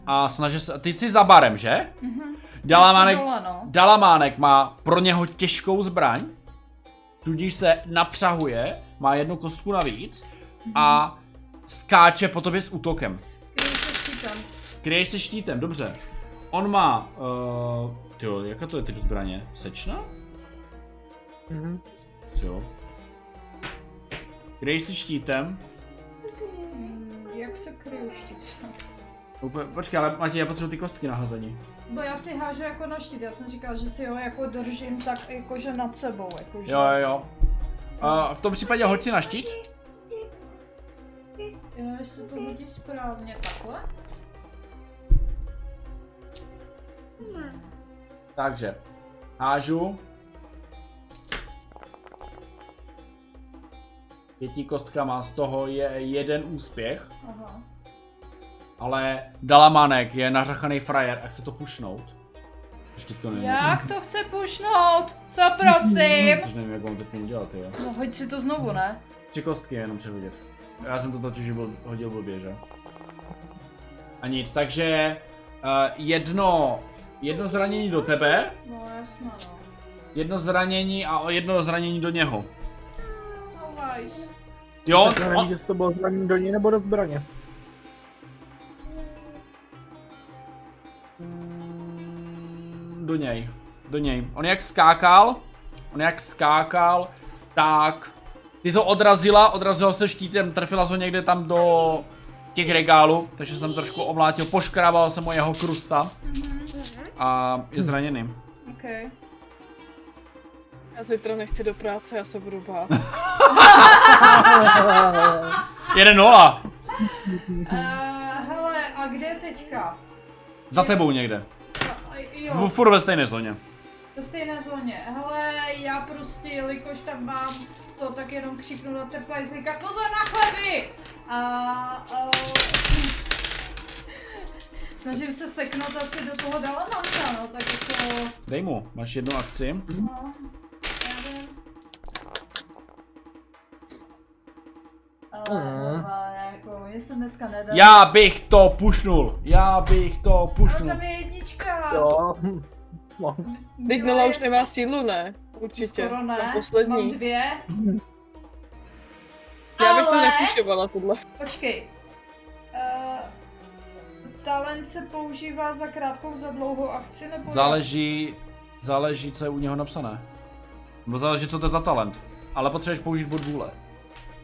Speaker 1: A snaží se, ty jsi za barem, že?
Speaker 2: Mhm.
Speaker 1: Dalamánek,
Speaker 2: Dole, no.
Speaker 1: Dalamánek má pro něho těžkou zbraň, tudíž se napřahuje, má jednu kostku navíc a skáče po tobě s útokem.
Speaker 2: Když se štítem.
Speaker 1: Kryješ se štítem, dobře. On má, uh, jo, jaká to je typ zbraně? Sečna?
Speaker 3: Mhm.
Speaker 1: Jo. Kryješ se štítem.
Speaker 2: Hm, Jak se kryju štítem?
Speaker 1: Úplně, počkej, ale Matěj, já potřebuji ty kostky nahazení.
Speaker 2: Bo já si hážu jako na štít, já jsem říkala, že si ho jako držím tak jakože nad sebou, jakože.
Speaker 1: Jo, jo, jo. A Eh, v tom případě hoď si na štít.
Speaker 2: Jo, jestli to hodí správně takhle.
Speaker 1: Takže hážu. Pěti kostkama, z toho je jeden úspěch,
Speaker 2: Aha.
Speaker 1: ale Dalamanek je nařachaný frajer a chce to pušnout. Ještě to nevím.
Speaker 2: Jak to chce pušnout? Co prosím?
Speaker 1: Což nevím, jak on teď udělat, jo.
Speaker 2: No hoď si to znovu, ne?
Speaker 1: Tři kostky jenom předhodit. Já jsem to totiž byl, hodil blbě, že? A nic, takže eh, jedno, jedno zranění do tebe,
Speaker 2: No jasno no.
Speaker 1: jedno zranění a o jedno zranění do něho.
Speaker 2: No vajs.
Speaker 1: Jo,
Speaker 3: tak já
Speaker 1: on,
Speaker 3: nevím, jestli to bylo zbraní do ní nebo do zbraně.
Speaker 1: do něj, do něj. On jak skákal, on jak skákal, tak ty to odrazila, odrazila se štítem, trefila se ho někde tam do těch regálů, takže jsem tam trošku omlátil, poškrábal jsem mu jeho krusta a je zraněný.
Speaker 2: Okay.
Speaker 4: Já zítra nechci do práce, já se budu bát.
Speaker 1: Jeden nula,
Speaker 2: Uh, hele, a kde je teďka?
Speaker 1: za tebou někde,
Speaker 2: A- a-
Speaker 1: v,
Speaker 2: Jo,
Speaker 1: furt ve stejné zóně.
Speaker 2: do stejné zóně. Hele, já prostě, jelikož tam mám to, tak jenom křiknu na teplajzlíka, pozor na chleby! A uh, snažím se seknout asi do toho dalamanka, no, tak jako...
Speaker 1: Dej mu, máš jednu akci.
Speaker 2: No, já vím.
Speaker 4: Eh.
Speaker 2: Ale,
Speaker 3: Mm.
Speaker 2: ale jako, mě se dneska nedá.
Speaker 1: Já bych to pušnul, já bych to
Speaker 2: Ale
Speaker 1: pušnul.
Speaker 2: tam je jednička.
Speaker 3: Jo. No.
Speaker 4: Teď Mila už nemá sílu, ne? Určitě.
Speaker 2: Skoro ne.
Speaker 4: Na
Speaker 2: Mám
Speaker 4: poslední.
Speaker 2: dvě.
Speaker 4: Já bych to
Speaker 2: Ale-
Speaker 4: nepůjčovala, tohle.
Speaker 2: Počkej. Uh, talent se používá za krátkou, za dlouhou akci, nebo... jak?
Speaker 1: Záleží, záleží, co je u něho napsané. Nebo záleží, co to je za talent. Ale potřebuješ použít bod vůle.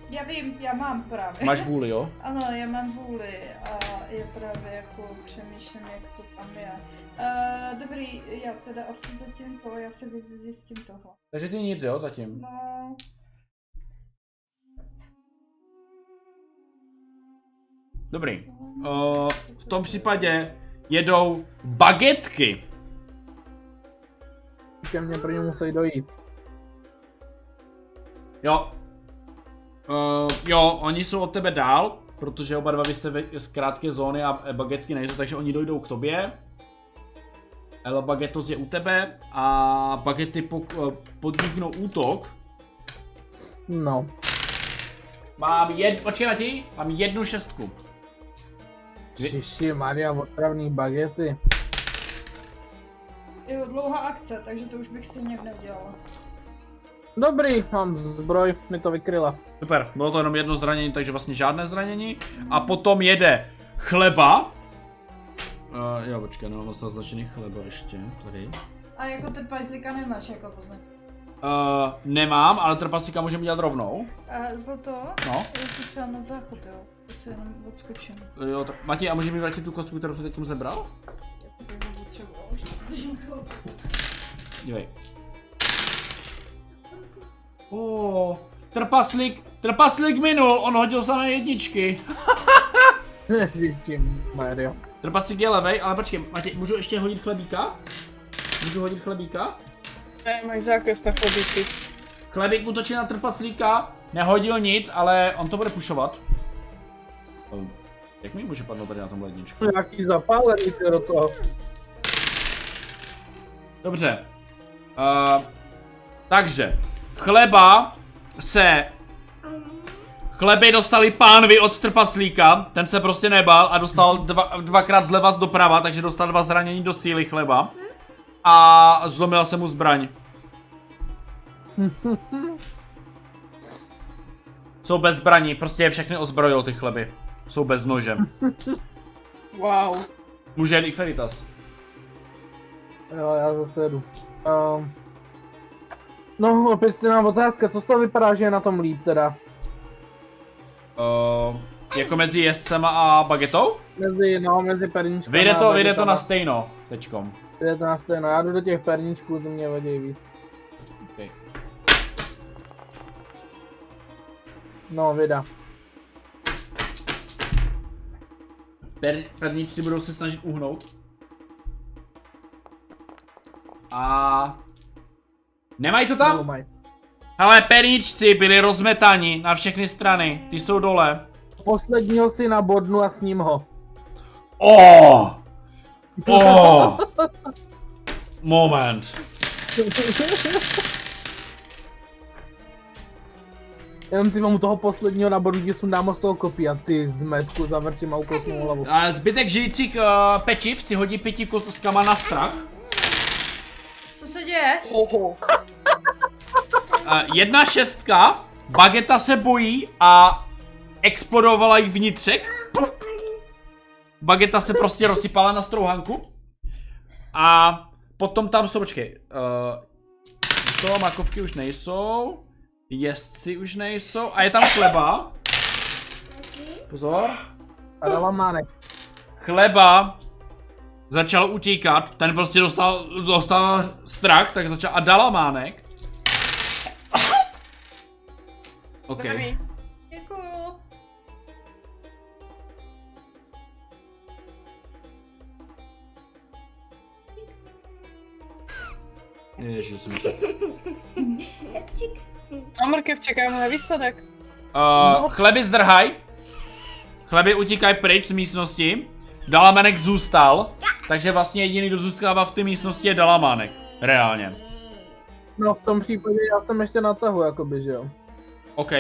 Speaker 2: Já vím, já mám právě.
Speaker 1: Máš vůli, jo?
Speaker 2: Ano, já mám vůli a je právě jako přemýšlím, jak to tam je. Uh, dobrý, já teda asi zatím to, já si víc zjistím toho.
Speaker 1: Takže ty nic, jo, zatím.
Speaker 2: No,
Speaker 1: Dobrý. Uh, v tom případě jedou bagetky.
Speaker 3: Ke mně první musí dojít.
Speaker 1: Jo. Uh, jo, oni jsou od tebe dál, protože oba dva vy jste ve, z krátké zóny a eh, bagetky nejsou, takže oni dojdou k tobě. El Bagetos je u tebe a bagety pok- eh, podniknou útok.
Speaker 3: No.
Speaker 1: Mám jed... Počkej na ti, mám jednu šestku. Vy-
Speaker 3: Šiši, Maria, otravný bagety.
Speaker 2: jo, dlouhá akce, takže to už bych si nějak nedělala.
Speaker 3: Dobrý, mám zbroj, mi to vykryla.
Speaker 1: Super, bylo to jenom jedno zranění, takže vlastně žádné zranění. A potom jede chleba. Uh, jo, počkej, nemám vlastně označený chleba ještě, tady.
Speaker 2: A jako ten pajzlíka nemáš jako poznat.
Speaker 1: Uh, nemám, ale trpasíka můžeme dělat rovnou.
Speaker 2: A zlato?
Speaker 1: No,
Speaker 2: Je to třeba na záchod, jo. To si jenom odskočím.
Speaker 1: jo, tak Mati, a můžeme mi vrátit tu kostku, kterou jsem teď zebral?
Speaker 2: Jako bych ho potřebovala už.
Speaker 1: Dívej. O, trpaslík, trpaslík minul, on hodil samé jedničky.
Speaker 3: Ježiši, Maria.
Speaker 1: Trpaslík je levej, ale počkej, Mati, můžu ještě hodit chlebíka? Můžu hodit chlebíka?
Speaker 4: Ne, máš zákaz na chodíky.
Speaker 1: Chlebík útočí na trpaslíka, nehodil nic, ale on to bude pušovat. Jak mi může padnout tady na tom ledničku?
Speaker 3: Nějaký zapálený ty do toho.
Speaker 1: Dobře. Uh, takže, chleba se... Chleby dostali pánvi od trpaslíka, ten se prostě nebal a dostal dva, dvakrát zleva doprava, takže dostal dva zranění do síly chleba. A zlomila se mu zbraň. Jsou bez zbraní, prostě je všechny ozbrojil ty chleby. Jsou bez nože.
Speaker 4: Wow.
Speaker 1: Může jen i Feritas.
Speaker 3: Jo, já zase jedu. Um, no, opět si nám otázka, co z toho vypadá, že je na tom líp teda?
Speaker 1: Uh, jako mezi jezdcema a bagetou?
Speaker 3: Mezi, no, mezi perničkama.
Speaker 1: Vyjde
Speaker 3: a
Speaker 1: to, vyjde to na
Speaker 3: bagetama.
Speaker 1: stejno teďkom.
Speaker 3: Vyjde to na stejno, já jdu do těch perničků, to mě vadí víc.
Speaker 1: Okay.
Speaker 3: No, vida.
Speaker 1: Per, perničci budou se snažit uhnout. A... No. Nemají to tam?
Speaker 3: Nebo mají.
Speaker 1: Hele, perničci byli rozmetani na všechny strany. Ty jsou dole.
Speaker 3: Posledního si nabodnu a s ním ho.
Speaker 1: Oh! Oh! Moment.
Speaker 3: Jenom si vám toho posledního nabodnu, že sundám ho z toho kopí a ty zmetku zavrčím a ukousnu mu hlavu.
Speaker 1: A zbytek žijících uh, pečiv si hodí pěti kostkama na strach.
Speaker 2: Co se děje?
Speaker 4: Hoho.
Speaker 1: Uh, jedna šestka, bageta se bojí a explodovala jí vnitřek. Bageta se prostě rozsypala na strouhanku. A potom tam jsou, počkej, uh, to makovky už nejsou, jezdci už nejsou a je tam chleba. Pozor.
Speaker 3: A dávám mánek.
Speaker 1: Chleba začal utíkat, ten prostě dostal, dostal strach, tak začal a dala mánek. OK.
Speaker 4: Dobrý.
Speaker 2: Děkuju.
Speaker 1: Ježiš, jsem
Speaker 5: Heptik.
Speaker 4: A mrkev čekáme na výsledek.
Speaker 1: Uh, Chleby zdrhaj. Chleby utíkají pryč z místnosti. Dalamanek zůstal, takže vlastně jediný, kdo zůstává v té místnosti, je Dalamanek. Reálně.
Speaker 3: No v tom případě já jsem ještě na tahu, jakoby, že jo.
Speaker 1: OK.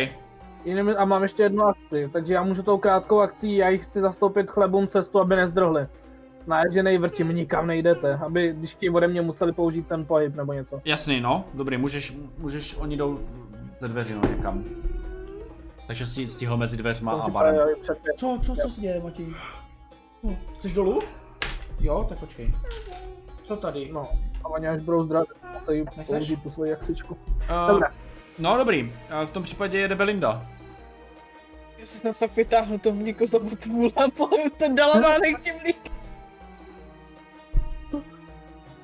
Speaker 3: Jiným, a mám ještě jednu akci, takže já můžu tou krátkou akcí, já jich chci zastoupit chlebům cestu, aby nezdrhli. Naježenej vrčím, nikam nejdete, aby když ti ode mě museli použít ten pohyb nebo něco.
Speaker 1: Jasný, no. Dobrý, můžeš, můžeš, oni jdou ze dveří, no, někam. Takže si stihl mezi dveřma
Speaker 3: To
Speaker 1: a
Speaker 3: si
Speaker 1: barem.
Speaker 3: právě před-
Speaker 1: Co, co, co se děje, Matěj? Hm, Jsi dolů? Jo, tak počkej. Co tady?
Speaker 3: No, a oni až budou zdraví, tak musí
Speaker 1: Nechceš?
Speaker 3: použít tu svoji akcičku.
Speaker 1: Uh,
Speaker 3: Dobrá.
Speaker 1: No dobrý, uh, v tom případě jede Belinda.
Speaker 4: Já si snad fakt vytáhnu to mlíko za botu a poliju ten dalamánek tím mlíkem.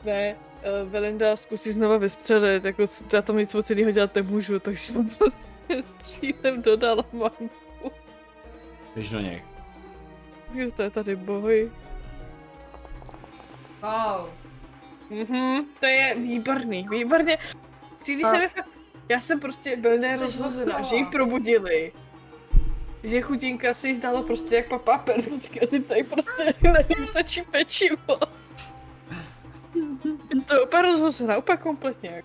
Speaker 4: Ne, eh, Belinda zkusí znova vystřelit, jako c- já tam nic moc jiného dělat nemůžu, takže prostě střílem do dalamánku.
Speaker 1: Běž do něj.
Speaker 4: Jo, to je tady boj.
Speaker 2: Wow.
Speaker 4: Mhm, to je výborný, výborně. Cítí se mi fakt... Já jsem prostě Belinda je
Speaker 2: Jsi
Speaker 4: rozhozená,
Speaker 2: hozená.
Speaker 4: že ji probudili. Že chudinka se jí zdálo prostě jak papá perličky a ty tady prostě nejlepší pečivo. to je úplně rozhozená, úplně kompletně.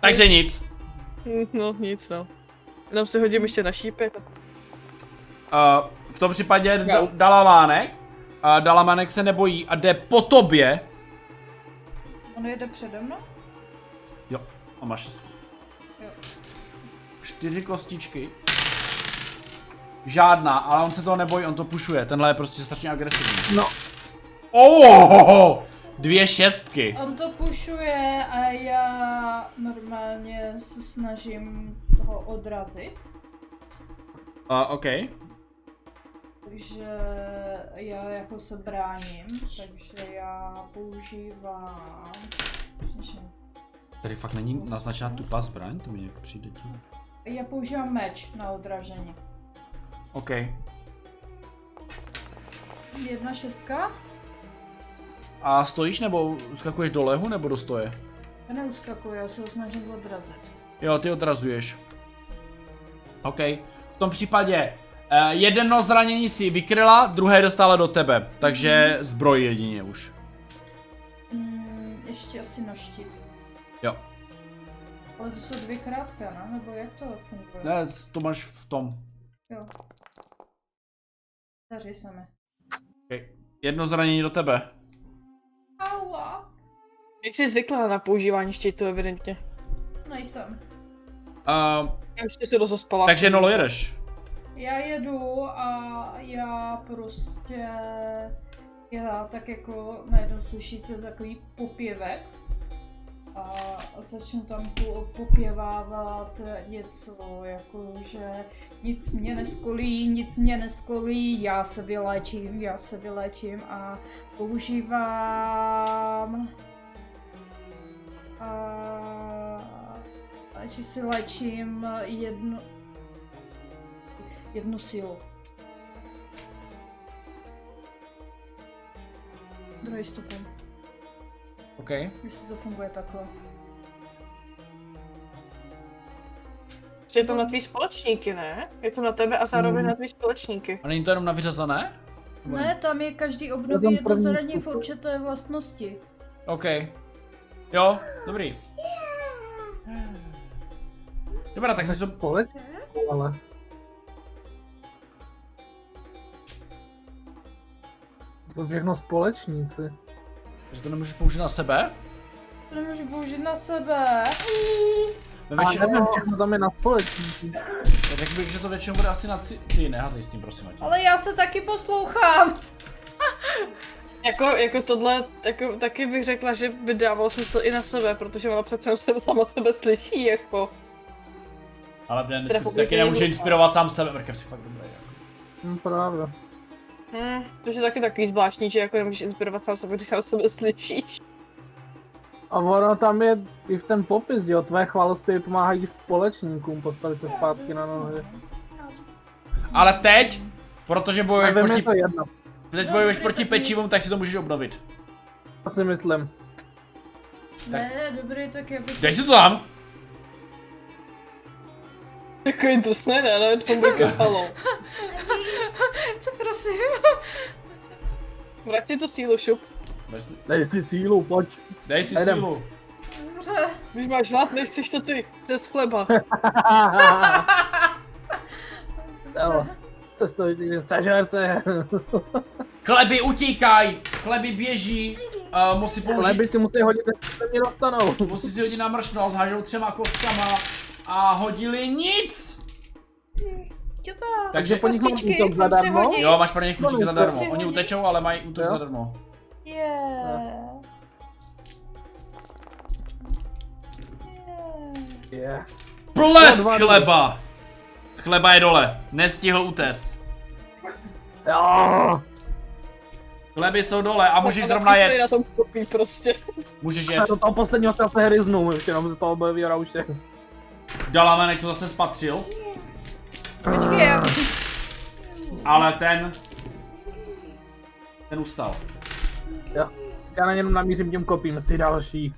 Speaker 1: Takže nic.
Speaker 4: Hm, No nic no. Jenom si hodím ještě na šípy.
Speaker 1: Uh, v tom případě
Speaker 4: Jo.
Speaker 1: d- Dalamánek. Uh, Dalamánek se nebojí a jde po tobě.
Speaker 2: On jede přede mnou?
Speaker 1: Jo, a máš šestku.
Speaker 2: Jo.
Speaker 1: Čtyři kostičky. Žádná, ale on se toho nebojí, on to pušuje. Tenhle je prostě strašně agresivní.
Speaker 3: No.
Speaker 1: Oh, dvě šestky.
Speaker 2: On to pušuje a já normálně se snažím toho odrazit.
Speaker 1: Uh, OK.
Speaker 2: Takže já jako se bráním, takže já používám... Přemýšlím.
Speaker 1: Tady fakt není naznačena tupá zbraň, to mi nějak přijde. divné.
Speaker 2: Já používám meč na odražení.
Speaker 1: OK.
Speaker 2: Jedna šestka?
Speaker 1: A stojíš nebo skakuješ do lehu nebo do stoje?
Speaker 2: Já neuskakuju, já se ho snažím odrazit.
Speaker 1: Jo, ty odrazuješ. OK. V tom případě eh, jedno zranění si vykryla, druhé dostala do tebe. Takže zbroj jedině už.
Speaker 2: Mm, ještě asi noštit.
Speaker 1: Jo.
Speaker 2: Ale to jsou dvě krátké, ne? Nebo jak to funguje?
Speaker 1: Ne, to máš v tom.
Speaker 2: Jo. Daří se mi.
Speaker 1: Jedno zranění do tebe.
Speaker 2: Aua!
Speaker 4: Jsi zvyklá na používání štítu evidentně.
Speaker 2: Nejsem.
Speaker 1: Uh,
Speaker 4: Já ještě se rozospala.
Speaker 1: takže Nolo jedeš.
Speaker 2: Já jedu a já prostě... Já tak jako najednou slyšíte takový popěvek. A začnu tam po- popěvávat něco, jako že nic mě neskolí, nic mě neskolí, já se vyléčím, já se vyléčím a používám... A, a že si léčím jednu, jednu sílu. Druhý stupeň,
Speaker 1: OK.
Speaker 2: jestli to funguje takhle.
Speaker 4: Že je to na tvý společníky, ne? Je to na tebe a zároveň na tvý společníky.
Speaker 1: A není to jenom na vyřazané? Nebo-
Speaker 2: Ne, tam je každý
Speaker 3: tam
Speaker 2: období jedno
Speaker 3: první
Speaker 2: zranění v
Speaker 3: stupeň.
Speaker 2: určité vlastnosti.
Speaker 1: OK. Jo, dobrý. Dobrá, tak si to...
Speaker 3: Společně, ale... Jsou všechno společníci.
Speaker 1: Že to nemůžeš použít na sebe?
Speaker 2: To nemůžu použít na sebe.
Speaker 1: Ve
Speaker 3: A
Speaker 1: Většinou,
Speaker 3: nevím, všechno tam je na společníci.
Speaker 1: řekl bych, že to většinou bude asi na... Ci... Ty neházej s tím, prosím. Ať.
Speaker 2: Ale já se taky poslouchám.
Speaker 4: Jako, jako tohle, jako, taky bych řekla, že by dávalo smysl i na sebe, protože ona přece jenom se sama sebe slyší, jako.
Speaker 1: Ale ne,
Speaker 4: Teda
Speaker 1: ne,
Speaker 4: pokud
Speaker 1: taky
Speaker 4: je
Speaker 1: nemůže
Speaker 4: někdo-
Speaker 1: inspirovat sám sebe. Mrkev si fakt dobrý. Jako.
Speaker 3: No právě.
Speaker 4: Hmm,
Speaker 1: Hm.
Speaker 4: to je taky takový zvláštní, že jako nemůžeš inspirovat sám sebe, když sám sebe slyšíš.
Speaker 3: A ono tam je i v ten popis, jo, tvé chvalospěvy pomáhají společníkům postavit se zpátky na nohy.
Speaker 1: Ale teď, protože
Speaker 3: A
Speaker 1: bojuješ
Speaker 3: vem je
Speaker 1: proti,
Speaker 3: to jedno,
Speaker 1: teď
Speaker 2: No,
Speaker 1: bojuješ
Speaker 2: dobrý,
Speaker 1: proti
Speaker 2: tak mi-
Speaker 1: pečivům, tak si to můžeš obnovit.
Speaker 3: já si myslím.
Speaker 2: Ne, dobrý, tak já bych...
Speaker 1: Dej si to tam.
Speaker 4: Jako je drsné, ne, ale to by kapalo.
Speaker 2: Co prosím?
Speaker 4: Vrať si to sílu, šup.
Speaker 1: Dej si,
Speaker 3: Dej si sílu, pojď.
Speaker 1: dej si
Speaker 3: Jdem.
Speaker 1: sílu.
Speaker 2: Dobře.
Speaker 4: Když máš hlad, nechceš to ty, ze chleba.
Speaker 3: Jo, cestovitý den, sežerte.
Speaker 1: Chleby utíkaj, chleby běží, uh, musí použít
Speaker 3: Leby si musí hodit, jestli se mě dostanou.
Speaker 1: Musí si hodit na mršno, zhážou třema kostkama a hodili nic!
Speaker 2: Děta.
Speaker 1: Takže
Speaker 3: po nich mám
Speaker 2: Kostičky,
Speaker 3: útok
Speaker 2: tam
Speaker 3: zadarmo?
Speaker 2: si hodí.
Speaker 1: Jo, máš pro ně
Speaker 3: No,
Speaker 1: klučík
Speaker 3: no,
Speaker 1: zadarmo.
Speaker 2: si
Speaker 1: Oni
Speaker 2: hodí.
Speaker 1: utečou, ale mají útok
Speaker 3: Jo.
Speaker 1: zadarmo.
Speaker 2: Yeah.
Speaker 3: Je.
Speaker 1: Blesk
Speaker 3: dva, dva.
Speaker 1: chleba! Chleba je dole, nestihl utéct.
Speaker 3: Jo.
Speaker 1: Chleby jsou dole a můžeš
Speaker 4: Tak
Speaker 1: zrovna
Speaker 4: taky stojí
Speaker 1: jet.
Speaker 4: na tom kopí prostě.
Speaker 1: Můžeš
Speaker 3: A
Speaker 1: jet.
Speaker 3: do toho posledního se zase hryznu, ještě nám se toho objeví rauště.
Speaker 1: Dalamenek to zase spatřil,
Speaker 2: Počkej, já...
Speaker 1: ale ten... Ten ustal.
Speaker 3: Jo. Já na něm namířím tím kopím, si další.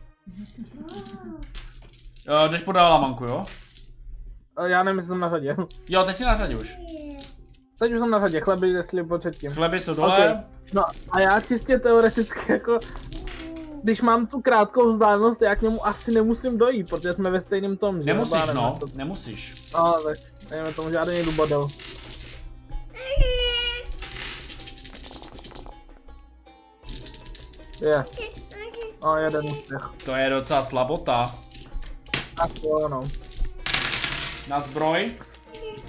Speaker 1: Jo, Eh, jdeš po dalamanku, jo?
Speaker 3: E, Já nevím, jestli jsem na řadě.
Speaker 1: Jo, teď si na řadě už.
Speaker 3: Teď už jsem na řadě, chleby, jestli početím.
Speaker 1: Chleby jsou dole.
Speaker 3: No a já čistě teoreticky jako, když mám tu krátkou vzdálenost, já k němu asi nemusím dojít, protože jsme ve stejném tom, že?
Speaker 1: Nemusíš,
Speaker 3: Nebo já
Speaker 1: no.
Speaker 3: nevím,
Speaker 1: Nemusíš.
Speaker 3: to- No, tak, nevím, tomu žádný dubadel. Je, a jeden úspěch.
Speaker 1: To je docela slabota.
Speaker 3: Asi jo, no.
Speaker 1: Na zbroj.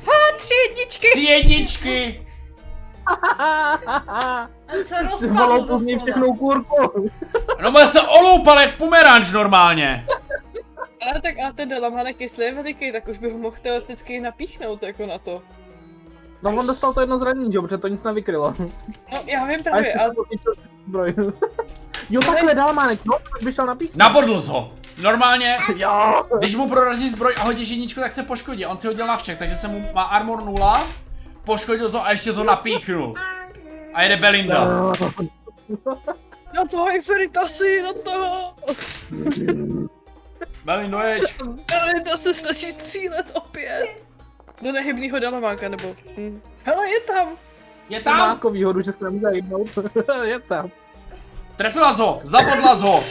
Speaker 2: Ha, tři jedničky!
Speaker 1: Tři jedničky!
Speaker 2: A se
Speaker 3: Ty volou
Speaker 2: rozpadlo
Speaker 3: po mně
Speaker 2: doslova.
Speaker 3: všechnou kurku.
Speaker 1: No má se oloupal jak pomeranč normálně.
Speaker 4: Ale tak a ten Delamanek, jestli je veliký, tak už bych ho mohl teoreticky napíchnout jako na to.
Speaker 3: No on dostal to jedno zranění, že? jo, protože to nic nevykrylo.
Speaker 4: No já vím
Speaker 3: A
Speaker 4: právě,
Speaker 3: ještě
Speaker 4: ale
Speaker 3: se potíčil zbroj. Jo, takhle dál má no, tak by šel napít.
Speaker 1: Nabodl jsi ho. Normálně,
Speaker 3: Jo.
Speaker 1: když mu prorazí zbroj a hodíš jedničku, tak se poškodí. On si hodil navček, takže se mu má armor 0, poškodil ho a ještě ho napíchnul. A jede Belinda.
Speaker 4: na toho Ifritasi, na toho!
Speaker 1: Belindo, jeď.
Speaker 4: Ale to se snaží střílet opět! No Do nehybnýho Dalamanka, nebo... Hm. Hele, je tam!
Speaker 1: Je
Speaker 3: Tam má
Speaker 1: tam.
Speaker 3: jako výhodu, že se nemůže jít. Je tam.
Speaker 1: Trefila jsi ho, zabodla jsi ho.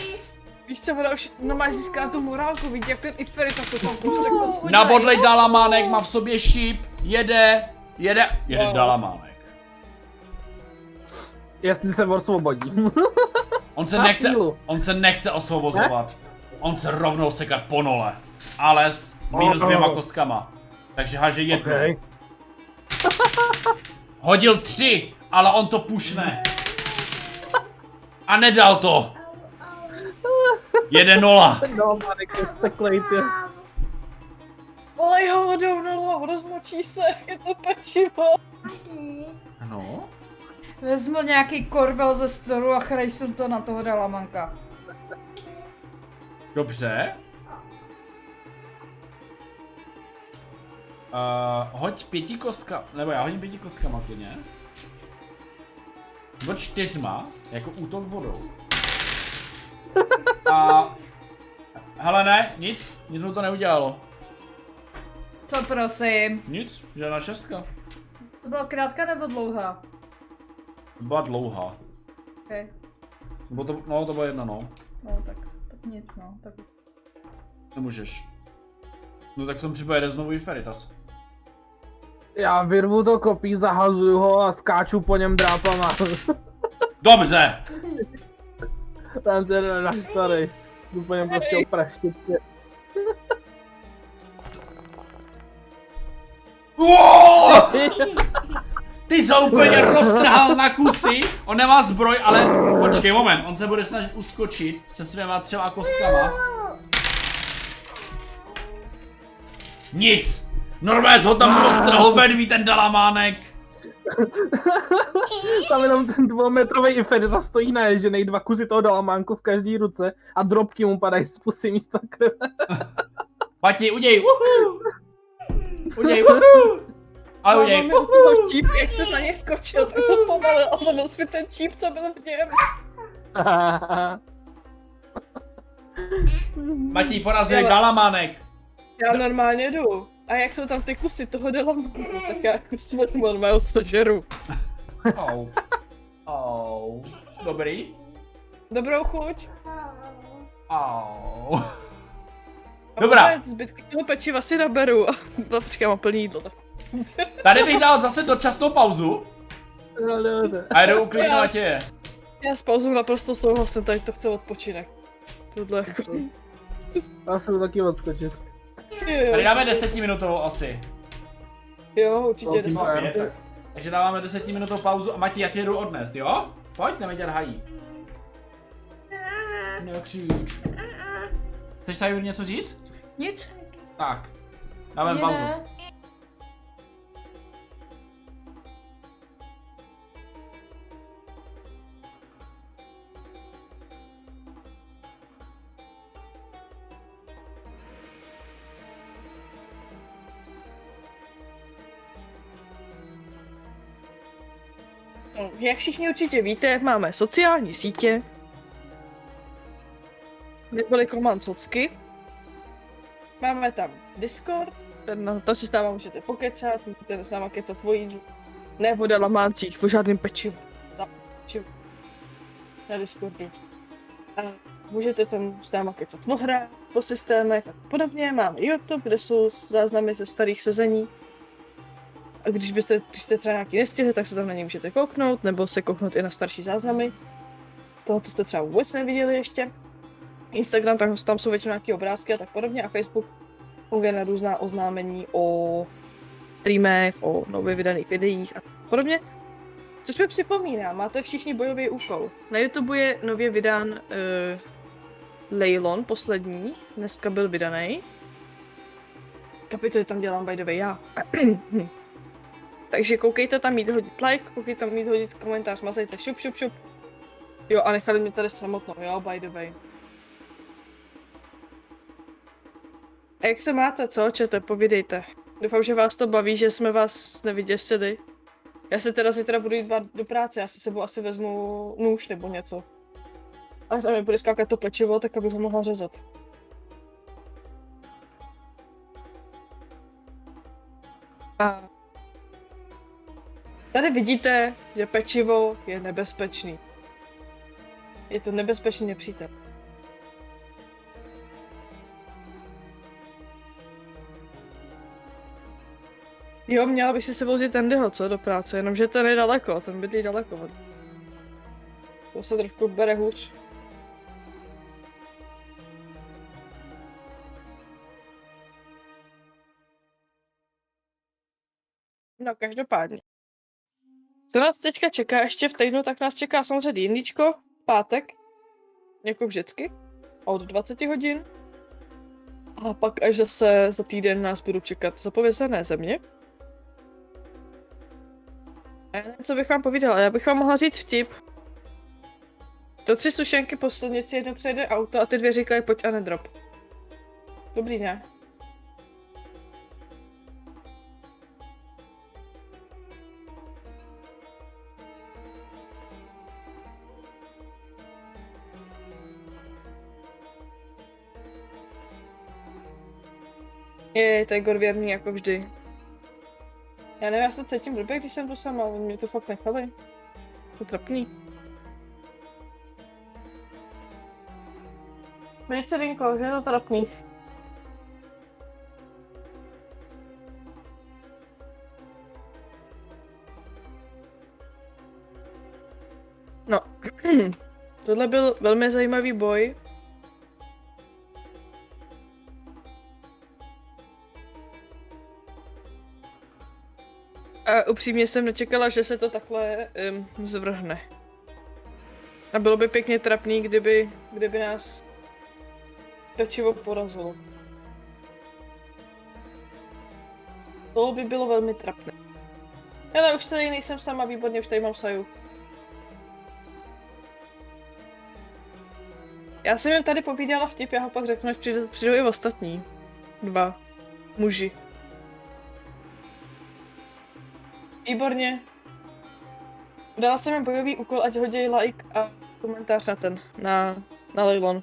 Speaker 4: Víš co, ona už no, má získá tu morálku, vidí, jak ten Ifrita to tam prostě
Speaker 2: No.
Speaker 4: konstantně-
Speaker 1: Nabodlej dalamánek, má v sobě šíp, jede, jede,
Speaker 3: No.
Speaker 1: jede dalamánek.
Speaker 3: Jestli se vor svobodí.
Speaker 1: On se
Speaker 3: Má
Speaker 1: nechce,
Speaker 3: sílu.
Speaker 1: on se nechce osvobozovat. On se rovnou sekat po nole. Ale s minus dvěma kostkama. Takže haže jednu.
Speaker 3: Okej.
Speaker 1: Hodil tři, ale on to pušne. A nedal to. Jede nola.
Speaker 3: No, Marek, jste klejtě.
Speaker 4: Olej ho vodou dolů, rozmočí se, je to pečivo.
Speaker 1: No.
Speaker 2: Vezmu nějaký korbel ze stolu a chrejsím to na toho dalamanka.
Speaker 1: Dobře. Uh, hoď pětikostka, nebo já hodím pětikostkama klidně. Nebo čtyřma, jako útok vodou. A... Hele ne, nic, nic mu to neudělalo.
Speaker 2: Co prosím?
Speaker 1: Nic, žádná šestka.
Speaker 2: To byla krátká nebo dlouhá?
Speaker 1: To Byla dlouhá.
Speaker 2: Okay.
Speaker 1: Nebo to, no to bylo jedna no.
Speaker 2: No tak, tak nic no. Tak...
Speaker 1: Nemůžeš. No tak v tom případě jde znovu i Feritas.
Speaker 3: Já vyrvu to kopí, zahazuju ho a skáču po něm drápama.
Speaker 1: Dobře!
Speaker 3: Tam se náš starý. Jdu po něm prostě opraštit.
Speaker 1: Uo! Ty jsou úplně roztrhal na kusy, on nemá zbroj, ale počkej moment, on se bude snažit uskočit se svýma třema kostkama. Nic! Normés ho tam roztrhl vedví ten dalamánek.
Speaker 3: Tam jenom ten dvoumetrový Inferita stojí na ježenej, dva kusy toho dalamánku v každý ruce a drobky mu padají z pusy místo krve.
Speaker 1: Pati, uděj, uhu! Uděj, uhu! A
Speaker 4: Ale
Speaker 1: uděj,
Speaker 4: mám u toho číp, jak se na něj skočil, tak jsem pomalil a zabil mi ten číp, co byl v něm.
Speaker 1: Matěj porazil dalamánek.
Speaker 4: Já normálně jdu. A jak jsou tam ty kusy toho delamu, tak já kus vezmu normálně sežeru.
Speaker 1: Au. Au. Dobrý.
Speaker 4: Dobrou chuť.
Speaker 1: Au.
Speaker 4: A
Speaker 1: Dobrá.
Speaker 4: poté Zbytky toho pečiva si naberu. A no, počkej, já mám plný jídlo. Tak.
Speaker 1: Tady bych dal zase dočasnou pauzu
Speaker 3: No, dobře.
Speaker 1: a jdu uklidnit Matěje.
Speaker 4: Já s pauzou naprosto souhlasím, tady to chce odpočinek. Tohle jako...
Speaker 3: Já se jdu taky odskočit.
Speaker 1: Tady
Speaker 4: Jo,
Speaker 1: dáme desetiminutovou asi.
Speaker 4: jo určitě.
Speaker 3: Velký
Speaker 4: jde se-
Speaker 3: mám
Speaker 1: Pět, tak. Takže dáváme desetiminutovou pauzu a Matěj, já tě jdu odnést, jo? Pojď, jdeme dělat hají. Nekříč. Chceš Sajur něco říct?
Speaker 2: Nic?
Speaker 1: Tak. Dáme
Speaker 2: Ani
Speaker 1: pauzu.
Speaker 2: ne.
Speaker 4: No, Jak všichni určitě víte, máme sociální sítě, neboli komand socky. Máme tam Discord, ten, na to si s náma můžete pokecat, můžete s náma kecat o jídlu. Ne o dalamáncích, o žádným pečivu. Za pečivu. Na Discordu. A můžete tam s náma kecat o hrách, o systémech a podobně. Máme YouTube, kde jsou záznamy ze starých sezení. A když byste, když jste třeba nějaký nestihli, tak se tam na ně můžete kouknout, nebo se kouknout i na starší záznamy. Toho, co jste třeba vůbec neviděli ještě. Instagram, tak tam jsou většinou nějaké obrázky a tak podobně. A Facebook funguje na různá oznámení o streamech, o nově vydaných videích a podobně. Což mi připomíná, máte všichni bojový úkol. Na YouTube je nově vydán uh, Leylon, poslední, dneska byl vydaný. Kapitoly tam dělám by the way já. Hmm. Takže koukejte tam mít hodit like, koukejte tam mít hodit komentář, mazejte šup, šup, šup. Jo, a nechali mě tady samotnou, jo, by the way. A jak se máte, co, čete, povídejte. Doufám, že vás to baví, že jsme vás nevyděsili. Já se teda zítra budu jít dva- do práce, já si sebou asi vezmu nůž nebo něco. A tam mi bude skákat to pečivo, tak abych ho mohla řezat. A Tady vidíte, že pečivo je nebezpečný. Je to nebezpečný nepřítel. Jo, měla bych si sebou vzít Andyho, co, do práce, jenomže ten je daleko, ten bydlí daleko. od- To se trošku bere hůř. No, každopádně. Co nás teďka čeká ještě v týdnu, tak nás čeká samozřejmě jindičko, pátek, jako vždycky, od 20 hodin. A pak až zase za týden nás budou čekat zapovězené země. A já nevím, co bych vám povídala, já bych vám mohla říct vtip. Do tři sušenky po silnici jedno přejde auto a ty dvě říkají pojď a nedrop. Dobrý, ne? Je, to je Igor věrný, jako vždy. Já nevím, já se to cítím blbě, když jsem tu sama, oni mě to fakt nechali. To je trapný. Velice Rinko, že je to trapný. No, tohle byl velmi zajímavý boj. A upřímně jsem nečekala, že se to takhle um, zvrhne. A bylo by pěkně trapný, kdyby, kdyby nás pečivo porazilo. To by bylo velmi trapné. Ale už tady nejsem sama, výborně, už tady mám saju. Já jsem jim tady povídala vtip, já ho pak řeknu, až přijde- přijdou i ostatní. Dva muži. Výborně. Dala jsem jim bojový úkol, ať hodí like a komentář na ten, na, na Leilon.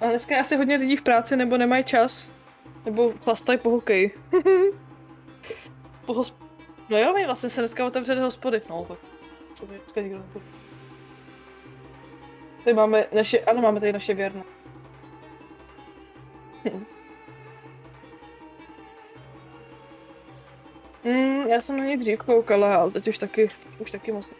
Speaker 4: A dneska je asi hodně lidí v práci, nebo nemají čas, nebo chlastají po hokeji. po hosp... No jo, my vlastně se dneska otevřeli hospody, no tak. To by dneska nikdo nebyl. Tady máme naše, ano, máme tady naše věrné. Mm, já jsem na něj dřív koukala, ale teď už taky, už taky moc. ne.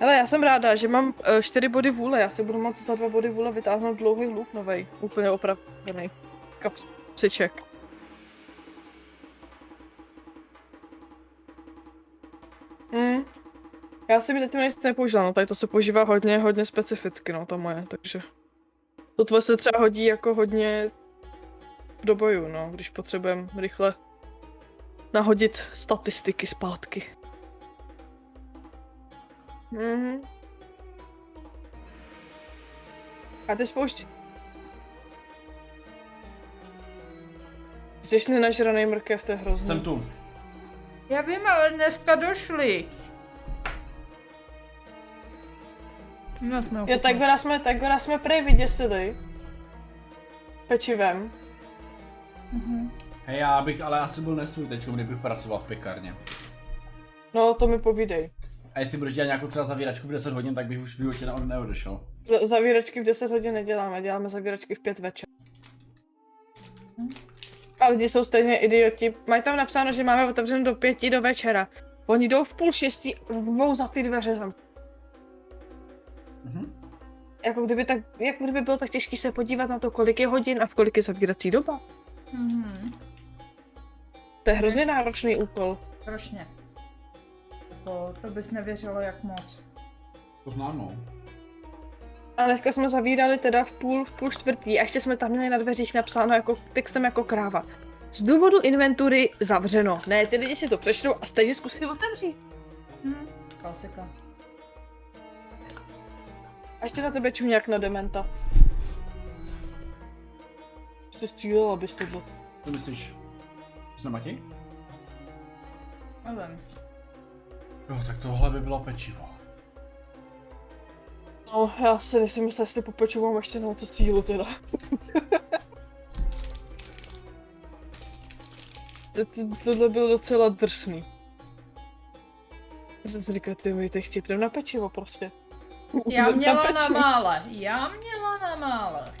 Speaker 4: Hele, já jsem ráda, že mám eh, čtyři body vůle, já si budu moct za dva body vůle vytáhnout dlouhý luk novej, úplně opravděný kapsiček. Mm. Já jsem zatím nic nepoužila, no tady to se používá hodně, hodně specificky, no to moje, takže. To tvoje se třeba hodí jako hodně do boju, no, když potřebujeme rychle nahodit statistiky zpátky. Mhm. A ty spoušť. Jsi nenažraný mrkev, to je hrozný.
Speaker 1: Jsem tu.
Speaker 2: Já vím, ale dneska došli. No, jsme
Speaker 4: Jo, tak gora jsme, tak gora jsme prej vyděsili. Pečivem.
Speaker 2: Mhm.
Speaker 1: Hej, já bych ale asi byl nesvůj teď, kdybych pracoval v pekárně.
Speaker 4: No, to mi povídej.
Speaker 1: A jestli budeš dělat nějakou třeba zavíračku v 10 hodin, tak bych už v životě neod- neodešel.
Speaker 4: Z- zavíračky v 10 hodin neděláme, děláme zavíračky v 5 večer. A lidi jsou stejně idioti. Mají tam napsáno, že máme otevřeno do pěti do večera. Oni jdou v půl šestý, dvou za ty dveře tam.
Speaker 1: Mhm.
Speaker 4: Jako kdyby, tak, jako kdyby bylo tak těžké se podívat na to, kolik je hodin a v kolik je zavírací doba.
Speaker 2: Mhm.
Speaker 4: To je hrozně náročný úkol.
Speaker 2: Strašně. Jako, to bys nevěřilo, jak moc.
Speaker 1: To znám, no.
Speaker 4: A dneska jsme zavírali teda v půl, v půl čtvrtý a ještě jsme tam měli na dveřích napsáno jako textem jako kráva. Z důvodu inventury zavřeno. Ne, ty lidi si to přečtou a stejně zkusí otevřít.
Speaker 2: Mhm. Klasika.
Speaker 4: A ještě na tebe no, čuňák na dementa. Jste střílela bys tohle.
Speaker 1: To myslíš? Jsme Mati?
Speaker 2: Nevím.
Speaker 1: Jo, tak tohle by bylo pečivo.
Speaker 4: No, já si nejsem jistá, jestli popočuvám ještě na co sílu teda. To- to- Tohle bylo docela drsný. Já jsem si říkal, ty mi teď chcípnem na pečivo prostě.
Speaker 2: Já měla na
Speaker 4: pečivo.
Speaker 2: mále. Já měla na mále.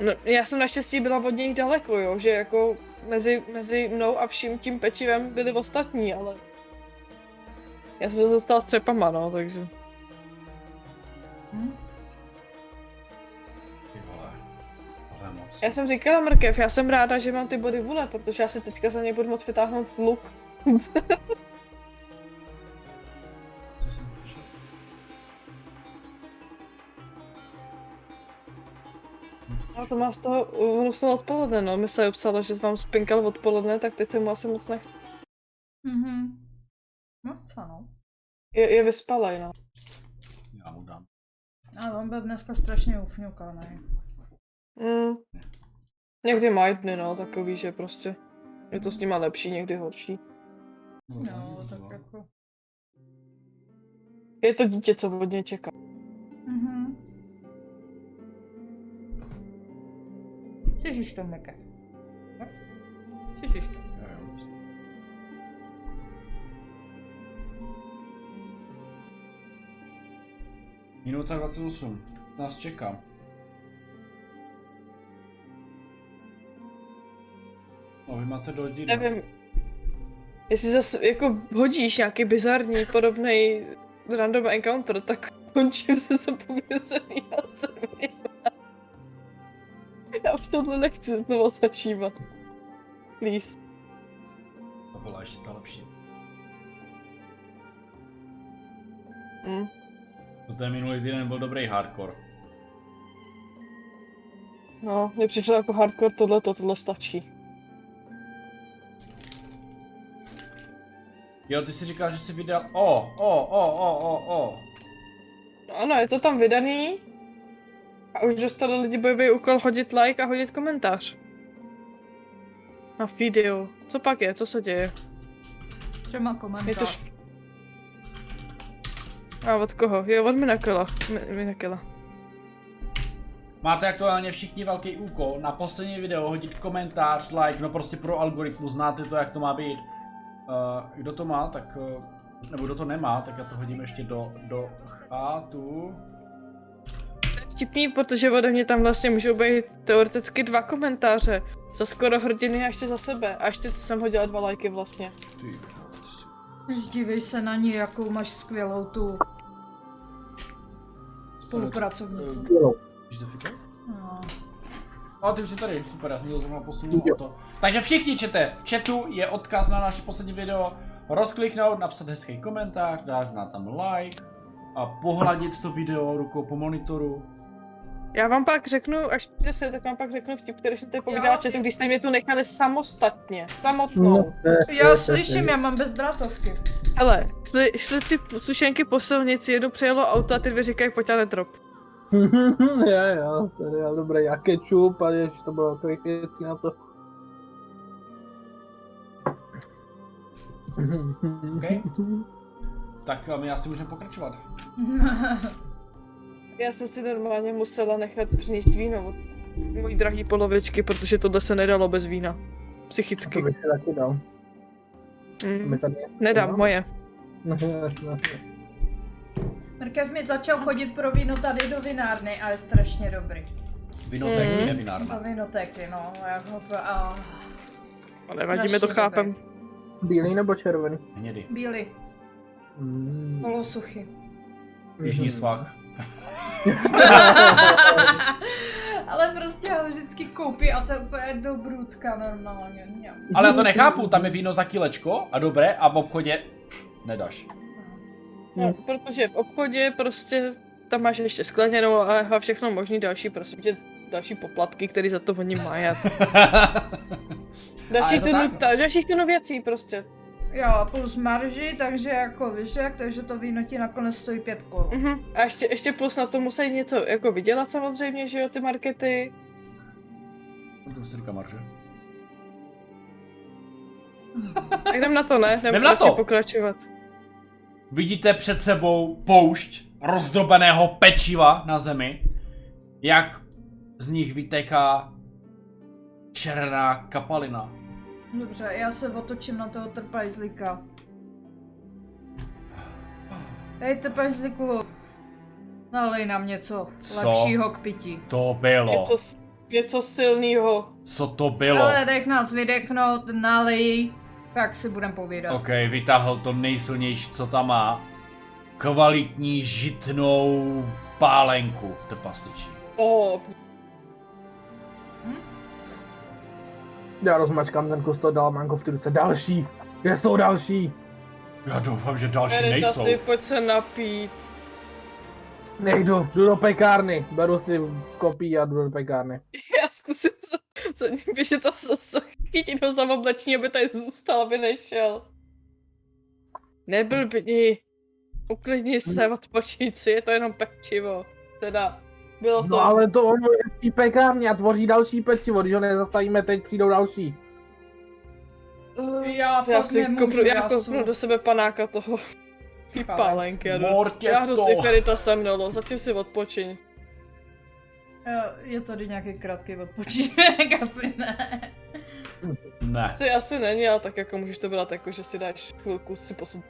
Speaker 4: No, já jsem naštěstí byla od něj daleko, jo, že jako mezi, mezi mnou a vším tím pečivem byli ostatní, ale... Já jsem se dostala s třepama, no, takže...
Speaker 2: Mhm,
Speaker 1: Ty vole. Tohle je moc.
Speaker 4: Já jsem říkala mrkev, já jsem ráda, že mám ty body vůle, protože já si teďka za ně budu moct vytáhnout luk.
Speaker 1: Co jsem slyšel?
Speaker 4: A to má z toho uh, hnusnou odpoledne, no. Mi se obsala, že vám spinkal odpoledne, tak teď se mu asi moc nechce.
Speaker 2: Mhm. No, co no.
Speaker 4: Je, je vyspalej, no.
Speaker 1: Já mu dám.
Speaker 2: Ale on byl dneska strašně ufňukaný.
Speaker 4: Mm. Někdy mají dny, no, takový, že prostě je to s nima lepší, někdy horší.
Speaker 2: No, tak jako.
Speaker 4: Je to dítě, co od něj čeká.
Speaker 2: Mhm.
Speaker 6: Ježiš to meka. to.
Speaker 1: Minuta 28. Nás čeká. No, vy máte do hodiny.
Speaker 4: Nevím, jestli zase jako hodíš nějaký bizarní podobný random encounter, tak končím se zapovězený na zemi. Já už tohle nechci znovu začívat. Please.
Speaker 1: To byla ještě ta lepší.
Speaker 4: Mm.
Speaker 1: No, To ten minulý týden byl dobrý hardcore.
Speaker 4: No, mě přišlo jako hardcore tohle, tohle stačí.
Speaker 1: Jo, ty si říkal, že jsi vydal o, o, o, o, o, o.
Speaker 4: No ano, je to tam vydaný. A už dostali lidi bojový úkol hodit like a hodit komentář. Na video. Co pak je? Co se děje?
Speaker 2: Třema
Speaker 4: Je to
Speaker 2: komentář.
Speaker 4: š... A od koho? Jo, od Minakela. Mi- Minakela.
Speaker 1: Máte aktuálně všichni velký úkol na poslední video hodit komentář, like, no prostě pro algoritmus, znáte to, jak to má být. Uh, kdo to má, tak, uh, nebo kdo to nemá, tak já to hodím ještě do, do chátu.
Speaker 4: Vtipný, protože ode mě tam vlastně můžou být teoreticky dva komentáře. Za skoro hrdiny a ještě za sebe. A ještě jsem hodila dva lajky vlastně.
Speaker 1: Ty, vole, ty jsi-
Speaker 2: Dívej se na ní, jakou máš skvělou tu spolupracovnici.
Speaker 1: Když to fikal?
Speaker 2: No.
Speaker 1: A No, ty už jsi tady, super, já jsem to zrovna posunul o to. Takže všichni čete, v chatu je odkaz na naše poslední video, rozkliknout, napsat hezký komentář, dát na tam like a pohladit to video rukou po monitoru.
Speaker 4: Já vám pak řeknu, až přijde se, tak vám pak řeknu vtip, který jsem tady povídala
Speaker 2: Jo,
Speaker 4: četu,
Speaker 2: jo. No.
Speaker 4: když jste mě tu nechali samostatně,
Speaker 3: No.
Speaker 4: samotnou.
Speaker 2: Já slyším, já mám bezdrátovky.
Speaker 4: Hele, šli, šli tři sušenky po silnici, jedno přejelo auto a ty dvě říkají, pojď ale drop.
Speaker 3: jo, jo, tady je dobrý. A kečup, a ještě to bylo takových věcí na to.
Speaker 1: Okay? Tak a my asi můžeme pokračovat.
Speaker 4: Já jsem si normálně musela nechat přinést víno od mojí drahý polovičky, protože tohle se nedalo bez vína.
Speaker 3: To
Speaker 4: Psychicky.
Speaker 3: bych si taky dal. My
Speaker 4: Mm.
Speaker 3: tady...
Speaker 4: Nedám, moje.
Speaker 2: Mrkev mi začal chodit pro víno tady do vinárny a je strašně dobrý.
Speaker 1: Vinotek,
Speaker 4: Mhm.
Speaker 1: mm. nevinárna.
Speaker 2: Do vinotéky, no. Já ho, a
Speaker 4: Nevadíme, to
Speaker 2: Strašně
Speaker 4: chápem.
Speaker 3: Bílý nebo červený?
Speaker 1: Hnědy.
Speaker 2: bílý, Hmm.
Speaker 3: Mm.
Speaker 2: polosuchy.
Speaker 1: Jižní
Speaker 3: Mhm.
Speaker 1: svah.
Speaker 2: Ale prostě ho vždycky koupí a to je úplně do brůdka normálně. Mňam.
Speaker 1: Ale já to nechápu, tam je víno za kilečko a dobré a v obchodě nedáš.
Speaker 4: No,
Speaker 1: Hmm.
Speaker 4: protože v obchodě prostě tam máš ještě skleněnou a všechno možný další, prosím tě, další poplatky, které za to oni mají. a
Speaker 1: A je
Speaker 4: Dalších
Speaker 1: to
Speaker 4: tunu,
Speaker 1: tak?
Speaker 4: ta, dalších tunu věcí prostě.
Speaker 2: Jo, plus marži, takže jako víš jak, takže to víno ti nakonec stojí pět korun.
Speaker 4: Mhm. A ještě, ještě plus na to musí něco jako vydělat samozřejmě, že jo, ty markety.
Speaker 1: to se říká marže.
Speaker 4: Tak jdem na to, ne? Nebo
Speaker 1: Jdem na
Speaker 4: radši
Speaker 1: to!
Speaker 4: pokračovat.
Speaker 1: Vidíte před sebou poušť rozdobeného pečiva na zemi, jak z nich vytéká černá kapalina.
Speaker 2: Dobře, já se otočím na toho trpajzlíka. Hej, trpajzlíku, nalej nám něco
Speaker 1: Co?
Speaker 2: lepšího k pití.
Speaker 1: To bylo.
Speaker 4: Něco, s- něco silného.
Speaker 1: Co to bylo?
Speaker 2: Ale nech nás vydechnout, nalej, tak si budem povídat.
Speaker 1: Ok, vytáhl to nejsilnější, co tam má. Kvalitní žitnou pálenku trpastičí.
Speaker 4: O,
Speaker 3: Já rozmačkám ten kus toho dal manko v ty ruce. Další! Kde jsou další?
Speaker 1: Já doufám, že další
Speaker 4: Merenda
Speaker 1: nejsou.
Speaker 4: si, pojď se napít.
Speaker 3: Nejdu, jdu do pekárny. Beru si kopí a jdu do pekárny.
Speaker 4: Já zkusím se, se běžet a zase chytit ho za oblečení, aby tady zůstal, aby nešel. Nebyl by ní. Uklidni se, odpočít si, je to jenom pečivo. Teda, bylo to...
Speaker 3: No ale to ono je v té pekárně a tvoří další pečivo. Když ho nezastavíme teď, přijdou další.
Speaker 4: Eh,
Speaker 2: Já
Speaker 4: Já
Speaker 2: fakt
Speaker 4: si
Speaker 2: nemůžu,
Speaker 4: kopnu, já
Speaker 2: jsem-
Speaker 4: kopnu do sebe panáka toho. Ty
Speaker 2: Pálenky.
Speaker 4: pálenky, já jdu,
Speaker 1: Mor tě
Speaker 4: já jdu
Speaker 1: z
Speaker 4: si
Speaker 1: toho.
Speaker 4: Ferita se mnou, zatím si odpočiň.
Speaker 2: Jo, Je tady nějaký krátký odpočinek, asi ne.
Speaker 1: Ne.
Speaker 4: Asi, asi není, ale tak jako můžeš to brát jako, že si dáš chvilku si posud.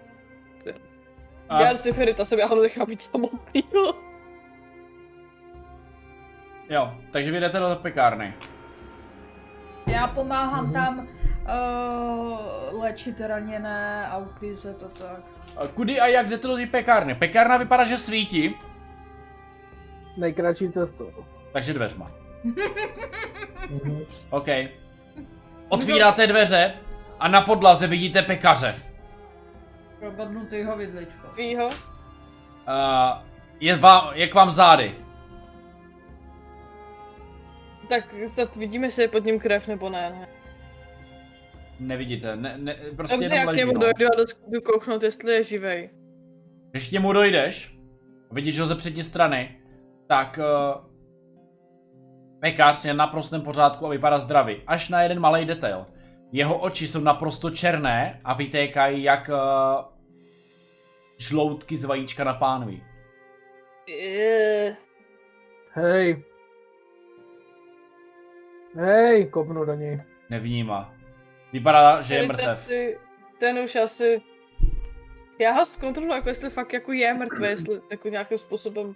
Speaker 1: A,
Speaker 4: Já si Ferita se já nechám být samotný, no. jo.
Speaker 1: jo, takže vy jdete do pekárny.
Speaker 2: Já pomáhám
Speaker 3: Mhm.
Speaker 2: tam uh, léčit raněné autize, to tak.
Speaker 1: A Kudy a jak jdete do té pekárny? Pekárna vypadá, že svítí,
Speaker 3: Nejkratší cestou.
Speaker 1: takže dveřma.
Speaker 3: Mhm.
Speaker 1: OK. Otvíráte dveře a na podlaze vidíte pekaře.
Speaker 2: Probadnutýho vidličko.
Speaker 4: Tvýho?
Speaker 1: Uh, je, vám, je k vám zády.
Speaker 4: Tak snad vidíme, jestli je pod ním krev nebo ne. ne.
Speaker 1: Nevidíte, ne, ne, prostě
Speaker 4: Dobře,
Speaker 1: jenom
Speaker 4: jak
Speaker 1: leží.
Speaker 4: němu
Speaker 1: no.
Speaker 4: dojdu a dost- jdu kouknout, jestli je živej.
Speaker 1: Když k němu dojdeš, vidíš ho ze přední strany, tak uh, pekař je v naprostém pořádku a vypadá zdravý. Až na jeden malý detail. Jeho oči jsou naprosto černé a vytékají jak uh, žloutky z vajíčka na pánví.
Speaker 4: Eee.
Speaker 3: Hej. Hej, kopnu do něj.
Speaker 1: Nevnímá. Vypadá, že je
Speaker 4: Ferita
Speaker 1: mrtev.
Speaker 4: si- Ten už asi... Já ho zkontroluji, jako jestli fakt jako je mrtvý, jestli jako nějakým způsobem...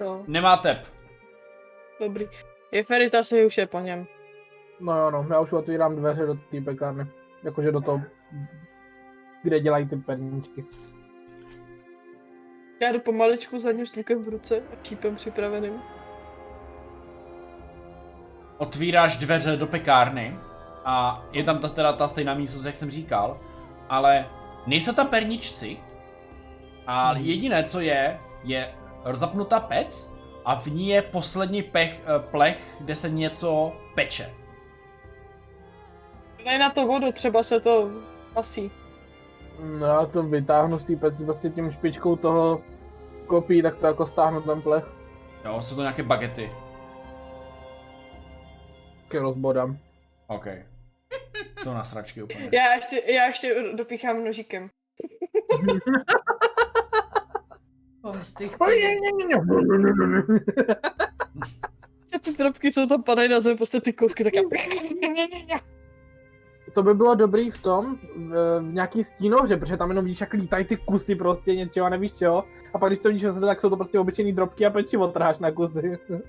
Speaker 4: No,
Speaker 1: Nemá tep.
Speaker 4: dobrý. Je Ferita si už je po něm.
Speaker 3: No jo, no, já už otvírám dveře do té pekárny. Jakože do toho, kde dělají ty perničky.
Speaker 4: Já jdu pomaličku za ním s líkem v ruce a čípem připraveným.
Speaker 1: otvíráš dveře do pekárny a je tam ta, teda ta stejná místnost, jak jsem říkal, ale nejsou tam perničci a jediné, co je, je zapnutá pec a v ní je poslední pech, eh, plech, kde se něco peče.
Speaker 4: Dej na to vodu, třeba se to pasí.
Speaker 3: No já to vytáhnu z té peci, prostě tím špičkou toho kopí, tak to jako stáhnu ten plech.
Speaker 1: Jo, jsou to nějaké bagety.
Speaker 3: Taky rozbodám.
Speaker 1: OK. Jsou na sračky úplně.
Speaker 4: Já ještě, já ještě dopíchám nožíkem.
Speaker 2: Pomstych.
Speaker 4: Ty- Ty drobky, co tam padají na zem, prostě ty kousky, tak já...
Speaker 3: To by bylo dobrý v tom, v, v nějaký stínohře, protože tam jenom vidíš, jak lítají ty kusy prostě něčeho a nevíš čeho. A pak když to vidíš, tak jsou to prostě obyčejný drobky a pečivo trháš na kusy. Hmm.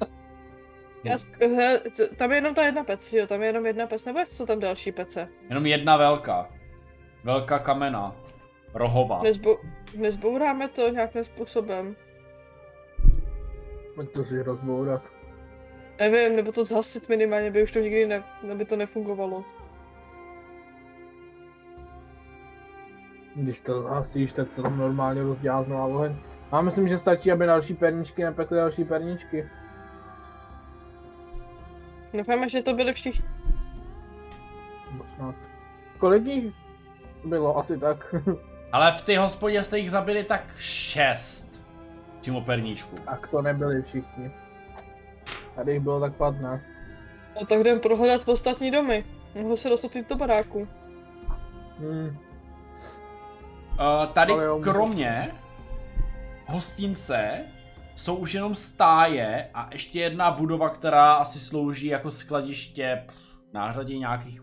Speaker 4: já sk- he, co- tam je jenom ta jedna pec, jo, tam je jenom jedna pec, nebo jestli jsou tam další pece?
Speaker 1: Jenom jedna velká. Velká kamena. Rohová.
Speaker 4: Nezbo- nezbouráme to nějakým způsobem.
Speaker 3: Pojď to si rozbourat.
Speaker 4: Nevím, nebo to zhasit minimálně, by už to nikdy ne, aby to nefungovalo.
Speaker 3: Když to zhasíš, tak se tam normálně rozdělá znova oheň. A myslím, že stačí, aby další perničky nepekly další perničky.
Speaker 4: Doufám, že to byly všichni.
Speaker 3: Nebo No snad. Kolik jich bylo asi tak?
Speaker 1: Ale v té hospodě jste jich zabili tak šest. Tím o perníčku.
Speaker 3: tak to nebyli všichni. Tady jich bylo tak 15.
Speaker 4: No tak jdem prohledat v ostatní domy. Mohlo se dostat i do baráku.
Speaker 3: Hmm.
Speaker 1: Uh, tady
Speaker 3: Ale jo, můžu.
Speaker 1: kromě hostince jsou už jenom stáje a ještě jedna budova, která asi slouží jako skladiště pff, nářadě nějakých...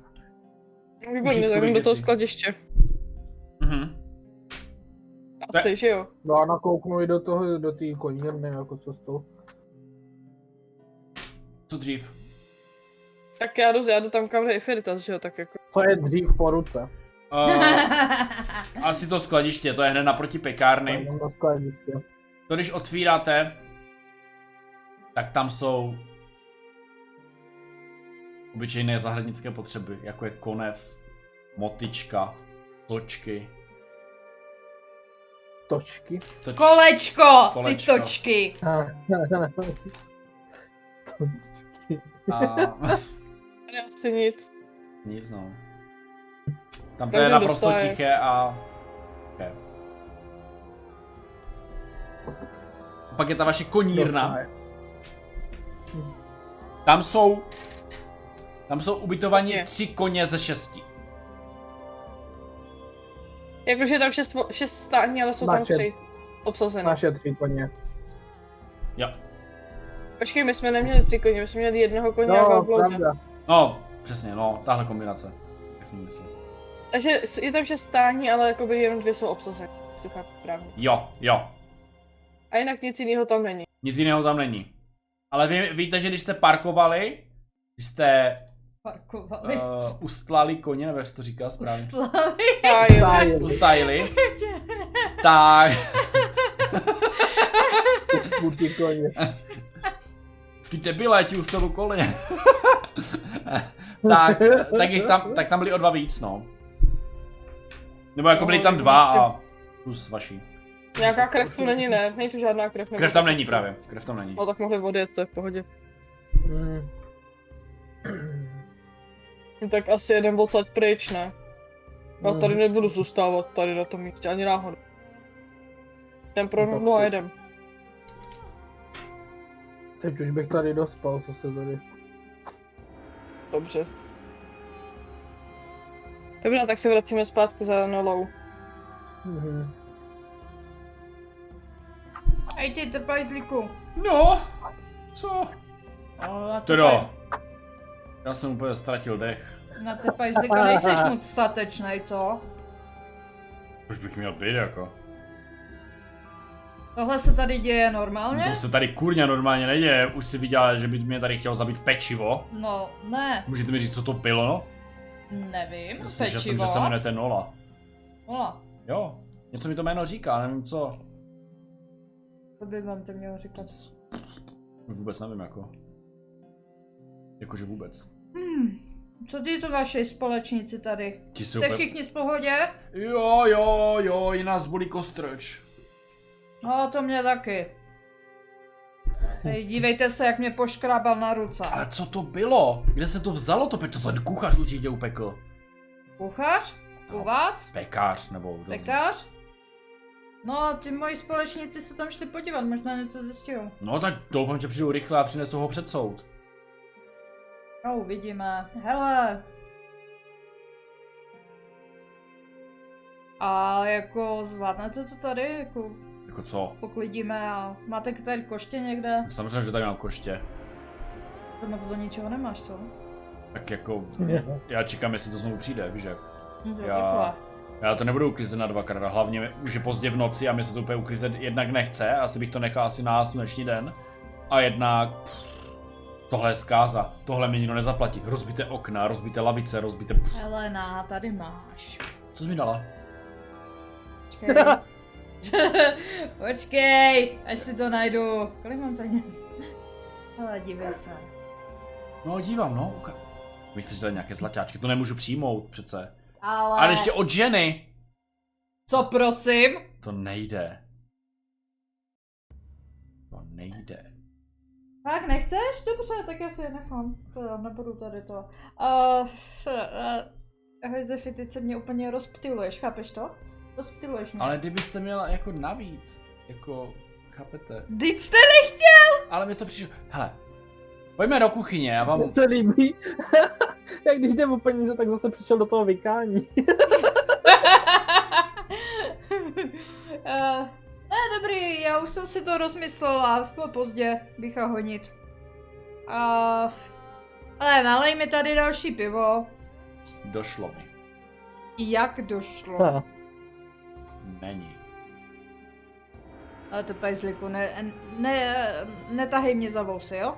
Speaker 4: Výborně,
Speaker 1: Užitkový
Speaker 4: tak jdem do toho
Speaker 1: věcí.
Speaker 4: skladiště.
Speaker 1: Mhm.
Speaker 4: Asi, že jo.
Speaker 3: No a nakouknu i do toho, do té konírny, jako co s tou.
Speaker 1: Co dřív?
Speaker 4: Tak já jdu, já jdu tam, kam jde i Feritas, že jo, tak jako.
Speaker 3: Co je dřív po ruce?
Speaker 1: Uh, asi to skladiště, to je hned naproti pekárny.
Speaker 3: Tam na skladiště.
Speaker 1: To když otvíráte, tak tam jsou obyčejné zahradnické potřeby, jako je konev, motička, točky.
Speaker 3: Točky.
Speaker 1: Toč...
Speaker 2: Kolečko, ty
Speaker 1: Kolečko.
Speaker 2: točky.
Speaker 3: Točky.
Speaker 1: A...
Speaker 4: Tady asi nic.
Speaker 1: Nic no. Tam to
Speaker 4: Takže
Speaker 1: je naprosto
Speaker 4: dostane.
Speaker 1: tiché a... Okay. a... Pak je ta vaše konírna. Tam jsou... Tam jsou ubytovaní
Speaker 4: Koně.
Speaker 1: tři koně ze šesti.
Speaker 4: Jakože je tam šest, vo- šest stání, ale jsou tam
Speaker 3: Mačet.
Speaker 4: tři obsazené.
Speaker 3: Naše tři koně.
Speaker 1: Jo.
Speaker 4: Počkej, my jsme neměli tři koně, my jsme měli jednoho koně a
Speaker 3: No,
Speaker 4: velblouda.
Speaker 3: pravda.
Speaker 1: No, přesně, no, tahle kombinace. Jak jsem myslel.
Speaker 4: Takže s- je tam šest stání, ale jakoby jenom dvě jsou obsazeny. jestli to chápu Právě.
Speaker 1: Jo, jo.
Speaker 4: A jinak nic jiného tam není.
Speaker 1: Nic jiného tam není. Ale vy víte, že když jste parkovali, když jste
Speaker 2: Parkovali. Uh,
Speaker 1: uh, ustlali koně, nebo jak jsi to říkal správně?
Speaker 2: Ustlali.
Speaker 4: A jo.
Speaker 3: Stájeli.
Speaker 1: Ustajili, tak
Speaker 3: Puti koně.
Speaker 1: Ty debile, ti ustavu koně. tak, tak, jich tam, tak tam byli o dva víc, no. Nebo jako byli tam dva a plus vaši.
Speaker 4: Nějaká krev tu není, ne? Není tu žádná krev. nebo-
Speaker 1: Krev tam není právě, krev tam není.
Speaker 4: No tak mohli odjet, to je v pohodě.
Speaker 3: Mm.
Speaker 4: No, tak asi jeden odsaď pryč, ne? Já
Speaker 3: No.
Speaker 4: tady nebudu zůstávat tady na tom místě, ani náhodou. Jdem pro
Speaker 3: No tak
Speaker 4: nudnu a
Speaker 3: to-
Speaker 4: jedem.
Speaker 3: Teď už bych tady dospal, co se tady.
Speaker 4: Dobře. Dobrá, tak se vracíme zpátky za Nolou.
Speaker 3: Mhm.
Speaker 2: Ej ty trpajzlíku.
Speaker 1: No, co?
Speaker 2: Ale
Speaker 1: Teda, já jsem úplně ztratil dech.
Speaker 2: Na trpajzlíka nejseš moc statečnej, co?
Speaker 1: Už bych měl být jako.
Speaker 2: Tohle se tady děje normálně?
Speaker 1: To se tady kurňa normálně neděje, už si viděla, že by mě tady chtěl zabít pečivo.
Speaker 2: No, ne,
Speaker 1: Můžete mi říct, co to bylo, no?
Speaker 2: nevím.
Speaker 1: Já slyšel jsem, že se jmenuje ten Nola.
Speaker 2: Ola,
Speaker 1: Jo, něco mi to jméno říká, ale nevím co.
Speaker 2: to by vám to mělo říkat.
Speaker 1: Vůbec nevím, jako. Jakože vůbec.
Speaker 2: Hmm. Co ty to vaše společníci tady?
Speaker 1: Ti jsou
Speaker 2: Jste
Speaker 1: úplně-
Speaker 2: všichni v pohodě?
Speaker 1: Jo, jo, jo, je nás bolí kostrč.
Speaker 2: No, to mě taky. Ej, dívejte se, jak mě poškrábal na ruce.
Speaker 1: Ale co to bylo? Kde se to vzalo to peklo? To ten kuchař určitě upekl.
Speaker 2: Kuchař? U
Speaker 1: No.
Speaker 2: vás?
Speaker 1: Pekář nebo... kdo-
Speaker 2: Pekař? No, ty moji společníci se tam šli podívat, možná něco zjistili.
Speaker 1: No tak doufám, že přijdu rychle a přinesou ho před soud.
Speaker 2: No, uvidíme. Hele. A jako zvládnete to tady? Jako
Speaker 1: Jako co?
Speaker 2: poklidíme a máte tady koště někde?
Speaker 1: Samozřejmě, že tady mám koště.
Speaker 2: To moc do ničeho nemáš, co?
Speaker 1: Tak jako,
Speaker 3: Ne.
Speaker 1: já čekám, jestli to znovu přijde, víš jak.
Speaker 2: No to
Speaker 1: Já-
Speaker 2: takhle.
Speaker 1: Já to nebudu uklízet na dvakrát, a hlavně už je pozdě v noci a mi se to úplně uklízet jednak nechce, asi bych to nechal asi na sluneční den. A jednak... Pff, tohle je zkáza, tohle mi nikdo nezaplatí. Rozbité okna, rozbité lavice, rozbité... Pff,
Speaker 2: Elena, tady máš.
Speaker 1: co jsi mi dala?
Speaker 2: Počkej. Počkej, až si to najdu. Kolik mám peněz? Hele, dívej se.
Speaker 1: No dívám, no. Uka... Vy chceš dát nějaké zlatáčky, to nemůžu přijmout přece.
Speaker 2: Ale...
Speaker 1: Ale ještě od ženy!
Speaker 2: Co prosím?
Speaker 1: To nejde. To nejde.
Speaker 2: Tak nechceš? Dobře, tak já si je nechám. To já nebudu tady to. Uh, uh, Josefi, ty se mě úplně rozptiluješ, chápeš to? Rozptiluješ mě.
Speaker 1: Ale kdybyste měla jako navíc, jako, chápete?
Speaker 2: Vždyť jste nechtěl!
Speaker 1: Ale mi to přišlo, hele, pojďme do kuchyně, já vám
Speaker 3: Mně se líbí, jak když jde o peníze, tak zase přišel do toho vykání.
Speaker 2: uh, ne, dobrý, já už jsem si to rozmyslela. Bylo pozdě, bych a honit. A... ale nalej mi tady další pivo.
Speaker 1: došlo mi.
Speaker 2: Jak došlo?
Speaker 1: Není.
Speaker 2: Ale to pejzliku, ne, eh, ne, netahej mě za vousy, jo?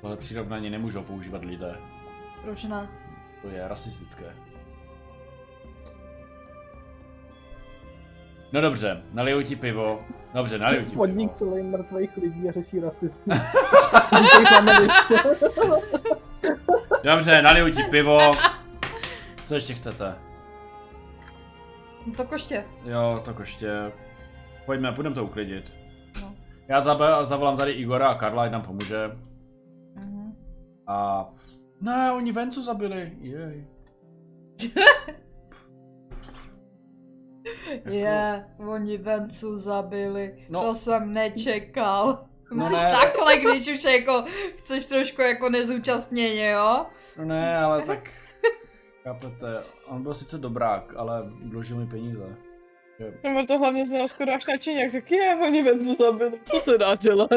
Speaker 1: Tohle přirovnání nemůžou používat lidé.
Speaker 2: Proč ne?
Speaker 1: To je rasistické. No dobře, naliju ti pivo. Dobře, naliju ti
Speaker 3: Podnik
Speaker 1: pivo.
Speaker 3: celý mrtvých lidí a řeší rasismus.
Speaker 1: Dobře, naliju ti pivo. Co ještě chcete?
Speaker 2: No to koště.
Speaker 1: Jo, to koště. Pojďme, půjdeme to uklidit.
Speaker 2: No.
Speaker 1: Já zaba- zavolám tady Igora a Karla, ať nám pomůže.
Speaker 2: Mhm.
Speaker 1: A... Ne, oni Vencu zabili. Jej.
Speaker 2: Je, oni vencu zabili,
Speaker 1: Jako- No.
Speaker 2: no. to jsem nečekal.
Speaker 1: No
Speaker 2: Musíš
Speaker 1: ne.
Speaker 2: takhle, když už jako chceš trošku jako nezúčastněně, jo?
Speaker 1: No ne, ale tak... Chápete, on byl sice dobrák, ale dlužil mi peníze.
Speaker 4: Nebo No, to hlavně znělo skoro až nadšeně, jak řekl, je, oni Venzu zabili, co se dá dělat?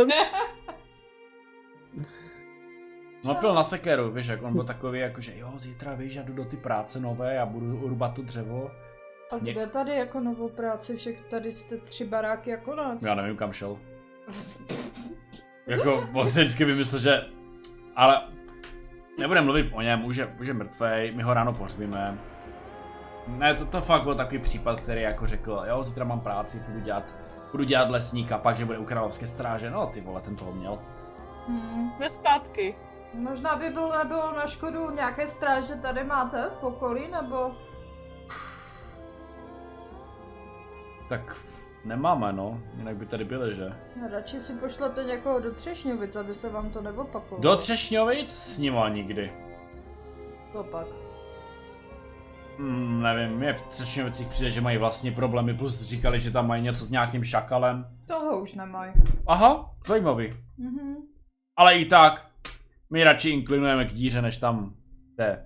Speaker 1: Napil na sekeru, víš, jak on byl takový, jako že jo, zítra víš, já jdu do ty práce nové a budu urbat to dřevo.
Speaker 2: A
Speaker 1: Ně-
Speaker 2: kde tady jako novou práci, však tady jste tři baráky jako a konec.
Speaker 1: Já nevím, kam šel. Jako, on se vždycky vymyslel, že... Ale... Nebudem mluvit o něm, už je, už je mrtvej, my ho ráno pohřbíme. Ne, to, to fakt byl takový případ, který jako řekl, jo, zítra mám práci, budu dělat, budu dělat lesníka, pak, že bude u královské stráže, no ty vole, ten toho měl.
Speaker 2: Hmm.
Speaker 4: Jsme zpátky.
Speaker 2: Možná by bylo nebylo na škodu nějaké stráže tady máte v okolí, nebo...
Speaker 1: Tak nemáme, no, jinak by tady byli, že?
Speaker 2: Radši si pošlete někoho do Třešňovic, aby se vám to neopakovalo.
Speaker 1: Do Třešňovic s nima nikdy.
Speaker 2: To pak.
Speaker 1: Hmm, nevím, mě v Třešňovicích přijde, že mají vlastně problémy, plus říkali, že tam mají něco s nějakým šakalem.
Speaker 2: Toho už nemají.
Speaker 1: Aha, zajímavý.
Speaker 2: Mhm.
Speaker 1: Ale i tak, my radši inklinujeme k díře, než tam jde.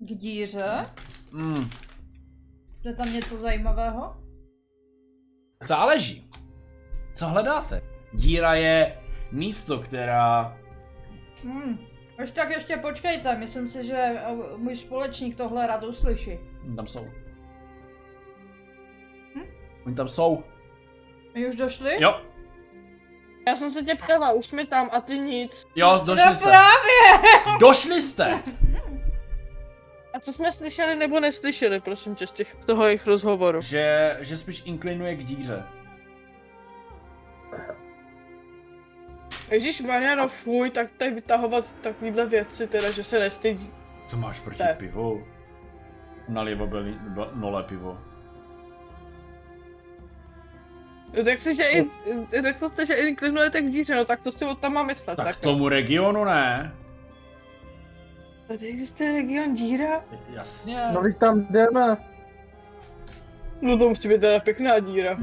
Speaker 2: K díře?
Speaker 1: Hmm,
Speaker 2: Je tam něco zajímavého?
Speaker 1: záleží. Co hledáte? Díra je místo, která...
Speaker 2: Hmm. Až tak ještě počkejte, myslím si, že eh, můj společník tohle rád uslyší.
Speaker 1: Oni tam jsou. Oni tam jsou.
Speaker 2: Už došli?
Speaker 1: Jo,
Speaker 4: Já jsem se tě ptala, už jsme tam a ty nic.
Speaker 1: jo, došli
Speaker 2: No
Speaker 1: jste. Došli jste!
Speaker 4: A co jsme slyšeli nebo neslyšeli, prosím tě, z těch, toho jejich rozhovoru?
Speaker 1: Že, že spíš inklinuje k díře.
Speaker 4: Ježíš Mariano, fuj, tak tady vytahovat takovýhle věci, teda, že se nestydí.
Speaker 1: Co máš proti
Speaker 4: Tak.
Speaker 1: pivu? Nalivo byli, byl, nole pivo.
Speaker 4: No, tak si, že i, řekl jste, že inklinujete k díře, no tak co si od tam mám myslet?
Speaker 1: Tak k tomu regionu ne.
Speaker 4: Tady existuje region díra?
Speaker 1: Jasně.
Speaker 3: No, teď tam jdeme.
Speaker 4: No to musí být teda pěkná díra.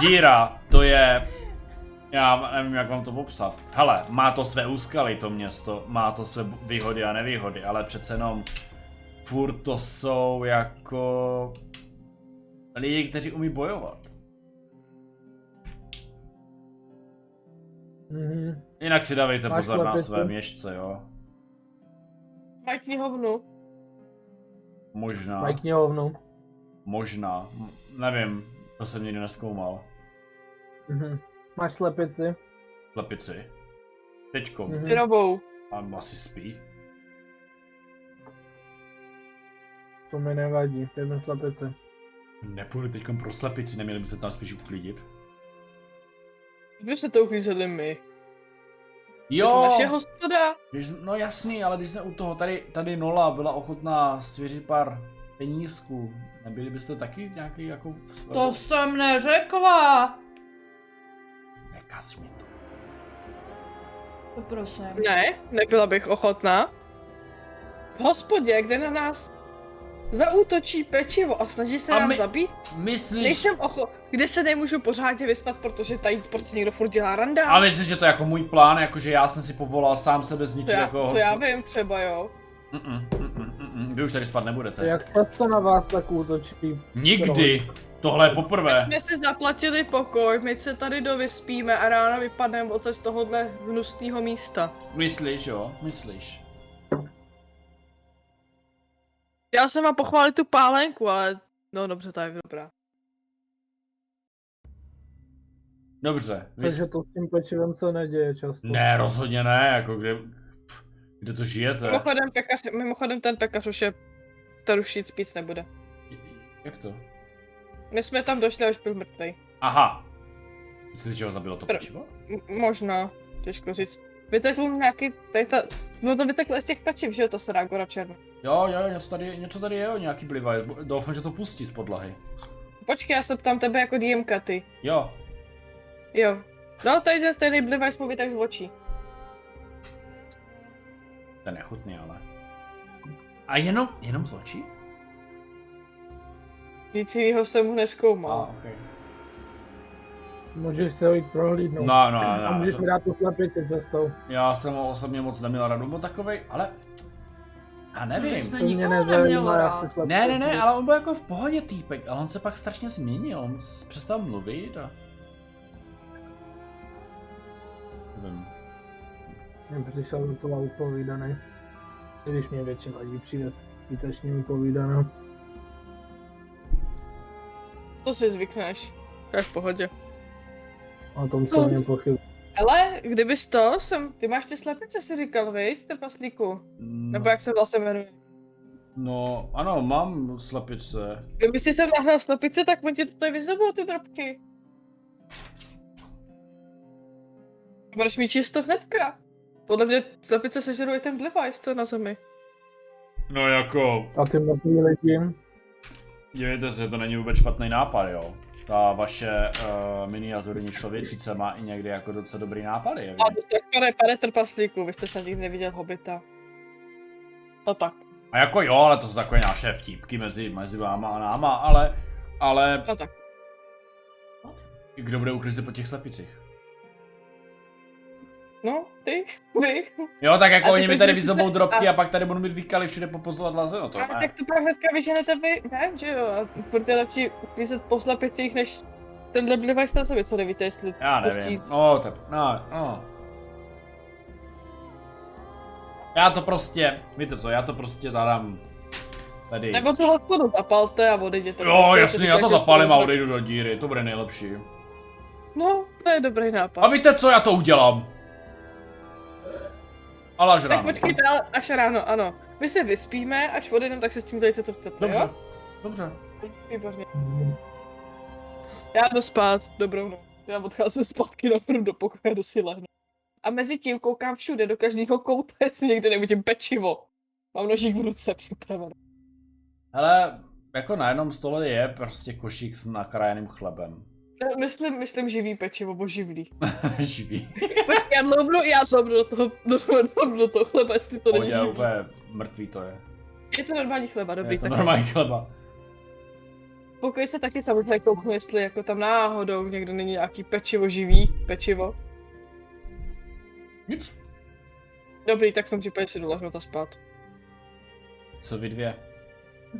Speaker 1: Díra, to je... Já nevím, jak vám to popsat. Hele, má to své úskaly to město, má to své bu- výhody a nevýhody, ale přece jenom furt to jsou jako lidi, kteří umí bojovat.
Speaker 3: Mhm.
Speaker 1: Jinak si dávejte
Speaker 3: Máš
Speaker 1: pozor na
Speaker 3: slepici?
Speaker 1: své měšce, jo.
Speaker 4: Mají
Speaker 1: Hmm.
Speaker 4: knihovnu.
Speaker 1: Možná,
Speaker 3: Mají knihovnu.
Speaker 1: možná, m- nevím, to jsem nikdy neskoumal.
Speaker 3: Mhm. Máš slepici.
Speaker 1: Slepici. Teďko,
Speaker 3: Mhm.
Speaker 4: Drobou.
Speaker 1: a asi spí.
Speaker 3: To mi nevadí, jdeme slepici.
Speaker 1: Nepůjdu teďkom pro slepici, neměli byste tam spíš uklidit?
Speaker 4: Kdyby se to uklízeli my.
Speaker 1: Jo!
Speaker 4: Jo. Je to naše hospoda.
Speaker 1: Když, no jasný, ale když jsme u toho, tady, tady Nola byla ochotná svěřit pár penízků, nebyli byste taky nějaký jako...
Speaker 2: To jsem neřekla.
Speaker 1: Nekaz mi to.
Speaker 2: To prosím.
Speaker 4: Ne, nebyla bych ochotná. V hospodě, kde na nás zaútočí pečivo a snaží se
Speaker 1: A
Speaker 4: nás
Speaker 1: my-
Speaker 4: zabít,
Speaker 1: Myslíš...
Speaker 4: nejsem ocho... Kde se nemůžu pořádně vyspat, protože tady prostě někdo furt dělá randa.
Speaker 1: A myslíš, že to je jako můj plán, jakože já jsem si povolal sám sebe
Speaker 4: co,
Speaker 1: zničit
Speaker 4: já,
Speaker 1: jako
Speaker 4: co já vím třeba, jo.
Speaker 1: Mm-mm, mm-mm, mm-mm, Vy už tady spát nebudete.
Speaker 3: Jak často na vás tak útočí?
Speaker 1: Nikdy! Tohle je poprvé.
Speaker 4: My jsme si zaplatili pokoj, my se tady dovyspíme a ráno vypadneme odsaď z tohohle hnusného místa.
Speaker 1: Myslíš, jo? Myslíš.
Speaker 4: Já jsem vám pochválit tu pálenku, ale no dobře, ta je dobrá.
Speaker 1: Dobře. Vy...
Speaker 3: Protože to s tím pečivem se neděje často.
Speaker 1: Ne, rozhodně ne, jako kde... pff, Kde to žijete?
Speaker 4: Mimochodem, pekař, mimochodem ten pekař už je tarušíc spíc nebude.
Speaker 1: Jak to?
Speaker 4: My jsme tam došli a už byl mrtvej.
Speaker 1: Aha. Myslíš, že ho zabilo to
Speaker 4: Pr-
Speaker 1: pečivo?
Speaker 4: M- možná, těžko říct. Vytekl mu nějaký, tady ta, no to vyteklo i z těch pečiv, že jo, ta srágora černá.
Speaker 1: Jo, jo, něco tady, něco tady je, jo, nějaký blivaj. Doufám, že to pustí z podlahy.
Speaker 4: Počkej, já se ptám tebe jako DMka, ty.
Speaker 1: Jo,
Speaker 4: Jo. No, tady ten stejný blivaj jsme tak z očí.
Speaker 1: to je nechutný, ale. A jenom, jenom z očí?
Speaker 4: Nic jiného jsem mu neskoumal.
Speaker 1: ok.
Speaker 3: Můžeš se ho jít prohlídnout.
Speaker 1: No, no,
Speaker 3: A
Speaker 1: no,
Speaker 3: můžeš
Speaker 1: to-
Speaker 3: mi dát tu slepici cestou.
Speaker 1: Já jsem ho osobně moc neměl radu, byl takovej, ale A
Speaker 2: Když
Speaker 1: nevím.
Speaker 2: jsme
Speaker 3: To mě
Speaker 2: nikoho
Speaker 3: nezajímá,
Speaker 2: neměl
Speaker 3: já se
Speaker 2: rád.
Speaker 3: chlapce
Speaker 1: Ne, ne, ne, ale on byl jako v pohodě týpek, ale on se pak strašně změnil, on s- přestal mluvit a... Nevím.
Speaker 3: Mně přišel docela upovídaný. I když mě většina lidí přijde zbytečně upovídaná.
Speaker 4: To si zvykneš. Tak v pohodě.
Speaker 3: O tom se mě pochyb.
Speaker 4: Ale kdybys to, jsem, ty máš ty slepice, si říkal, viď, trpaslíku? Nebo jak se vlastně jmenuje.
Speaker 1: Mm, No, ano, mám slepice.
Speaker 4: Kdyby si sem nahnal slepice, tak on ti to tady vyzobou, ty drobky. Budeš mít čisto hnedka. Podle mě slepice sežeruje ten blivajs, co je na zemi.
Speaker 1: No jako,
Speaker 3: A ty mrtví lidi,
Speaker 1: dívejte se, to není vůbec špatný nápad, jo. Ta vaše uh, miniaturní člověčice má i někdy jako docela dobrý nápady, je,
Speaker 4: A no tak pane, pane trpaslíku, vy jste snad nikdy neviděl hobita. No tak,
Speaker 1: A jako jo, ale to jsou takové naše vtípky mezi, mezi váma a náma, ale, ale
Speaker 4: no tak.
Speaker 1: kdo bude uklízet po těch slepicích?
Speaker 4: No, ty, vy.
Speaker 1: Jo, tak jako
Speaker 4: A ty
Speaker 1: oni mi
Speaker 4: proč
Speaker 1: tady
Speaker 4: mi
Speaker 1: vyzobou
Speaker 4: chcete-
Speaker 1: drobky a pak tady budou mít výkaly všude po pozadla no to
Speaker 4: A
Speaker 1: ne.
Speaker 4: tak to pak hnedka vyženete vy, ne, že jo, a budete lepší uklízet po slepicích, než tenhle blivajs na sobě, co nevíte, jestli
Speaker 1: Já nevím.
Speaker 4: pustit.
Speaker 1: No, tak, no, no. Já to prostě, víte co, já to prostě dám tady.
Speaker 4: Nebo tu hospodu zapalte a odejděte.
Speaker 1: Jo,
Speaker 4: Prostě
Speaker 1: jasně, já
Speaker 4: říkáte,
Speaker 1: to
Speaker 4: že
Speaker 1: zapálím a
Speaker 4: tohle-
Speaker 1: odejdu do díry, to bude nejlepší.
Speaker 4: No, to je dobrý nápad.
Speaker 1: A víte co, já to udělám. Ale až
Speaker 4: tak
Speaker 1: ráno.
Speaker 4: počkejte ale až ráno, ano. My se vyspíme, až odejdeme, tak se s tím dělejte, co chcete,
Speaker 1: Dobře,
Speaker 4: jo?
Speaker 1: dobře.
Speaker 4: Výborně.
Speaker 3: Mhm.
Speaker 4: Já jdu spát, dobrou noc. Já odcházím zpátky na prv do pokoje, jdu si lehnu. A mezi tím koukám všude, do každého kouta, jestli někde nevidím pečivo. Mám nožík v ruce připravený.
Speaker 1: Hele, jako na jednom stole je prostě košík s nakrájeným chlebem.
Speaker 4: Ne, No, Myslím, myslím živý pečivo, bo živlý.
Speaker 1: Živý.
Speaker 4: Počkej, já dloubnu, já dloubnu do toho, do, do, do toho chleba, jestli to není
Speaker 1: Pohodě,
Speaker 4: živý.
Speaker 1: úplně mrtvý to je.
Speaker 4: Je to normální chleba, dobrý,
Speaker 1: je to
Speaker 4: tak
Speaker 1: normální chleba.
Speaker 4: Pokud se taky samozřejmě kouknu, jestli jako tam náhodou někde není nějaký pečivo živý, pečivo.
Speaker 1: Nic.
Speaker 4: Dobrý, tak v tom případě si jdu lehnout a spát.
Speaker 1: Co vy dvě?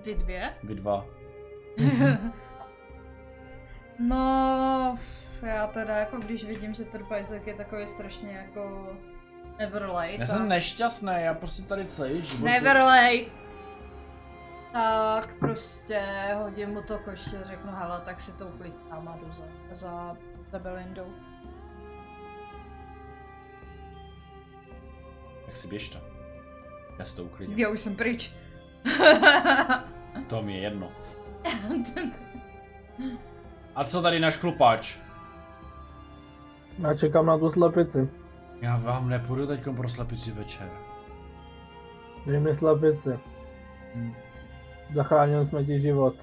Speaker 2: Vy dvě?
Speaker 1: Vy dva.
Speaker 2: No, já teda jako když vidím, že Trpajzek je takový strašně jako Neverlay.
Speaker 1: Já jsem nešťastný, já prostě tady celý život.
Speaker 2: Neverlay! Tak prostě hodím mu to koště, řeknu, hele, tak si to uklid sám a jdu za, za, za Belindou.
Speaker 1: Tak si běžte. Já si to uklidím.
Speaker 2: Já už jsem pryč.
Speaker 1: To mi je jedno. A co tady náš klupáč?
Speaker 3: já čekám na tu slepici.
Speaker 1: Já vám nepůjdu teď pro slepici večer.
Speaker 3: Dej mi slepici.
Speaker 1: Hm.
Speaker 3: Zachránili jsme ti život.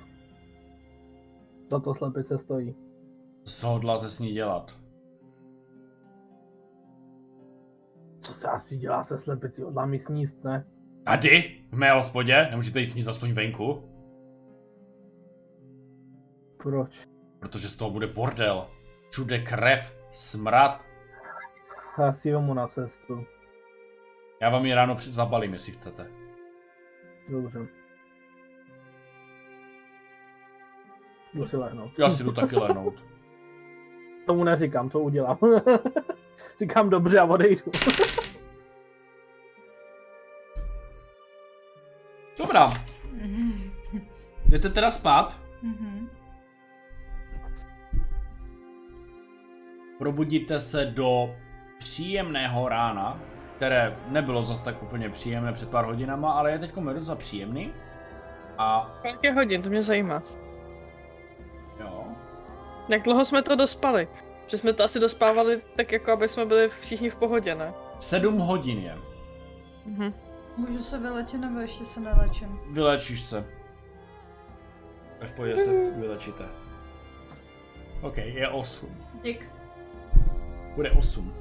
Speaker 3: Za to slepice stojí.
Speaker 1: Co hodláte s ní dělat?
Speaker 3: Co se asi dělá se slepicí? Odlám ji sníst, ne?
Speaker 1: Tady? V mé hospodě? Nemůžete jí sníst aspoň venku?
Speaker 3: Proč?
Speaker 1: Protože z toho bude bordel. Všude krev, smrad.
Speaker 3: Já si vemu na cestu.
Speaker 1: Já vám ji ráno při- zabalím, jestli chcete.
Speaker 3: Dobře. Jdu si lehnout.
Speaker 1: Já si jdu taky lehnout.
Speaker 3: Tomu neříkám, co udělám. Říkám dobře a odejdu.
Speaker 1: Dobrá, jdete teda spát.
Speaker 2: Mhm.
Speaker 1: Probudíte se do příjemného rána, které nebylo zas tak úplně příjemné před pár hodinama, ale je teď za příjemný. A
Speaker 4: Kolik je hodin, to mě zajímá.
Speaker 1: jo,
Speaker 4: Jak dlouho jsme to dospali? Že jsme to asi dospávali tak jako, aby jsme byli všichni v pohodě, ne?
Speaker 1: sedm hodin je.
Speaker 4: Mhm.
Speaker 2: Můžu se vylečit nebo ještě se nelečím?
Speaker 1: Vylečíš se. Až pojde se vylečíte. OK, je 8.
Speaker 2: Dík.
Speaker 1: Bude 8.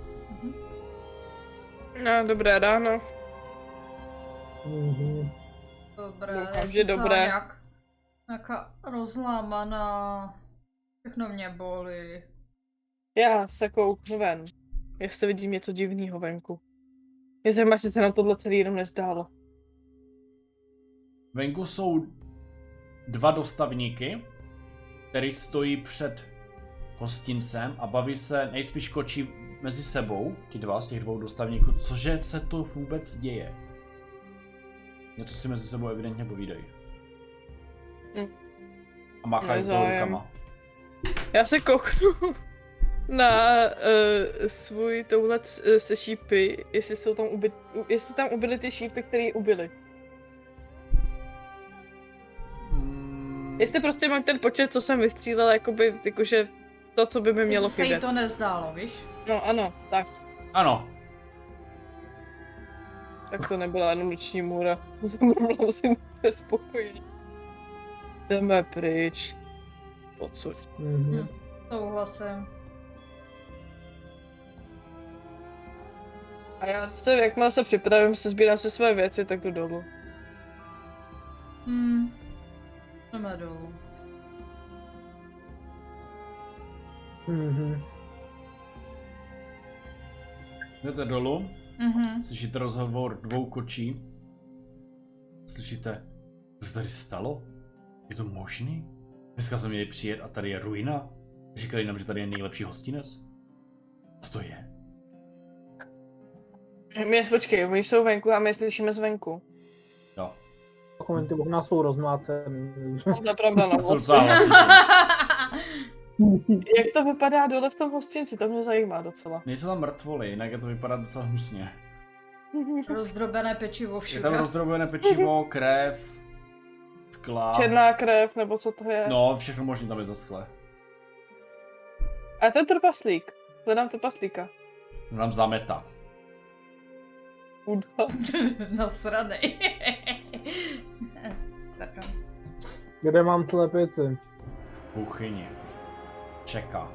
Speaker 4: No, dobré ráno.
Speaker 3: Mhm.
Speaker 2: Dobré,
Speaker 4: Doufám,
Speaker 2: já
Speaker 4: že
Speaker 2: jsem
Speaker 4: dobré.
Speaker 2: celá Nějak, nějaká rozlámaná. Všechno mě bolí.
Speaker 4: Já se kouknu ven, jestli vidím něco divného venku. Mě zajímá, jestli se nám tohle celý jenom nezdálo.
Speaker 1: Venku jsou dva dostavníky, který stojí před hostincem a baví se, nejspíš kočí mezi sebou, ti dva z těch dvou dostavníků, cože se to vůbec děje. Něco si mezi sebou evidentně povídají.
Speaker 4: Hm.
Speaker 1: A machají to
Speaker 4: Nezájem.
Speaker 1: rukama.
Speaker 4: Já se kouknu na uh, svůj touhle s- eh, se šípy, jestli jsou tam ubyt, u- jestli tam ubyly ty šípy, které ubyly.
Speaker 1: Mm,
Speaker 4: Jestli prostě mám ten počet, co jsem vystřílela, jakoby, jakože to, co by mi mělo
Speaker 2: Jestli se jí
Speaker 4: chybět.
Speaker 2: to nezdálo, víš?
Speaker 4: No ano, tak.
Speaker 1: Ano,
Speaker 4: Tak to nebyla jenom noční můra. Zamrmlou si nespokojení. Jdeme pryč. Odsud.
Speaker 3: Mhm.
Speaker 2: Souhlasím.
Speaker 4: A já se, jakmile se připravím, se sbírám si své věci, tak jdu dolů.
Speaker 2: Hmm. Jdeme dolů.
Speaker 3: Mhm.
Speaker 1: jdete dolů,
Speaker 2: Mhm.
Speaker 1: slyšíte rozhovor dvou kočí. Slyšíte, co se tady stalo? Je to možný? Dneska jsme měli přijet a tady je ruina. Říkali nám, že tady je nejlepší hostinec. Co to je?
Speaker 4: My, počkej, my jsou venku a my je slyšíme zvenku.
Speaker 1: Jo.
Speaker 3: Dokumenty okna jsou rozmácený. takže-
Speaker 4: To je pravda, no.
Speaker 1: Jsou docela hlasitý.
Speaker 4: Jak to vypadá dole v tom hostinci, to mě zajímá docela.
Speaker 1: Nejsou tam mrtvoly, jinak je to vypadá docela hnusně.
Speaker 2: Rozdrobené pečivo
Speaker 1: Je
Speaker 2: všude.
Speaker 1: tam rozdrobené pečivo, krev, skla.
Speaker 4: Černá krev, nebo co to je.
Speaker 1: No, všechno možné tam je za skle.
Speaker 4: A ten trpaslík. Hledám trpaslíka.
Speaker 1: No, Tam zameta.
Speaker 4: Uda.
Speaker 2: Nasranej. Pardon.
Speaker 3: Kde mám slepici?
Speaker 1: V kuchyni. Čeká.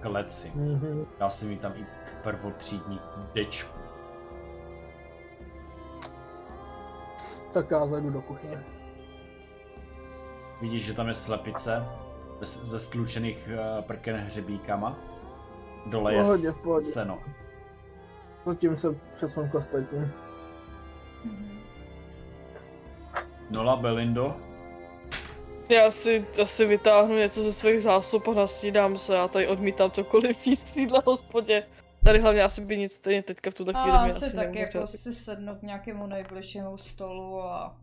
Speaker 1: Kleci.
Speaker 3: Mhm.
Speaker 1: Dá se mi tam i k prvotřídní dečku.
Speaker 3: Tak já zajdu do kuchyně.
Speaker 1: Vidíš, že tam je slepice bez- ze sklučených eh, prken hřebíkama. Dole je
Speaker 3: V pohodě,
Speaker 1: s-
Speaker 3: v pohodě.
Speaker 1: seno.
Speaker 3: Zatím No se přesun k ostatním.
Speaker 4: Mhm.
Speaker 2: Mhm.
Speaker 1: Nola Belindo.
Speaker 4: Já si asi vytáhnu něco ze svých zásob a nasnídám se. Já tady odmítám cokoliv jíst v jídle hospodě. Tady hlavně asi by nic stejně teďka v tuhle
Speaker 2: A
Speaker 4: chvíli mě
Speaker 2: asi
Speaker 4: asi
Speaker 2: tak
Speaker 4: nemůže
Speaker 2: jako
Speaker 4: asi-
Speaker 2: si sednout k nějakému nejbližšímu stolu a...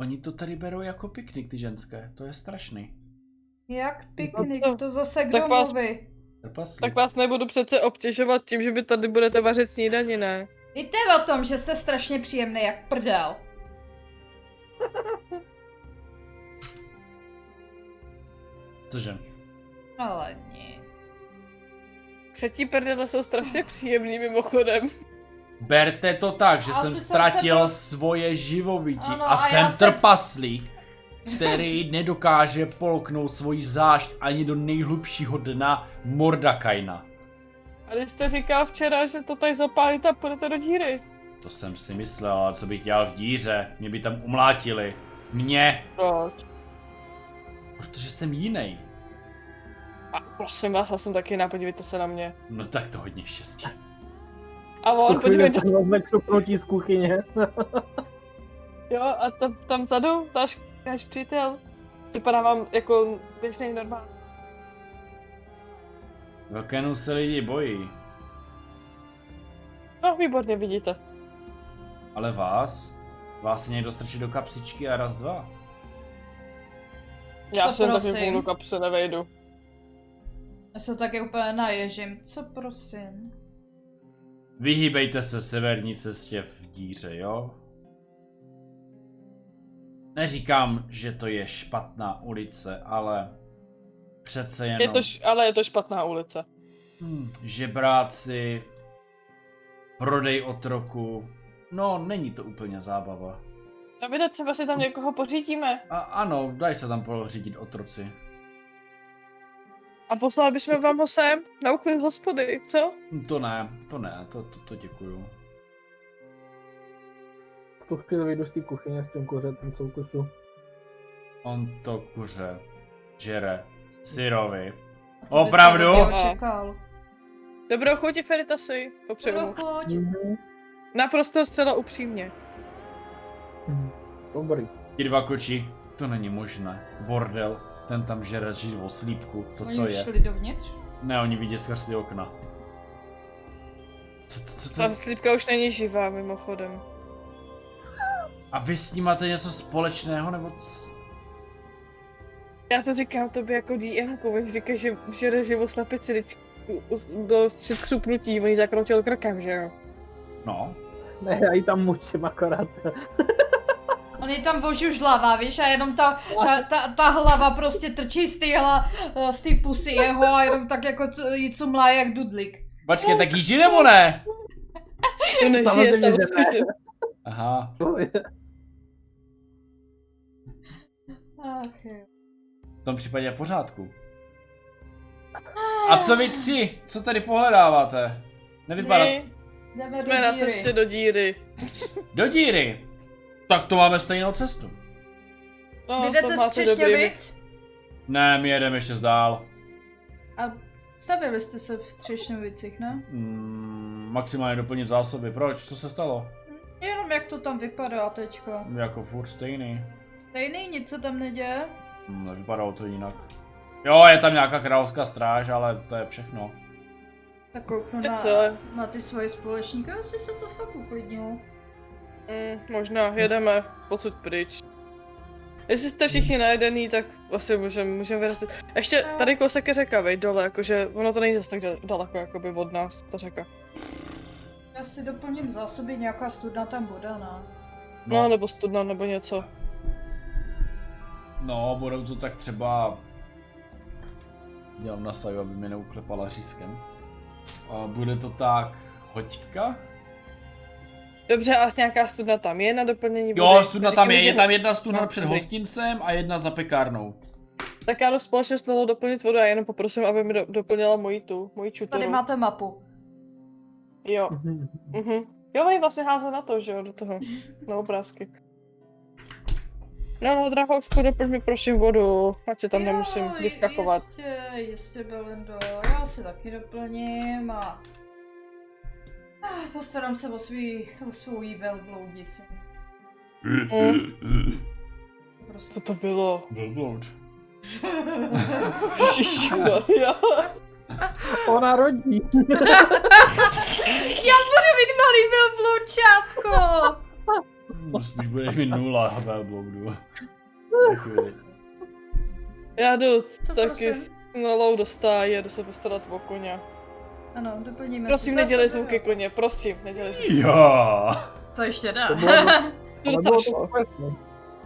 Speaker 1: Oni to tady berou jako piknik, ty ženské. To je strašný.
Speaker 2: Jak piknik,
Speaker 4: No to-
Speaker 2: to zase kdo
Speaker 4: vás-
Speaker 2: mluví?
Speaker 1: Trpaslík.
Speaker 4: Tak vás nebudu přece obtěžovat tím, že by tady budete vařit snídani, ne?
Speaker 2: Víte o tom, že jste strašně příjemný jak prdel.
Speaker 1: Cože?
Speaker 2: Ale nic.
Speaker 4: Třetí prdele jsou strašně příjemný mimochodem.
Speaker 1: Berte to tak, že
Speaker 2: Asi
Speaker 1: jsem
Speaker 2: jsem
Speaker 1: ztratil
Speaker 2: se
Speaker 1: svoje živobytí
Speaker 2: Ano,
Speaker 1: a,
Speaker 2: a
Speaker 1: jsem
Speaker 2: já jsem-
Speaker 1: trpaslík, který nedokáže polknout svoji zášť ani do nejhlubšího dna Mordakajna.
Speaker 4: A když jste říkal včera, že to tady zapálíte a půjdete do díry.
Speaker 1: To jsem si myslel, ale co bych dělal v díře? Mě by tam umlátili. Mě!
Speaker 4: Proč?
Speaker 1: Protože jsem jiný.
Speaker 4: A prosím vás, já jsem taky jiná, podívejte se na mě.
Speaker 1: No tak to hodně štěstí.
Speaker 4: A
Speaker 3: V tu
Speaker 4: on,
Speaker 3: chvíli
Speaker 4: podívejte
Speaker 3: se vezme křupnutí z kuchyně.
Speaker 4: Jo, a tam, tam vzadu, váš, váš přítel. Vypadá vám jako běžný normální.
Speaker 1: Velkénu se lidi bojí,
Speaker 4: No, výborně vidíte.
Speaker 1: ale vás? Vás si někdo strčí do kapsičky a raz dva.
Speaker 4: Já
Speaker 2: Co
Speaker 4: jsem taky
Speaker 2: prosím?
Speaker 4: půlnu kapse nevejdu.
Speaker 2: Já se taky úplně naježím. Co prosím?
Speaker 1: Vyhýbejte se severní cestě v díře, jo? Neříkám, že to je špatná ulice, ale přece jenom...
Speaker 4: Je to, š- ale je to špatná ulice.
Speaker 1: Hmm, žebráci, prodej otroku. No, není to úplně zábava.
Speaker 4: No vidíte, třeba si tam někoho pořídíme.
Speaker 1: A ano, dají se tam pořídit otroci.
Speaker 4: A poslali bychom vám ho sem, na úklid hospody, co?
Speaker 1: Hm, To ne, to ne, to, to, to děkuju.
Speaker 3: V tu chvíli vyjdu z té kuchyně s tím kuřetem soukusu.
Speaker 1: On to kuře žere syrovi.
Speaker 2: A co byste
Speaker 1: Opravdu?
Speaker 2: od něj Očekal.
Speaker 4: Dobrou chuť, Feritasi, popřeju. mu.
Speaker 1: Mm,
Speaker 2: Prochoď.
Speaker 3: Mhm.
Speaker 4: Naprosto zcela upřímně.
Speaker 3: Dobrý.
Speaker 1: Ti dva koči, to není možné. Bordel, ten tam žere živou slípku, to
Speaker 6: Oni
Speaker 1: co
Speaker 6: už
Speaker 1: je.
Speaker 6: šli dovnitř?
Speaker 1: Ne, oni vidí skrz ty okna. Co, co, co to?
Speaker 4: Ta slípka už není živá, mimochodem.
Speaker 1: A vy s ním máte něco společného, nebo c...
Speaker 4: Já to říkám tobě jako DM, když říkáš, že žere živoslepici, teď bylo střed křupnutí, on ji zakroutil krkem, že jo?
Speaker 1: No,
Speaker 3: Ne, já ji tam mučím akorát.
Speaker 6: On je tam ožužlavá, víš, a jenom ta, ta, ta, ta hlava prostě trčí z té hla- z té pusy jeho a jenom tak jako co- ji cumlá jak dudlik.
Speaker 1: Počkej,
Speaker 6: No,
Speaker 1: tak jíži nebo ne?
Speaker 4: No nežije,
Speaker 3: Samozřejmě, že ne.
Speaker 4: samozřejmě.
Speaker 1: Aha.
Speaker 6: Ach jo.
Speaker 1: V tom případě je v pořádku. A co vy tři? Co tady pohledáváte? Nevypadá...
Speaker 4: My
Speaker 6: Jdeme
Speaker 4: jsme na
Speaker 6: do díry.
Speaker 4: cestě do díry.
Speaker 1: Do díry! Tak to máme stejnou cestu.
Speaker 4: No,
Speaker 2: Vy
Speaker 4: to
Speaker 2: jdete z
Speaker 4: máte dobrý věc.
Speaker 2: Třešňovic?
Speaker 1: Ne, my jedeme ještě zdál.
Speaker 2: A stavili jste se v Třešňovicích, ne?
Speaker 1: Mm, maximálně doplnit zásoby. Proč? Co se stalo?
Speaker 2: Jenom jak to tam vypadá teďka.
Speaker 1: Jako furt stejný.
Speaker 2: Stejný, nic se tam neděje.
Speaker 1: Hm, Nevypadalo to jinak. Jo, je tam nějaká královská stráž, ale to je všechno.
Speaker 2: Tak kouknu na,
Speaker 4: Co?
Speaker 2: na ty svoje společníky, jestli se to fakt uklidnilo.
Speaker 4: Mm, možná, jedeme podsud pryč. Jestli jste všichni najedený, tak asi můžeme můžem vyrazit. Ještě tady kousek je řeka, vej, dole, jakože ono to není zase tak dal- daleko, jakoby od nás, ta řeka.
Speaker 2: Já si doplním zásoby, nějaká studna tam bude, ne?
Speaker 4: No, no nebo studna, nebo něco.
Speaker 1: No, budou to tak třeba... Dělám na saju, aby mě neuklepala řízkem. A bude to tak... Hoďka?
Speaker 4: Dobře, a nějaká studna tam je na doplnění
Speaker 1: Jo,
Speaker 4: vody?
Speaker 1: studna
Speaker 4: Říkám,
Speaker 1: tam je,
Speaker 4: že
Speaker 1: je
Speaker 4: ne.
Speaker 1: tam jedna studna
Speaker 4: No,
Speaker 1: před
Speaker 4: dobrý.
Speaker 1: hostincem a jedna za pekárnou.
Speaker 4: Tak já do společně snadlo doplnit vodu a jenom poprosím, aby mi do, doplnila moji tu, moji čutoru.
Speaker 2: Tady máte mapu.
Speaker 4: Jo, mhm. Jo, oni vlastně házejí na to, že jo, do toho, na obrázky. No, no, drahoušku, doplň mi prosím vodu, ať se tam nemusím
Speaker 2: Jo,
Speaker 4: vyskakovat.
Speaker 2: Jistě, jistě, Belindo. Já si taky doplním a... Ah, Postarám se o, svý, o svou jí velbloudici.
Speaker 4: Mm.
Speaker 2: Prostě.
Speaker 4: Co to bylo?
Speaker 1: Blbloud.
Speaker 4: Ježišmarja.
Speaker 3: Ona rodí.
Speaker 2: Já budu mít malý velbloučátko!
Speaker 4: Hmm.
Speaker 1: Spíš budeš mi nula velbloudu. Děkuji.
Speaker 4: Já jdu
Speaker 2: Co
Speaker 4: taky
Speaker 2: prosím?
Speaker 4: s Nolou do stáje, jdu se postarat o koně.
Speaker 2: Ano, doplníme
Speaker 4: Prosím,
Speaker 2: si
Speaker 4: nedělej
Speaker 2: zásoby.
Speaker 4: zvuky koně, prosím, nedělej zvuky.
Speaker 1: Jo.
Speaker 2: To ještě dá.
Speaker 3: To bylo,
Speaker 4: Jdu
Speaker 3: ale bylo
Speaker 4: do toho.
Speaker 3: to, špatný.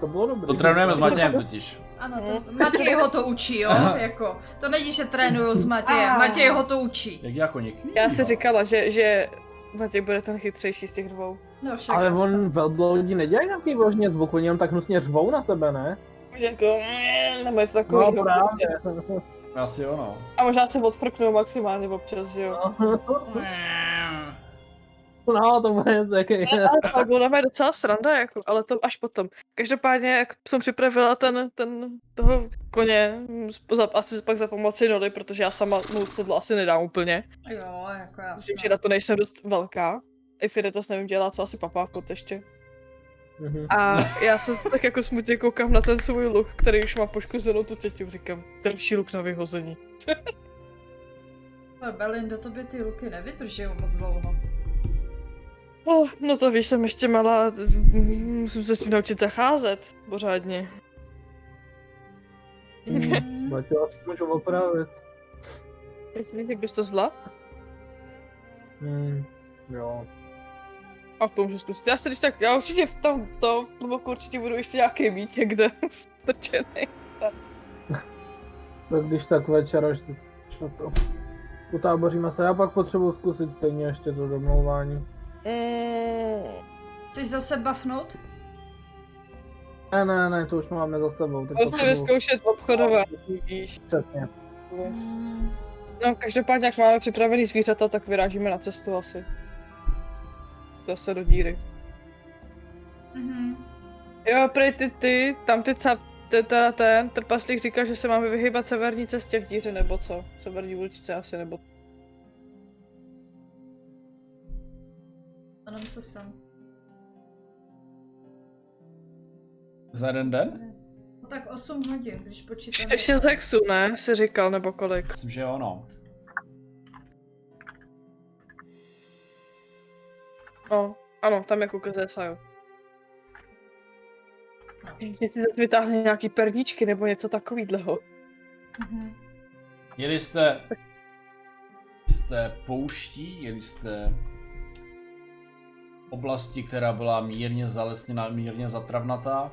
Speaker 3: to bylo dobrý.
Speaker 1: To trénujeme s Matějem totiž.
Speaker 2: Ano,
Speaker 3: Hmm.
Speaker 2: to, Matěj ho to učí, jo? Jako, to není, že trénuju s Matějem,
Speaker 6: Ah.
Speaker 2: Matěj ho to učí.
Speaker 1: Jak jako já koník.
Speaker 4: Já si říkala, že, že Matěj bude ten chytřejší z těch dvou.
Speaker 2: No však.
Speaker 3: Ale
Speaker 2: jasně.
Speaker 3: on velbloudí nedělají nějaký vložně zvuk, oni jenom tak hnusně řvou na tebe, ne?
Speaker 4: Jako, "Mm", nebo něco takového.
Speaker 3: No,
Speaker 4: prostě.
Speaker 1: Asi ono.
Speaker 4: A možná se odprknou maximálně občas, že jo. Hmm.
Speaker 3: No, to bude něco jaký.
Speaker 4: Ale bylo na mě docela sranda, jako, ale to až potom. Každopádně, jak jsem připravila ten, ten toho koně, mm, za, asi pak za pomoci Noli, protože já sama mu sedlo asi nedám úplně.
Speaker 2: Jo, jako já.
Speaker 4: Myslím, že na to nejsem dost velká. I Fidetas nevím, dělá co asi papákot ještě.
Speaker 3: Mhm.
Speaker 4: A já se tak jako smutně koukám na ten svůj luk, který už má poškozenou tu těti, říkám, další luk na vyhození.
Speaker 2: Belindo, to by ty luky nevydrží moc dlouho.
Speaker 4: Oh, no to víš, jsem ještě malá, t- musím se s tím naučit zacházet pořádně.
Speaker 3: Mhm. Matěj, asi můžu opravit.
Speaker 4: Myslíš, že bys to zvládl?
Speaker 3: Hmm. Jo.
Speaker 4: A to můžu zkusit. Já se když tak, já určitě v tom, to, nebo určitě budu ještě nějaký mít někde strčený.
Speaker 3: Tak když tak večer, až to, to utáboříme se. Já pak potřebuji zkusit stejně ještě to domlouvání.
Speaker 4: Mm,
Speaker 2: Chceš zase bafnout?
Speaker 3: Ne, ne, ne, to už máme za sebou. Teď
Speaker 4: ale chci vyzkoušet obchodovat, víš.
Speaker 3: Přesně.
Speaker 2: Hmm.
Speaker 4: No, každopádně, jak máme připravený zvířata, tak vyrážíme na cestu asi. Zase do díry.
Speaker 2: Mhm.
Speaker 4: Jo, prej ty, ty, tam ty cap, ty, teda ten trpaslík říkal, že se máme vyhybat severní cestě v díře, nebo co? Severní uličce asi, nebo...
Speaker 2: Jenom se sem.
Speaker 1: Za jeden den?
Speaker 2: No tak 8 hodin, když počítám.
Speaker 4: Š- Šest hexů, ne? Si říkal, nebo kolik?
Speaker 1: Myslím, že jo, no.
Speaker 4: No, ano, tam je kukeze, jo. Jestli si zase vytáhli nějaký perdičky nebo něco takového.
Speaker 2: Mhm.
Speaker 1: Jeli jste z té pouští, jeli jste oblasti, která byla mírně zalesněná, mírně zatravnatá.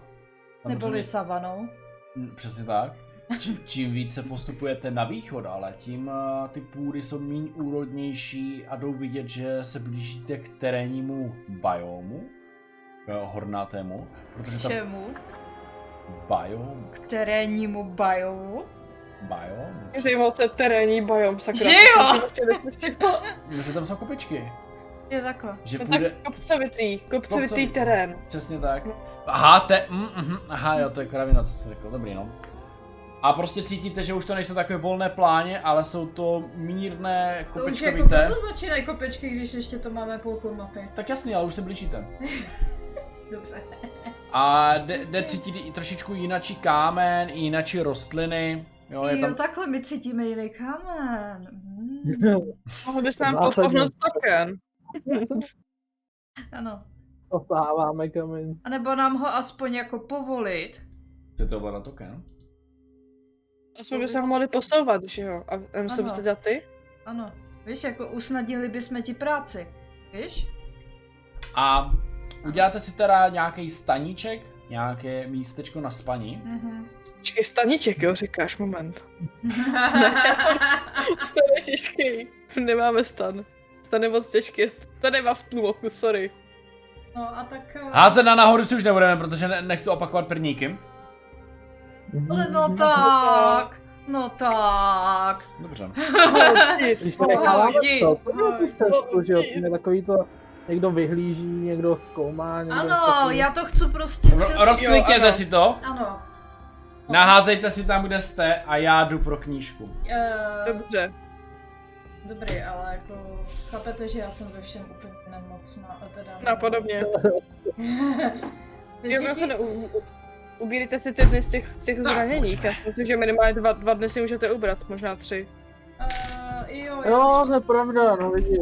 Speaker 6: Neboli
Speaker 1: Samozřejmě-
Speaker 6: savanou.
Speaker 1: Mm, Přesně tak. Či, čím více postupujete na východ, ale tím eh, ty půdy jsou méně úrodnější a jdou vidět, že se blížíte k terénnímu biomu, k hornatému, protože tam
Speaker 6: Čemu?
Speaker 1: biom,
Speaker 6: K terénnímu biovu?
Speaker 1: biom,
Speaker 4: Zajímal se terénní bajom, sakra.
Speaker 6: Že
Speaker 4: to
Speaker 6: jo?
Speaker 4: jsem ještě neslyšela.
Speaker 1: že tam jsou kopičky,
Speaker 6: Je takhle.
Speaker 1: že
Speaker 4: No
Speaker 1: půjde,
Speaker 4: tak kopcovitý, kopcovitý
Speaker 1: Kopcovitý.
Speaker 4: terén.
Speaker 1: Přesně tak. Aha, te, mm, mm, aha, jo, to je kravina, co jsi řekl, dobrý no. A prostě cítíte, že už to nejsou takové volné pláně, ale jsou to mírné
Speaker 2: To už jako
Speaker 1: kopečkovité.
Speaker 2: brzo začínají kopečky, když ještě to máme půlku mapy.
Speaker 1: Tak jasně, ale už se blížíte.
Speaker 2: Dobře.
Speaker 1: A jde, jde cítit i trošičku jinačí kámen, i jinačí rostliny. Jo, je
Speaker 2: Jo,
Speaker 1: tam...
Speaker 2: takhle my cítíme jiný kámen. Mm.
Speaker 4: Mohl bys nám
Speaker 3: Zásadně.
Speaker 4: popohnout token.
Speaker 2: Ano.
Speaker 3: Posáváme kamen.
Speaker 2: A nebo nám ho aspoň jako povolit.
Speaker 1: Ty to bylo na token.
Speaker 4: Aspoň bychom ho mohli posouvat, že jo? A nevím, co
Speaker 2: Ano.
Speaker 4: bys to dělal ty?
Speaker 2: Ano. Víš, jako usnadnili bychom ti práci. Víš?
Speaker 1: A uděláte si teda nějaký staníček, nějaké místečko na spaní.
Speaker 2: Mhm.
Speaker 4: Počkej, staniček, jo, říkáš, moment. Stan je těžký. Nemáme stan. Stan je moc těžký. To nemá v tlumoku, sorry.
Speaker 2: no a tak... eh,
Speaker 1: Házet na nahoru si už nebudeme, protože ne, nechci opakovat prvníky.
Speaker 2: Ale no tak. No tak.
Speaker 1: Dobře.
Speaker 3: Když to
Speaker 2: Pohodě.
Speaker 3: necháváme to, to bylo tu
Speaker 2: Pohodě.
Speaker 3: cestu, že jo, to je takový to, někdo vyhlíží, někdo zkoumá, někdo...
Speaker 2: Ano, já to chci prostě
Speaker 1: Ro-
Speaker 2: přes...
Speaker 1: rozklikněte
Speaker 4: Jo, ano.
Speaker 1: si to.
Speaker 2: Ano.
Speaker 1: Naházejte si tam, kde jste a já jdu pro knížku.
Speaker 2: Eh,
Speaker 4: Dobře.
Speaker 2: Dobrý, ale jako chápete, že já jsem ve všem úplně nemocná. a Teda
Speaker 4: No, Napodobně.
Speaker 2: Takže
Speaker 4: Jo, jako
Speaker 2: ti-
Speaker 4: ne, u, u, ubírejte si ty dny z těch, z těch zraněních. Já si myslím, že minimálně dva, dva dny si můžete ubrat, možná tři.
Speaker 2: Eh, jo,
Speaker 3: Jo, to je pravda, no vidíš.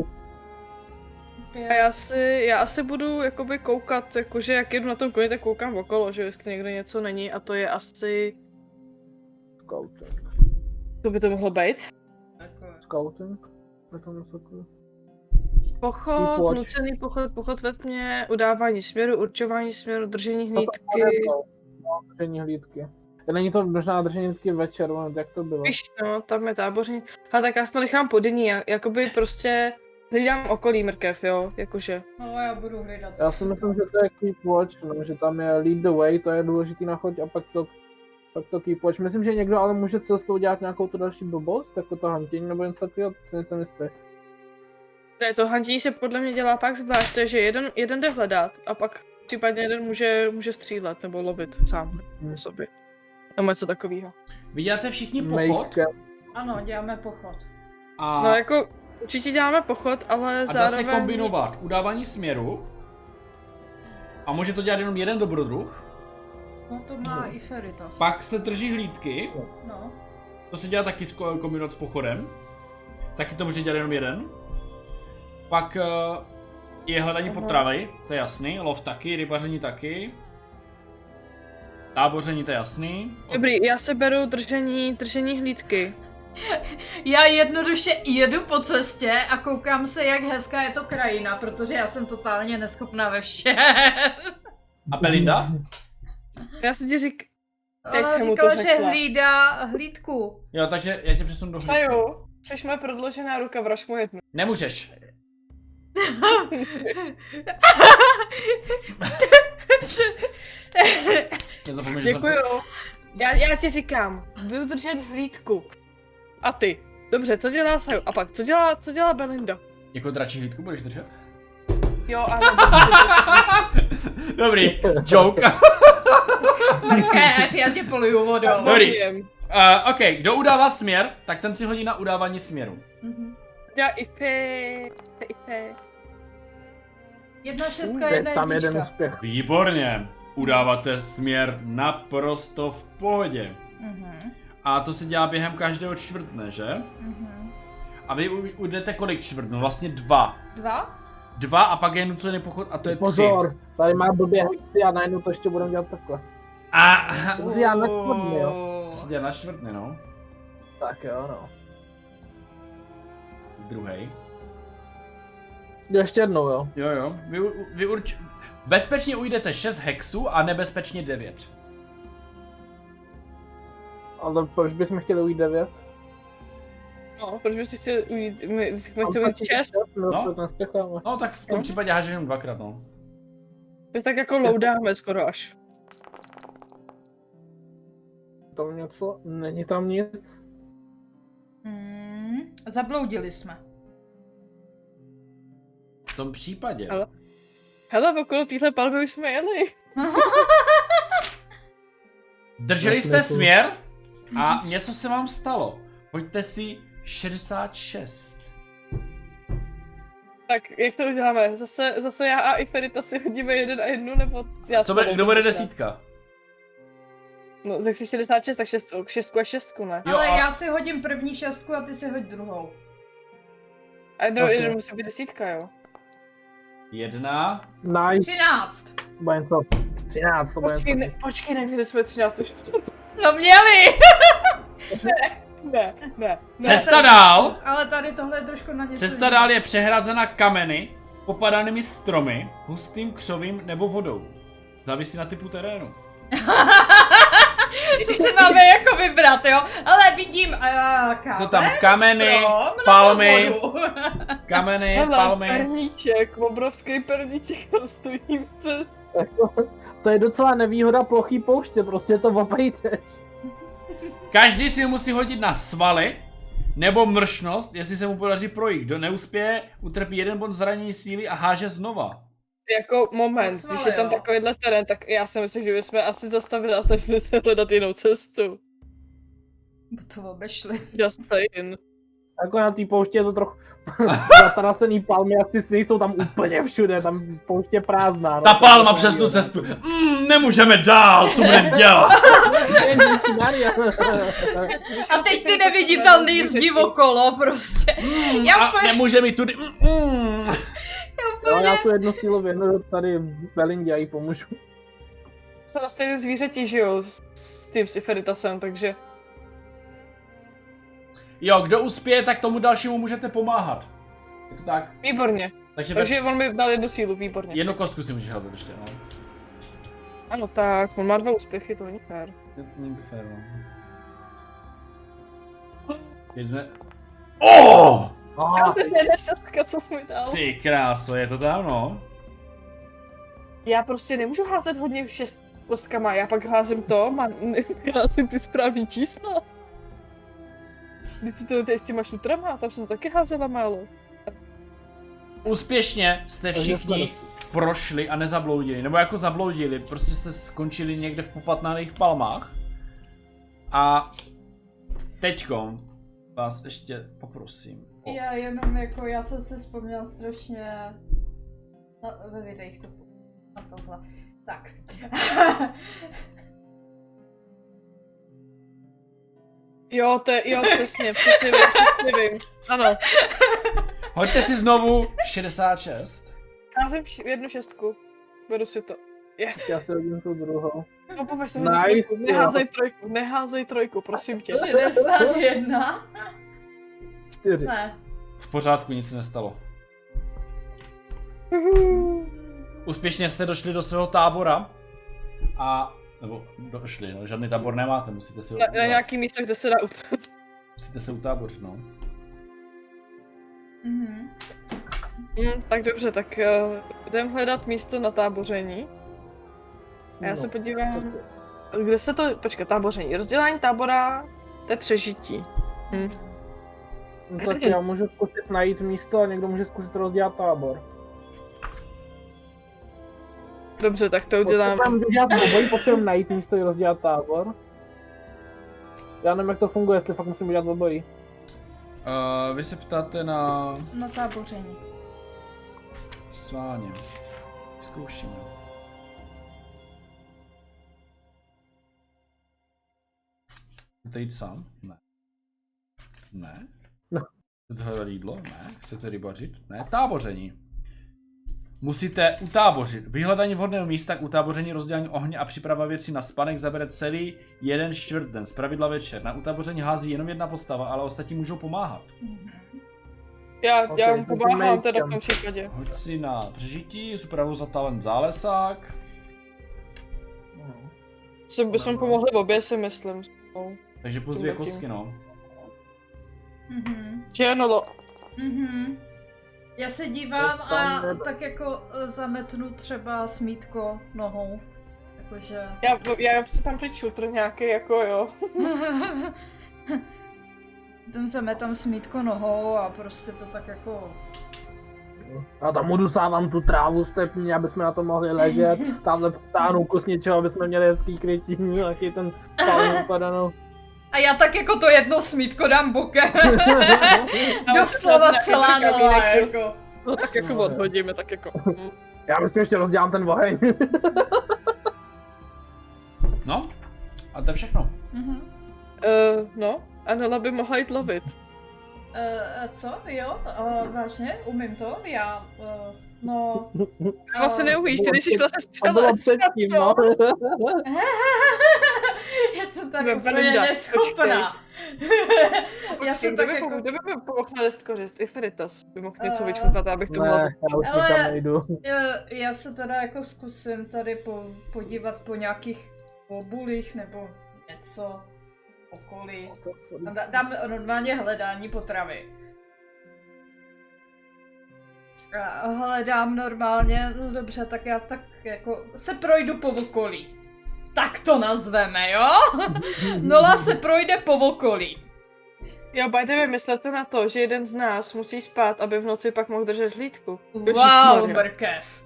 Speaker 4: A já si, já asi budu jakoby koukat, jakože jak jedu na tom koni, tak koukám okolo, že jo, jestli někde něco není a to je asi...
Speaker 3: Scouting.
Speaker 4: Co by to mohlo být?
Speaker 3: Scouting? Na tom vysokou. Keep
Speaker 4: Pochod,
Speaker 3: watch.
Speaker 4: nucený pochod, pochod ve tmě, udávání směru, určování směru, držení
Speaker 3: To je
Speaker 4: hlídky.
Speaker 3: to, no, držení hlídky. Není to možná držení hlídky večer, no, jak to bylo?
Speaker 4: Víš, no, tam je táboření. A tak já se to nechám podení, já, jakoby prostě hlídám okolí mrkev, jo, jakože.
Speaker 2: No, já budu hlídat.
Speaker 3: Já si myslím, že to je Keep Watch, no, že tam je Lead the Way, to je důležitý na choď a pak to, pak to Keep Watch. Myslím, že někdo ale může cestou dělat nějakou tu další blbost, jako to hantění nebo něco takového, to si nejsem jistý.
Speaker 4: Ne, to handění se podle mě dělá pak zvlášť, to je, že jeden, jeden jde hledat a pak případně jeden může, může střílet nebo lovit sám
Speaker 3: Hmm.
Speaker 4: na sobě. Nebo něco takového.
Speaker 1: Vidíte všichni pochod?
Speaker 3: Make camp.
Speaker 2: Ano, děláme pochod.
Speaker 1: A,
Speaker 4: No jako určitě děláme pochod, ale
Speaker 1: a dá se
Speaker 4: zároveň...
Speaker 1: kombinovat udávání směru. A může to dělat jenom jeden dobrodruh.
Speaker 2: No to má i Feritas.
Speaker 1: Pak se drží hlídky.
Speaker 2: No.
Speaker 1: To se dělá taky s ko- kombinovat s pochodem. Taky to může dělat jenom jeden. Pak eh, je hledání potravy, to je jasný. Lov taky, rybaření taky. Táboření, to je jasný.
Speaker 4: Dobrý, já se beru držení, držení hlídky.
Speaker 2: Já jednoduše jedu po cestě a koukám se, jak hezká je to krajina, protože já jsem totálně neschopná ve všem.
Speaker 1: A Belinda?
Speaker 4: Já si ti řík... Teď
Speaker 2: Ona
Speaker 4: jsem mu to
Speaker 2: říkala, že
Speaker 4: řekla.
Speaker 2: hlídá hlídku.
Speaker 1: Jo, takže já tě přesunu do hlídky.
Speaker 4: Saju, jsi moje prodloužená ruka, vraž mu jednu.
Speaker 1: Nemůžeš. Nezapomeň, že jsem... jako-
Speaker 4: Děkuju. Já, já ti říkám, budu držet hlídku. A ty. Dobře, co dělá Saju? A pak, co dělá, co dělá Belinda?
Speaker 1: Jako dračí hlídku budeš držet?
Speaker 4: Jo, ano. dobře.
Speaker 1: Dobrý, joke.
Speaker 2: Markév, já tě poluju vodou.
Speaker 1: Dobrý.
Speaker 4: Milujem.
Speaker 1: Uh, OK, kdo udává směr, tak ten si hodí na udávání směru.
Speaker 2: Mhm.
Speaker 4: Já i ty, i ty.
Speaker 2: Jedna šestka,
Speaker 3: Je
Speaker 2: jedna
Speaker 3: tam jeden
Speaker 2: jednička.
Speaker 3: úspěch.
Speaker 1: Výborně. udáváte směr naprosto v pohodě.
Speaker 6: Mhm.
Speaker 1: A to se dělá během každého čtvrtne, že?
Speaker 6: Mhm.
Speaker 1: A vy u- ujdete kolik čtvrtnů? Vlastně dva.
Speaker 6: Dva?
Speaker 1: Dva a pak je nucený pochod a to je tři.
Speaker 3: Pozor, tady má blbě hexy a najednou to ještě budeme dělat takhle.
Speaker 1: A...
Speaker 3: To se dělá na čtvrtny, jo.
Speaker 1: To se dělá na čtvrtny, no.
Speaker 3: Tak jo, no.
Speaker 1: Druhý.
Speaker 3: Ještě jednou, jo.
Speaker 1: Jo, jo. Vy, u- vy urč... Bezpečně ujdete 6 hexů a nebezpečně 9.
Speaker 3: Ale proč bychom chtěli ujít 9?
Speaker 4: No, proč byste chtěli ujít, my, my chceme mít čest,
Speaker 1: No.
Speaker 3: No, no. to nespěcháme.
Speaker 1: No tak v tom
Speaker 4: Jo.
Speaker 1: případě hážeš jenom dvakrát, no.
Speaker 4: my se tak jako loudáme skoro až.
Speaker 3: Tam něco, není tam nic.
Speaker 6: Mm. Zabloudili jsme.
Speaker 1: V tom případě.
Speaker 4: Ale- Hele, okolo téhle palmy už jsme jeli.
Speaker 1: Drželi
Speaker 3: Jasně,
Speaker 1: jste
Speaker 3: jsou-
Speaker 1: směr a něco se vám stalo. Pojďte si 66.
Speaker 4: Tak jak to uděláme? Zase, zase já a i Ferita si hodíme jeden a jednu, nebo já
Speaker 1: Co
Speaker 4: s
Speaker 1: bude,
Speaker 4: tebou
Speaker 1: kdo bude
Speaker 4: tentokrát?
Speaker 1: desítka?
Speaker 4: No, tak jsi 66, tak šest, šestku a šestku, ne?
Speaker 1: Jo,
Speaker 6: Ale
Speaker 1: a-
Speaker 6: já si hodím první šestku a ty si hoď druhou.
Speaker 4: A jednou,
Speaker 3: Ok.
Speaker 4: jednou musí být desítka, jo?
Speaker 1: Jedna.
Speaker 3: Nice,
Speaker 6: Třináct.
Speaker 3: to bude něco. 13, to bude
Speaker 4: Počkej,
Speaker 3: něco.
Speaker 4: ne, počkej, neměli jsme 13 už.
Speaker 6: No měli!
Speaker 4: Ne, ne, ne.
Speaker 1: Cesta dál.
Speaker 6: Ale tady tohle je trošku na něco
Speaker 1: Cesta
Speaker 6: jiného.
Speaker 1: dál je přehrazena kameny, popadanými stromy, hustým křovím nebo vodou. Závisí na typu terénu.
Speaker 6: Co si máme jako vybrat, jo? Ale vidím, a kámen,
Speaker 1: Jsou tam kameny,
Speaker 6: strom,
Speaker 1: palmy.
Speaker 6: nebo vodu.
Speaker 1: Kameny,
Speaker 4: Hele,
Speaker 1: palmy.
Speaker 4: perníček, obrovský perníček, tam stojí v cest.
Speaker 3: To je docela nevýhoda plochý pouště, prostě to obejdeš.
Speaker 1: Každý si musí hodit na svaly nebo mršnost, jestli se mu podaří projít. Kdo neuspěje, utrpí jeden bod zranění síly a háže znova.
Speaker 4: Jako moment,
Speaker 6: Posvale,
Speaker 4: když je tam
Speaker 6: jo.
Speaker 4: takovýhle terén, tak já si myslím, že bychom asi zastavili a snažili se hledat jinou cestu.
Speaker 6: To obešli.
Speaker 4: Just saying.
Speaker 3: Jako na té pouště je to trochu zatarasený palmy a sice nejsou tam úplně všude, tam pouště prázdná. no,
Speaker 1: Ta
Speaker 3: to je
Speaker 1: palma
Speaker 3: to
Speaker 1: přes tu
Speaker 3: nevýhoda.
Speaker 1: cestu. Mm, nemůžeme dál, co budeme dělat?
Speaker 3: Ježišmarja.
Speaker 6: A teď
Speaker 4: prostě
Speaker 6: ty neviditelný zdi okolo, prostě.
Speaker 1: Mm,
Speaker 6: Já
Speaker 1: a
Speaker 6: úplně-
Speaker 1: nemůžeme jít tudy. Mm, mm.
Speaker 3: No, já tu jednu sílu věnu tady Belindě a jí pomůžu.
Speaker 4: Se na stejné zvířeti žijou s, s tím Siferitasem, takže
Speaker 1: Jo, kdo uspěje, tak tomu dalšímu můžete pomáhat. Je to tak?
Speaker 4: výborně.
Speaker 1: Takže, Takže...
Speaker 4: Takže on mi dal jednu sílu, výborně.
Speaker 1: jednu kostku si můžeš házet ještě, no.
Speaker 4: Ano tak, on má dva úspěchy, to není fér.
Speaker 1: Není by fér, no. Teď jsme... Oh!
Speaker 3: Ah,
Speaker 4: To je nešetka, co jsi mi dal.
Speaker 1: Ty kráso, je to tam, no.
Speaker 4: Já prostě nemůžu házet hodně šest kostkama, já pak házím to, má, házím ty správný čísla. Vždyť si to ty ještě máš utrama, tam jsem taky házela málo.
Speaker 1: Úspěšně jste
Speaker 3: Takže
Speaker 1: všichni
Speaker 3: jsme
Speaker 1: prošli a nezabloudili, nebo jako zabloudili, prostě jste skončili někde v popatnaných palmách. A teďkom vás ještě poprosím. o-
Speaker 6: Já jenom jako, já jsem se vzpomněla strašně na, ve videích to na tohle. Tak.
Speaker 4: Jo, to je, jo, přesně, přesně vím, přesně vím. Ano,
Speaker 1: Hoďte si znovu 66.
Speaker 4: házím vš- jednu šestku, beru si to. Yes.
Speaker 3: Já si hodím tu druhou.
Speaker 4: No, pomaž se
Speaker 3: Nice,
Speaker 4: nice,
Speaker 3: jo.
Speaker 4: neházej trojku, neházej trojku, prosím tě.
Speaker 6: 61?
Speaker 3: Čtyři.
Speaker 2: No,
Speaker 6: Ne.
Speaker 1: V pořádku, nic se nestalo. Úspěšně jste došli do svého tábora a nebo došli, no, žádný tábor nemáte, musíte se,
Speaker 4: Na, na nějaký místo, kde se dá ut-
Speaker 1: musíte se utábořit, no.
Speaker 6: Mhm.
Speaker 4: Mm, tak dobře, tak uh, jdem hledat místo na táboření. A já se
Speaker 3: No, co
Speaker 4: podívám,
Speaker 3: to-
Speaker 4: kde se to, počkat, táboření, rozdělání tábora, to je přežití.
Speaker 3: no tak já můžu zkusit najít místo a někdo může zkusit rozdělat tábor.
Speaker 4: Dobře, tak to udělám.
Speaker 3: Potřebujeme udělat obojí, potřebujeme najít místo i rozdělat tábor. Já nevím, jak to funguje, jestli fakt musím udělat obojí.
Speaker 1: Uh, vy se ptáte na
Speaker 6: Na táboření.
Speaker 1: sváně. Zkoušíme. Chcete jít sám? Ne. Ne?
Speaker 3: No.
Speaker 1: Chcete hledat jídlo? Ne. Chcete rybařit? Ne. Táboření. Musíte utábořit. Vyhledání vhodného místa k utáboření, rozdělání ohně a příprava věcí na spanek zabere celý jeden čtvrt den, zpravidla večer. Na utáboření hází jenom jedna postava, ale ostatní můžou pomáhat.
Speaker 6: Mhm.
Speaker 4: Já,
Speaker 3: Ok,
Speaker 4: já mu
Speaker 3: takže
Speaker 4: pomáhám
Speaker 3: make
Speaker 4: teda v
Speaker 3: them.
Speaker 4: tom případě.
Speaker 1: Hoď si na přežití, supravu za talent zálesák.
Speaker 4: Se, by jsme pomohli obě, si myslím. No.
Speaker 1: Takže plus dvě kostky, no.
Speaker 2: Mhm.
Speaker 4: Že ano, lo-
Speaker 2: Mhm. Já se dívám
Speaker 3: To tam
Speaker 2: a
Speaker 3: nebyl.
Speaker 2: tak jako eh, zametnu třeba smítko nohou. Jakože...
Speaker 4: já, já si tam teď šutr nějaký, jako jo.
Speaker 2: Tam zametám smítko nohou a prostě to tak jako...
Speaker 3: A tam udusávám tu trávu stepní, aby jsme na to mohli ležet. Tamhle přitáhnu kus něčeho, aby jsme měli hezký krytí. Taky ten palem upadanou.
Speaker 2: A já tak jako to jedno smítko dám bokem. Doslova
Speaker 4: Já-
Speaker 2: celá
Speaker 4: já- já-
Speaker 2: nová,
Speaker 4: já-
Speaker 2: jako.
Speaker 4: No tak jako
Speaker 3: No, jo.
Speaker 4: odhodíme, tak jako.
Speaker 3: Já myslím, ještě rozdělám ten oheň.
Speaker 1: No. A to je všechno.
Speaker 2: Mhm.
Speaker 4: Uh, no, Anela by mohla jít lovit.
Speaker 2: Eh, co? Jo? Eh, vážně? Umím to? Já... eh, no...
Speaker 4: A vlastně neuvíš, ty
Speaker 3: bylo
Speaker 4: nejsi
Speaker 3: před-
Speaker 4: šla se
Speaker 3: To
Speaker 4: střelet.
Speaker 3: bylo předtím, no.
Speaker 2: já jsem tak
Speaker 4: Ve
Speaker 2: úplně
Speaker 4: Belinda,
Speaker 2: neschopná. já jsem tak
Speaker 4: jako...
Speaker 2: jako...
Speaker 4: Kdyby mi pomohl nést kořist, i Feritas by mohl něco
Speaker 2: Eh,
Speaker 4: vyčkutat, já bych to
Speaker 3: Ne,
Speaker 4: mohla za-
Speaker 3: já už
Speaker 2: Ale-
Speaker 3: to tam nejdu.
Speaker 2: Já, já se teda jako zkusím tady po, podívat po nějakých obulích nebo něco v okolí. A dá- Dám normálně hledání potravy. A hledám normálně, no dobře, tak já tak jako se projdu po okolí. Tak to nazveme, jo? Nola se projde po okolí.
Speaker 4: Jo, by the way, myslete na to, že jeden z nás musí spát, aby v noci pak mohl držet hlídku. Jo, šikmar,
Speaker 2: Wow,
Speaker 4: jo.
Speaker 2: brkev.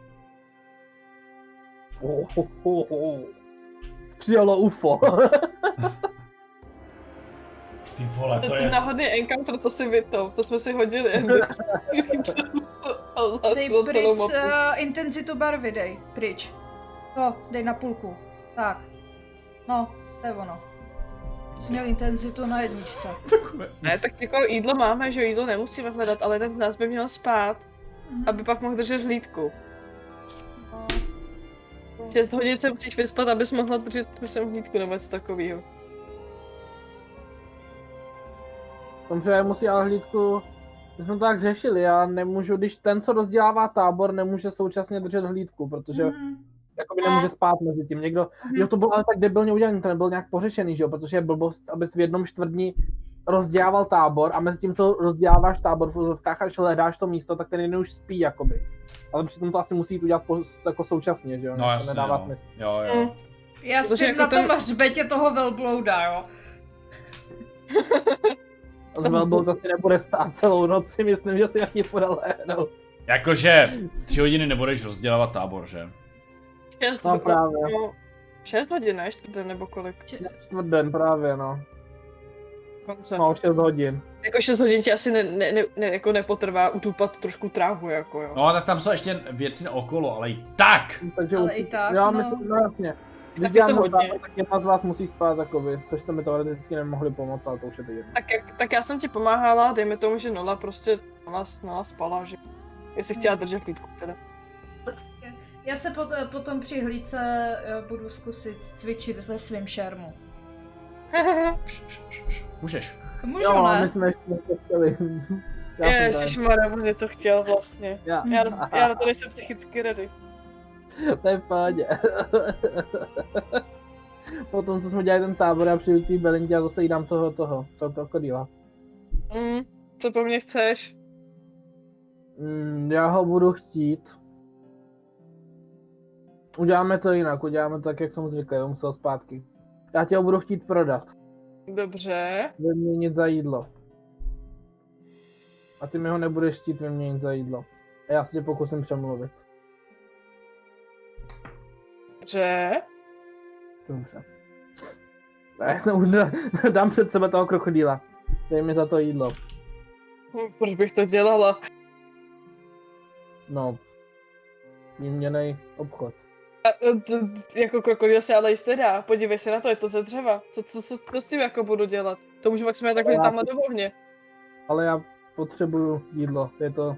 Speaker 3: Oh, oh, oh, oh. Přijelo UFO.
Speaker 1: Ty vole,
Speaker 4: To je náhodný encounter, co si vytou, to jsme si hodili. Andy. A zvládlo
Speaker 2: Dej
Speaker 4: celou
Speaker 2: pryč
Speaker 4: mapu.
Speaker 2: uh, intenzitu barvy, dej, pryč. To, dej na půlku. Tak. No, to je ono. Jsi měl intenzitu na jedničce.
Speaker 4: Ne, tak jako jídlo máme, že jo, jídlo nemusíme hledat, ale jeden z nás by měl spát, aby pak mohl držet hlídku.
Speaker 2: No.
Speaker 4: 6 hodin se musíš vyspat, abys mohla držet, myslím, hlídku nebo něco takového.
Speaker 3: V tom, že musí ale hlídku... My jsme to tak řešili, já nemůžu, když ten, co rozdělává tábor, nemůže současně držet hlídku, protože
Speaker 2: Mhm.
Speaker 3: jakoby nemůže spát mezi tím. Někdo, jo, to bylo ale tak debilně udělané, to nebyl nějak pořešený, že jo, protože je blbost, abys v jednom čtvrtdní rozdělával tábor a mezi tím, co rozděláváš tábor v úzovkách a hledáš to místo, tak ten jeden už spí, jakoby. Ale přitom to asi musí jít udělat po, jako současně, že jo?
Speaker 1: No
Speaker 3: to
Speaker 1: jasně,
Speaker 3: nedává
Speaker 1: no.
Speaker 3: smysl.
Speaker 1: Jo,
Speaker 4: Mm.
Speaker 1: jo.
Speaker 2: Já
Speaker 4: Protože
Speaker 2: spím
Speaker 4: jako
Speaker 2: na
Speaker 4: ten-
Speaker 2: tom hřbetě toho velblouda, jo.
Speaker 3: S velbou to si nebude stát celou noc, si myslím, že si ani bude léhnout.
Speaker 1: Jakože tři hodiny nebudeš rozdělávat tábor, že?
Speaker 4: 6
Speaker 3: No právě,
Speaker 4: 6 hodin, ne? Čtvrtý nebo kolik?
Speaker 3: čtvrt den právě, no.
Speaker 4: Konce.
Speaker 3: No, 6 hodin.
Speaker 4: Jako 6 hodin ti asi ne, ne, ne, ne, jako nepotrvá utupat trošku trávu, jako jo.
Speaker 1: No, tak tam jsou ještě věci okolo, ale i tak!
Speaker 3: Takže
Speaker 2: Ale
Speaker 3: už-
Speaker 2: i tak,
Speaker 3: Já
Speaker 2: no.
Speaker 3: myslím, no jasně.
Speaker 4: Tak
Speaker 3: Když
Speaker 4: je
Speaker 3: děláme
Speaker 4: to hodně.
Speaker 3: hodně. tak jedna z vás musí spát takový, což to mi teoreticky nemohli pomoct, ale to už je to jedno.
Speaker 4: Tak, jak, tak já jsem ti pomáhala, dejme tomu, že Nola prostě, Nola, Nola spala, že jestli chtěla držet klidku teda.
Speaker 2: Já se pot, potom při hlídce eh, budu zkusit cvičit ve svém šermu.
Speaker 1: Můžeš.
Speaker 2: Můžu,
Speaker 3: Jo,
Speaker 2: ne?
Speaker 3: my jsme ještě něco chtěli. Já jsem tady.
Speaker 4: Ježišmarja, on něco chtěl vlastně.
Speaker 3: Já,
Speaker 4: Já, na- já na to nejsem psychicky ready.
Speaker 3: to je v pohodě. Potom, co jsme dělali ten tábor, já přijdu k té Belindě a zase jí dám toho, toho, toho krokodýla.
Speaker 4: Mm, co po mně chceš?
Speaker 3: Mm, já ho budu chtít. Uděláme to jinak, uděláme to tak, jak jsem zvyklý, on musel zpátky. Já tě ho budu chtít prodat,
Speaker 4: Dobře.
Speaker 3: vyměnit za jídlo. A ty mi ho nebudeš chtít vyměnit za jídlo. A já se tě pokusím přemluvit.
Speaker 4: Dobře.
Speaker 3: Dobře. Já jsem udra- dám před sebe toho krokodýla. Dej mi za to jídlo.
Speaker 4: Hm, Proč bych to dělala?
Speaker 3: No. Výměnej obchod.
Speaker 4: A, t, jako krokodýl se ale jíst nedá. Podívej se na to, je to ze dřeva. Co, co, co, co s tím jako budu dělat? To můžu maximálně takhle
Speaker 3: Já-
Speaker 4: tamhle do ohně.
Speaker 3: Ale já potřebuju jídlo, je to...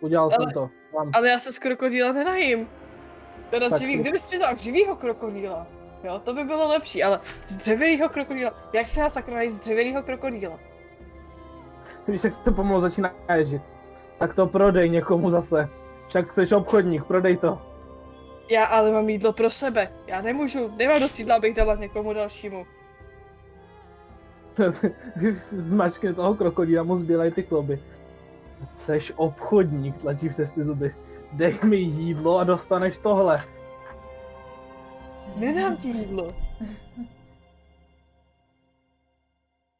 Speaker 3: Udělal jsem
Speaker 4: Ale-
Speaker 3: to. Mám.
Speaker 4: Ale já se z krokodýla nenajím. Teda
Speaker 3: Tak
Speaker 4: živý,
Speaker 3: to-
Speaker 4: kdyby jsi dal živýho krokodýla, jo, to by bylo lepší, ale z dřevěného krokodýla, jak se já sakra najít z dřevěného krokodýla?
Speaker 3: Když se to pomalu začíná ježit. Tak to prodej někomu zase. Však jsi obchodník, prodej to.
Speaker 4: Já ale mám jídlo pro sebe, já nemůžu, nemám dost jídla, abych dala někomu dalšímu.
Speaker 3: Zmačkne toho krokodýla, mu zbílej ty kloby. Seš obchodník, tlačí přes ty zuby. Dej mi jídlo a dostaneš tohle.
Speaker 4: Nedám ti jídlo.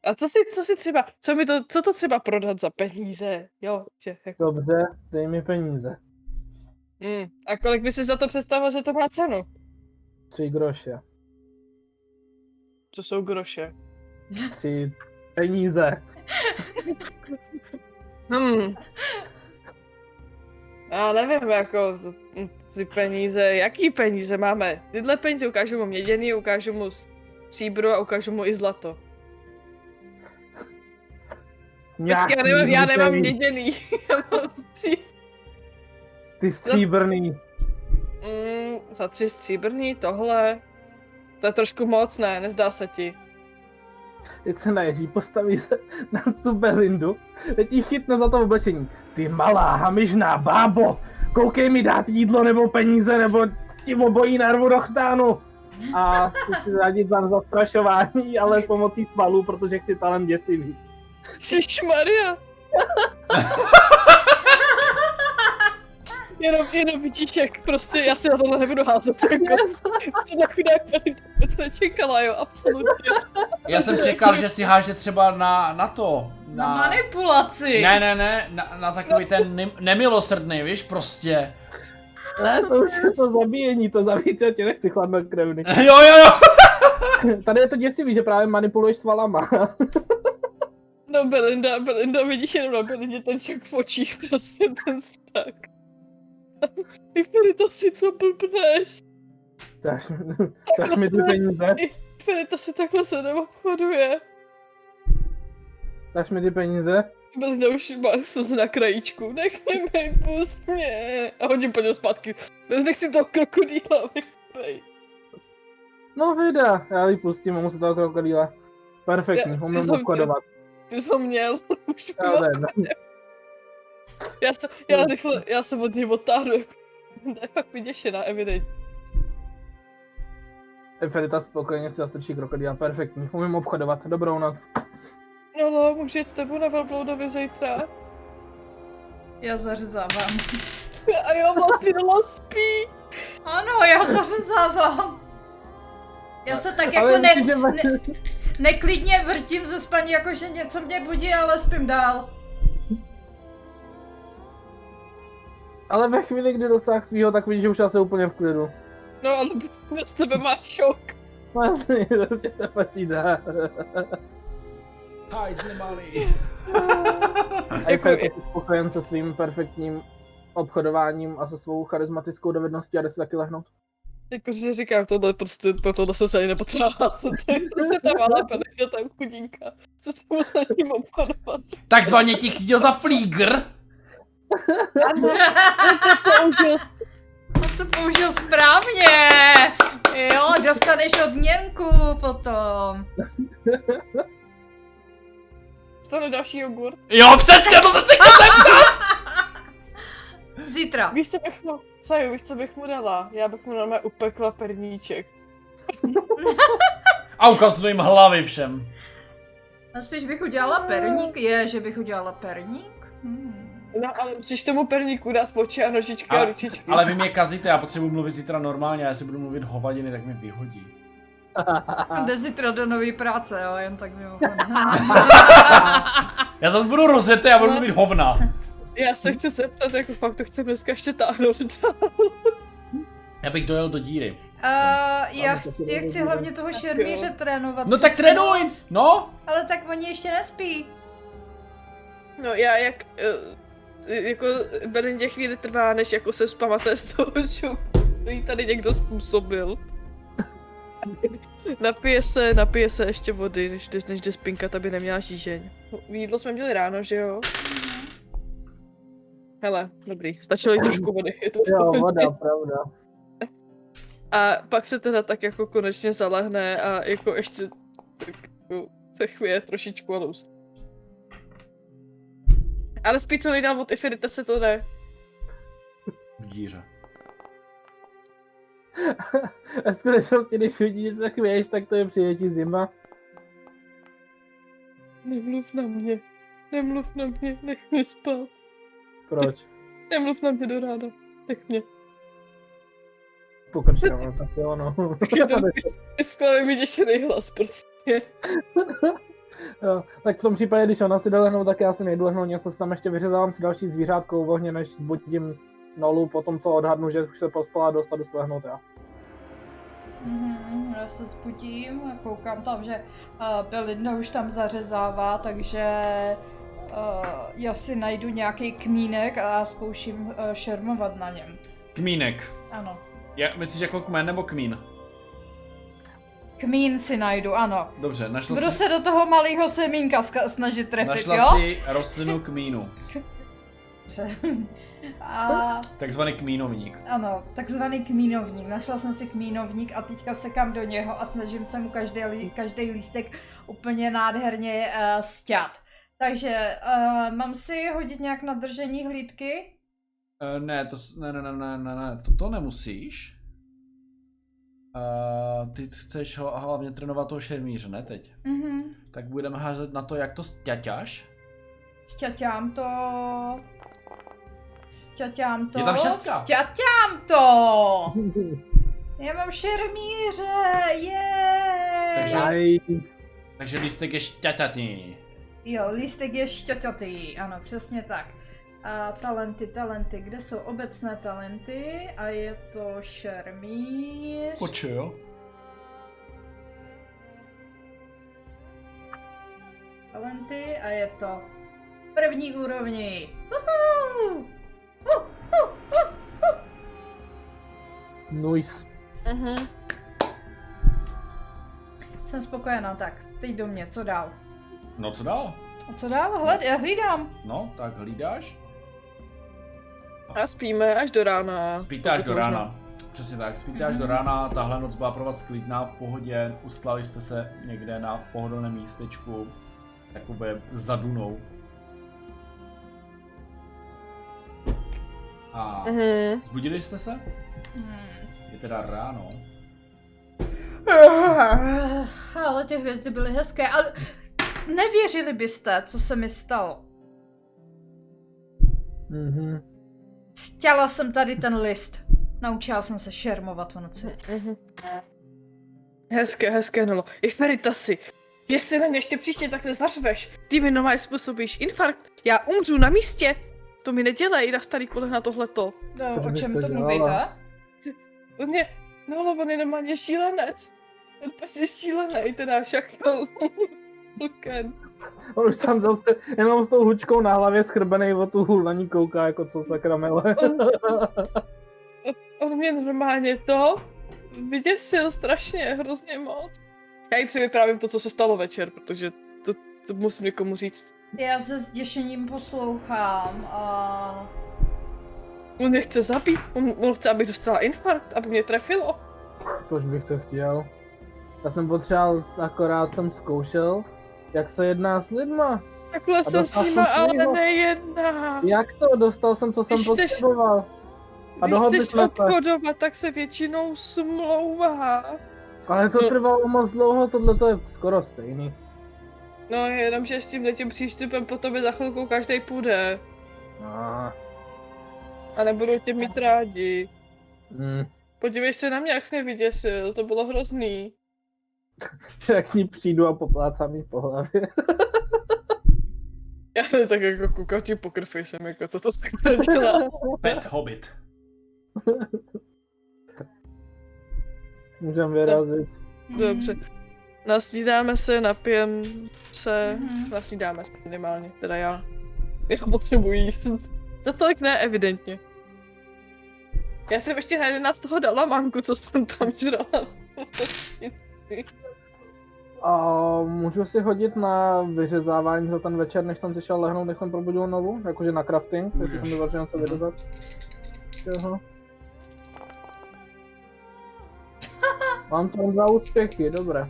Speaker 4: A co si, co si třeba, co mi to, co to třeba prodat za peníze, jo, že jako,
Speaker 3: Dobře, dej mi peníze.
Speaker 4: mm. A kolik by si za to představoval, že to má cenu?
Speaker 3: Tři groše.
Speaker 4: To jsou groše.
Speaker 3: Tři peníze.
Speaker 4: Hmm. Já nevím, jako z- m, ty peníze, jaký peníze máme? Tyhle peníze ukážu mu měděný, ukážu mu stříbro a ukážu mu i zlato. Počkej, já nemám, já nemám
Speaker 3: Nějaký
Speaker 4: měděný, já mám stří...
Speaker 3: Ty stříbrný.
Speaker 4: Mm, za tři stříbrný, tohle... To je trošku moc, ne? Nezdá se ti.
Speaker 3: Teď se naježí, postaví se na tu Belindu, teď ji chytne za to oblečení. Ty malá hamižná bábo, koukej mi dát jídlo nebo peníze, nebo ti obojí narvu do chtánu. A chci si radit vám zastrašování, ale s pomocí svalů, protože chci talent děsivý.
Speaker 4: Maria. jenom, jenom vidíš, jak prostě já si na tohle nebudu házet. Jako, to na chudák tady vůbec nečekala, jo, absolutně.
Speaker 1: Já jsem čekal, že si háže třeba na, na to.
Speaker 6: Na manipulaci.
Speaker 1: Ne, ne, ne, na, na takový ten nem, nemilosrdný, víš, prostě.
Speaker 3: Ne, to už je to zabíjení, to zabíjení, já tě nechci chladnokrevný.
Speaker 1: Jo, jo, jo.
Speaker 3: Tady je to děsivý, že právě manipuluješ svalama.
Speaker 4: No Belinda, Belinda, vidíš jenom na Belindě ten šok v očích, prostě ten strach. Ty Ferita si co blbneš?
Speaker 3: dáš, dáš mi ty peníze,
Speaker 4: Ferita si takhle se neobchoduje.
Speaker 3: dáš mi ty peníze.
Speaker 4: Belinda už má slzy na krajíčku, nech mě pust mě. A hodím po něm zpátky. Nech si toho krokodýla vypej.
Speaker 3: No vida, já ji pustím, mám se toho krokodýla. Perfektní,
Speaker 4: Já-
Speaker 3: umím
Speaker 4: jsem-
Speaker 3: obchodovat.
Speaker 4: Ty jsi ho měl, už
Speaker 3: Já
Speaker 4: jo.
Speaker 3: vím.
Speaker 4: já, se, já, rychle, já se od něj otáhnu, jako, je fakt vyděšená, evidentně.
Speaker 3: Ferita spokojeně si zastrčí krokodýla, perfektní, umím obchodovat, dobrou noc.
Speaker 4: No, no, můžu jít s tebou na Velbloudovi zítra.
Speaker 6: Já zařezávám.
Speaker 4: A jo, vlastně dala spí.
Speaker 6: Ano, já zařezávám. Já se tak jako
Speaker 3: Ale
Speaker 6: ne,
Speaker 3: víš, že-
Speaker 6: ne, neklidně vrtím ze spaní, jakože něco mě budí, ale spím dál.
Speaker 3: Ale ve chvíli, kdy dosáh svýho, tak vidíš, že už asi úplně v klidu.
Speaker 4: No, ale z tebe má šok.
Speaker 3: No jasně, prostě se počítá.
Speaker 1: Hajzli malý.
Speaker 3: A
Speaker 4: Jako-
Speaker 3: je Ferita spokojen se svým perfektním obchodováním a se svou charismatickou dovedností a jde si taky lehnout.
Speaker 4: Jakože říkám, tohle prostě, pro tohle jsem se ani nepotřebovala, co to je prostě ta malá penetra, tam chudinka, co se mu s ním obchodovat.
Speaker 1: Takzvaně ti chytil za flígr.
Speaker 4: Použil
Speaker 6: On No to použil správně. Jo, dostaneš odměnku potom.
Speaker 4: dostane další jogurt.
Speaker 1: Jo, přesně, to se cítil jsem.
Speaker 6: Zítra.
Speaker 4: Víš, co bych mu, Saju, víš, co bych mu dala? Já bych mu normálně upekla perníček.
Speaker 1: A ukaznu jim hlavy všem.
Speaker 6: A spíš bych udělala perník. Je, že bych udělala perník? Hmm.
Speaker 4: No, ale musíš tomu perníku dát oči a nožičky a,
Speaker 1: Ale-
Speaker 4: ručičky.
Speaker 1: Ale vy mě kazíte, já potřebuji mluvit zítra normálně, a jestli budu mluvit hovadiny, tak mě vyhodí.
Speaker 6: Jde zítra do nový práce, jo, jen tak mimochodem.
Speaker 1: Já zase budu rozjetý a budu mluvit hovna.
Speaker 4: Já se chci zeptat, jako fakt to chci dneska ještě táhnout.
Speaker 1: Já bych dojel do díry.
Speaker 6: Uh, já,
Speaker 3: to si
Speaker 6: chci, já chci
Speaker 3: nebudu
Speaker 6: hlavně toho šermíře trénovat.
Speaker 1: No tak
Speaker 6: přes
Speaker 1: trénuj!
Speaker 6: noc.
Speaker 1: No!
Speaker 6: Ale tak oni ještě nespí.
Speaker 4: No já jak, eh, jako Berendě chvíli trvá, než jako se vzpamatuje z toho šoku. který tady někdo způsobil. Napije se, napije se ještě vody, než, jde- než jde spinkat, aby neměla žížeň. Jídlo jsme měli ráno, že jo? Hele, dobrý, stačilo jí trošku vody, je to v
Speaker 3: Jo,
Speaker 4: pohodě.
Speaker 3: voda, pravda.
Speaker 4: A pak se teda tak jako konečně zalehne a jako ještě tak jako se chvěje trošičku a loust. Ale spíš co nejdál od Ifirita se to jde.
Speaker 1: v díře.
Speaker 3: A v skutečnosti, když vidíš, co chvěješ, tak to je přijetí zima.
Speaker 4: Nemluv na mě, nemluv na mě, nech mě spát.
Speaker 3: Proč?
Speaker 4: Nemluv na mě do ráda, nech mě.
Speaker 3: Pokud no, tak jo, no.
Speaker 4: Vysklavě mi děšený hlas prostě.
Speaker 3: jo. Tak v tom případě, když ona si jde lehnout, tak já si nejdu lehnout něco, si tam ještě vyřezávám si další zvířátko u ohně, než zbudím Nolu po tom, co odhadnu, že už se pospala dost a jdu se lehnout já.
Speaker 2: Mhm, já se sputím a koukám tam, že uh, Belinda už tam zařezává, takže uh, já si najdu nějaký kmínek a zkouším uh, šermovat na něm.
Speaker 1: Kmínek.
Speaker 2: Ano.
Speaker 1: Je, myslíš jako kmen nebo kmín?
Speaker 2: Kmín si najdu, ano.
Speaker 1: Dobře, našla
Speaker 2: Budu
Speaker 1: si,
Speaker 2: se do toho malého semínka ska- snažit trefit,
Speaker 1: našla
Speaker 2: jo?
Speaker 1: si rostlinu kmínu.
Speaker 2: Dobře. A
Speaker 1: Takzvaný kmínovník.
Speaker 2: ano, takzvaný kmínovník. Našla jsem si kmínovník a teďka sekám do něho a snažím se mu každý, li- každý lístek úplně nádherně uh, stět. Takže uh, mám si hodit nějak na držení hlídky?
Speaker 1: Uh, ne, to, s- ne, ne, ne, ne, ne, ne, to, to nemusíš. Uh, ty chceš ho, hlavně trénovat toho šermíře, ne teď?
Speaker 2: Mhm.
Speaker 1: Tak budeme házet na to, jak to stěťáš.
Speaker 2: Stěťám to... Stěťám to...
Speaker 1: Je tam šestka.
Speaker 2: Stěťám to! Já mám šermíře, je!
Speaker 1: Takže-
Speaker 3: Aj,
Speaker 1: Takže lístek je šťaťatý.
Speaker 2: Jo, lístek je šťaťatý, ano, přesně tak. A talenty, talenty, kde jsou obecné talenty a je to šermíř.
Speaker 1: Koče, jo?
Speaker 2: Talenty a je to první úrovni. Uhu! Uh, uh, uh.
Speaker 3: nice.
Speaker 4: Mhm.
Speaker 2: Jsem spokojená, tak teď do mě, co dál?
Speaker 1: No co dál?
Speaker 2: A co dál? Hled, já hlídám.
Speaker 1: No, tak hlídáš?
Speaker 4: A spíme až do rána.
Speaker 1: Spíte až
Speaker 4: pokud
Speaker 1: do
Speaker 4: možno.
Speaker 1: rána. Přesně tak, spíte až do
Speaker 2: Mhm.
Speaker 1: rána, tahle noc byla pro vás klidná, v pohodě, ustlali jste se někde na pohodlném místečku, takové za Dunou. A
Speaker 4: Mhm.
Speaker 1: zbudili jste se?
Speaker 2: Hmm.
Speaker 1: Je teda ráno.
Speaker 2: Ale ty hvězdy byly hezké, ale nevěřili byste, co se mi stalo.
Speaker 3: Mhm.
Speaker 2: Stěla jsem tady ten list. Naučila jsem se šermovat v noci.
Speaker 4: Mhm. Hezké, hezké nolo. I Ferita si. Jestli na mě ještě příště takhle zařveš, ty mi normálně způsobíš infarkt. Já umřu na místě. To mi nedělej na starý kolech na tohleto.
Speaker 2: No,
Speaker 3: Proč
Speaker 2: o
Speaker 3: bys
Speaker 2: čem
Speaker 3: to
Speaker 2: to
Speaker 3: dělala?
Speaker 2: mluvíte?
Speaker 4: On je, no ale on je normálně šílenec. Ten pes je šílený, teda šakal. Luken.
Speaker 3: On už tam zase jenom s tou hučkou na hlavě schrbenej o tu hůl na ní kouká, jako co sakra mele.
Speaker 4: On, on mě normálně to vyděsil strašně, hrozně moc. Já jí převyprávím to, co se stalo večer, protože to, to musím někomu říct.
Speaker 2: Já se zděšením poslouchám a...
Speaker 4: On mě chce zabít, on, on chce, abych dostala infarkt, aby mě trefilo.
Speaker 3: Tož bych to chtěl. Já jsem potřeboval, akorát jsem zkoušel, jak se jedná s lidma.
Speaker 4: Takhle jsem s
Speaker 3: dostala
Speaker 4: nima
Speaker 3: jsem
Speaker 4: ale
Speaker 3: svýho.
Speaker 4: nejedná.
Speaker 3: Jak to? Dostal jsem, co jsem
Speaker 4: Když chceš-
Speaker 3: potřeboval. A
Speaker 4: Když
Speaker 3: dohodli
Speaker 4: chceš
Speaker 3: jsme se.
Speaker 4: obchodovat, tak se většinou smlouvá.
Speaker 3: Ale to
Speaker 4: No.
Speaker 3: trvalo moc dlouho, tohle to je skoro stejný.
Speaker 4: No jenom, že s tím tím přístupem po tobě za chvilku každý půjde.
Speaker 3: Ah,
Speaker 4: A nebudou tě mít rádi.
Speaker 3: mm.
Speaker 4: Podívej se na mě, jak jsi mě vyděsil, to bylo hrozný.
Speaker 3: Jak s ní přijdu a poplácám jí po hlavě.
Speaker 4: Já tady tak jako koukám tím pokrfej jsem, jako co to sakra dělá.
Speaker 1: Pet Hobbit.
Speaker 3: Můžem vyrazit.
Speaker 4: Mhm. Dobře. Nasnídáme se, napijem se,
Speaker 2: Mhm.
Speaker 4: nasnídáme se Vlastně minimálně, teda já. Já potřebuji jíst. Zas tolik ne, evidentně. Já jsem ještě na jedna z toho dala manku, co jsem tam žrala.
Speaker 3: A můžu si hodit na vyřezávání za ten večer, než jsem si šel lehnout, než jsem probudil novu? Jakože na crafting, takže
Speaker 1: Můžeš.
Speaker 3: jsem vyvařil něco vyřezat. Jeho. Mám tam dva úspěchy, dobré.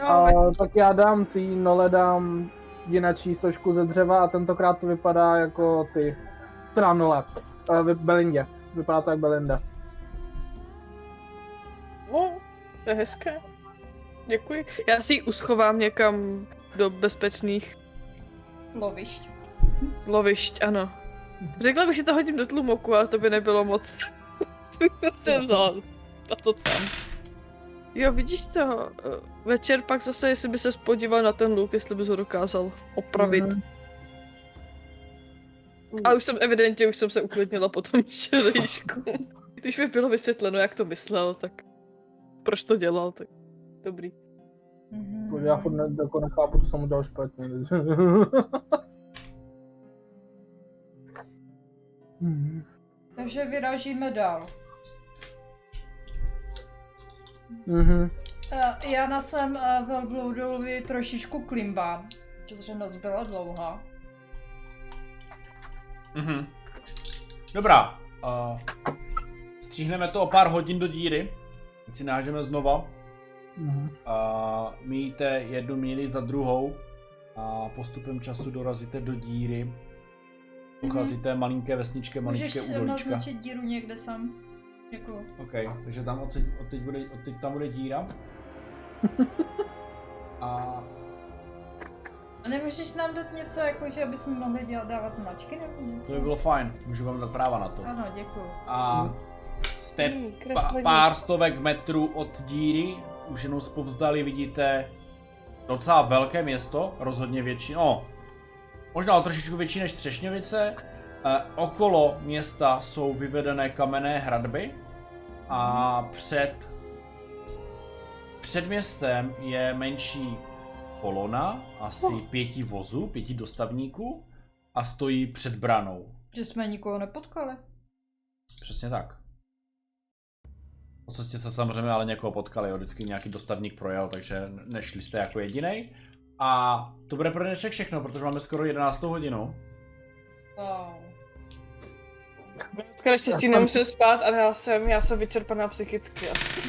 Speaker 3: A, tak já dám tý nole, dám jinačí sošku ze dřeva a tentokrát to vypadá jako ty. Teda nole. Eh, vy- Belindě. Vypadá to jak Belinda.
Speaker 4: No, to je hezké. Děkuji. Já si ji uschovám někam do bezpečných
Speaker 6: Lovišť.
Speaker 4: lovišť, ano. Řekla bych, že to hodím do tlumoku, ale to by nebylo moc. to jsem vzala a to tam. Jo, vidíš to? eh, Večer pak zase, jestli by se podíval na ten luk, jestli bys ho dokázal opravit.
Speaker 3: Mhm.
Speaker 4: A už jsem evidentně, už jsem se uklidnila po tom čelíšku. Když mi bylo vysvětleno, jak to myslel, tak proč to dělal, tak dobrý.
Speaker 6: Mhm.
Speaker 3: Protože Já furt ne, jako nechápu, co jsem mu dal špatně. takže- Mhm.
Speaker 6: Takže vyražíme dál.
Speaker 3: Mhm.
Speaker 6: Eh, Já na svém eh, velbloudovi trošičku klimbám, protože noc byla dlouhá.
Speaker 1: Mhm. Dobrá. Uh, stříhneme to o pár hodin do díry. Teď si nážeme znova.
Speaker 3: Mhm.
Speaker 1: A míjíte jednu míli za druhou a postupem času dorazíte do díry. Pocházíte malinké vesničky,
Speaker 6: Můžeš
Speaker 1: malinké
Speaker 6: si
Speaker 1: údolíčka.
Speaker 6: naznačit díru někde sám? Jako- Děkuju.
Speaker 1: OK, takže tam od teď, od teď, bude, od teď tam bude díra. A
Speaker 6: A nemůžeš nám dát něco, jako, že abychom mohli dělat, dávat značky nebo
Speaker 1: to
Speaker 6: něco?
Speaker 1: by bylo fajn, můžu vám dát práva na to.
Speaker 6: Ano, děkuju.
Speaker 1: A jste
Speaker 4: Dobrý,
Speaker 1: pa,
Speaker 4: kreslení.
Speaker 1: pár stovek metrů od díry, už jenom zpovzdali vidíte docela velké město, rozhodně větší, no, možná o trošičku větší než Třešňovice. Eh, okolo města jsou vyvedené kamenné hradby a před před městem je menší kolona, asi pěti vozů, pěti dostavníků a stojí před branou.
Speaker 6: Že jsme nikoho nepotkali.
Speaker 1: Přesně tak. Po cestě jste samozřejmě ale někoho potkali, jo. vždycky nějaký dostavník projel, takže nešli jste jako jediný. A to bude pro dnešek všechno, protože máme skoro 11. hodinu.
Speaker 6: Wow.
Speaker 4: Dneska naštěstí nemusím spát, ale já jsem, já jsem vyčerpaná psychicky asi.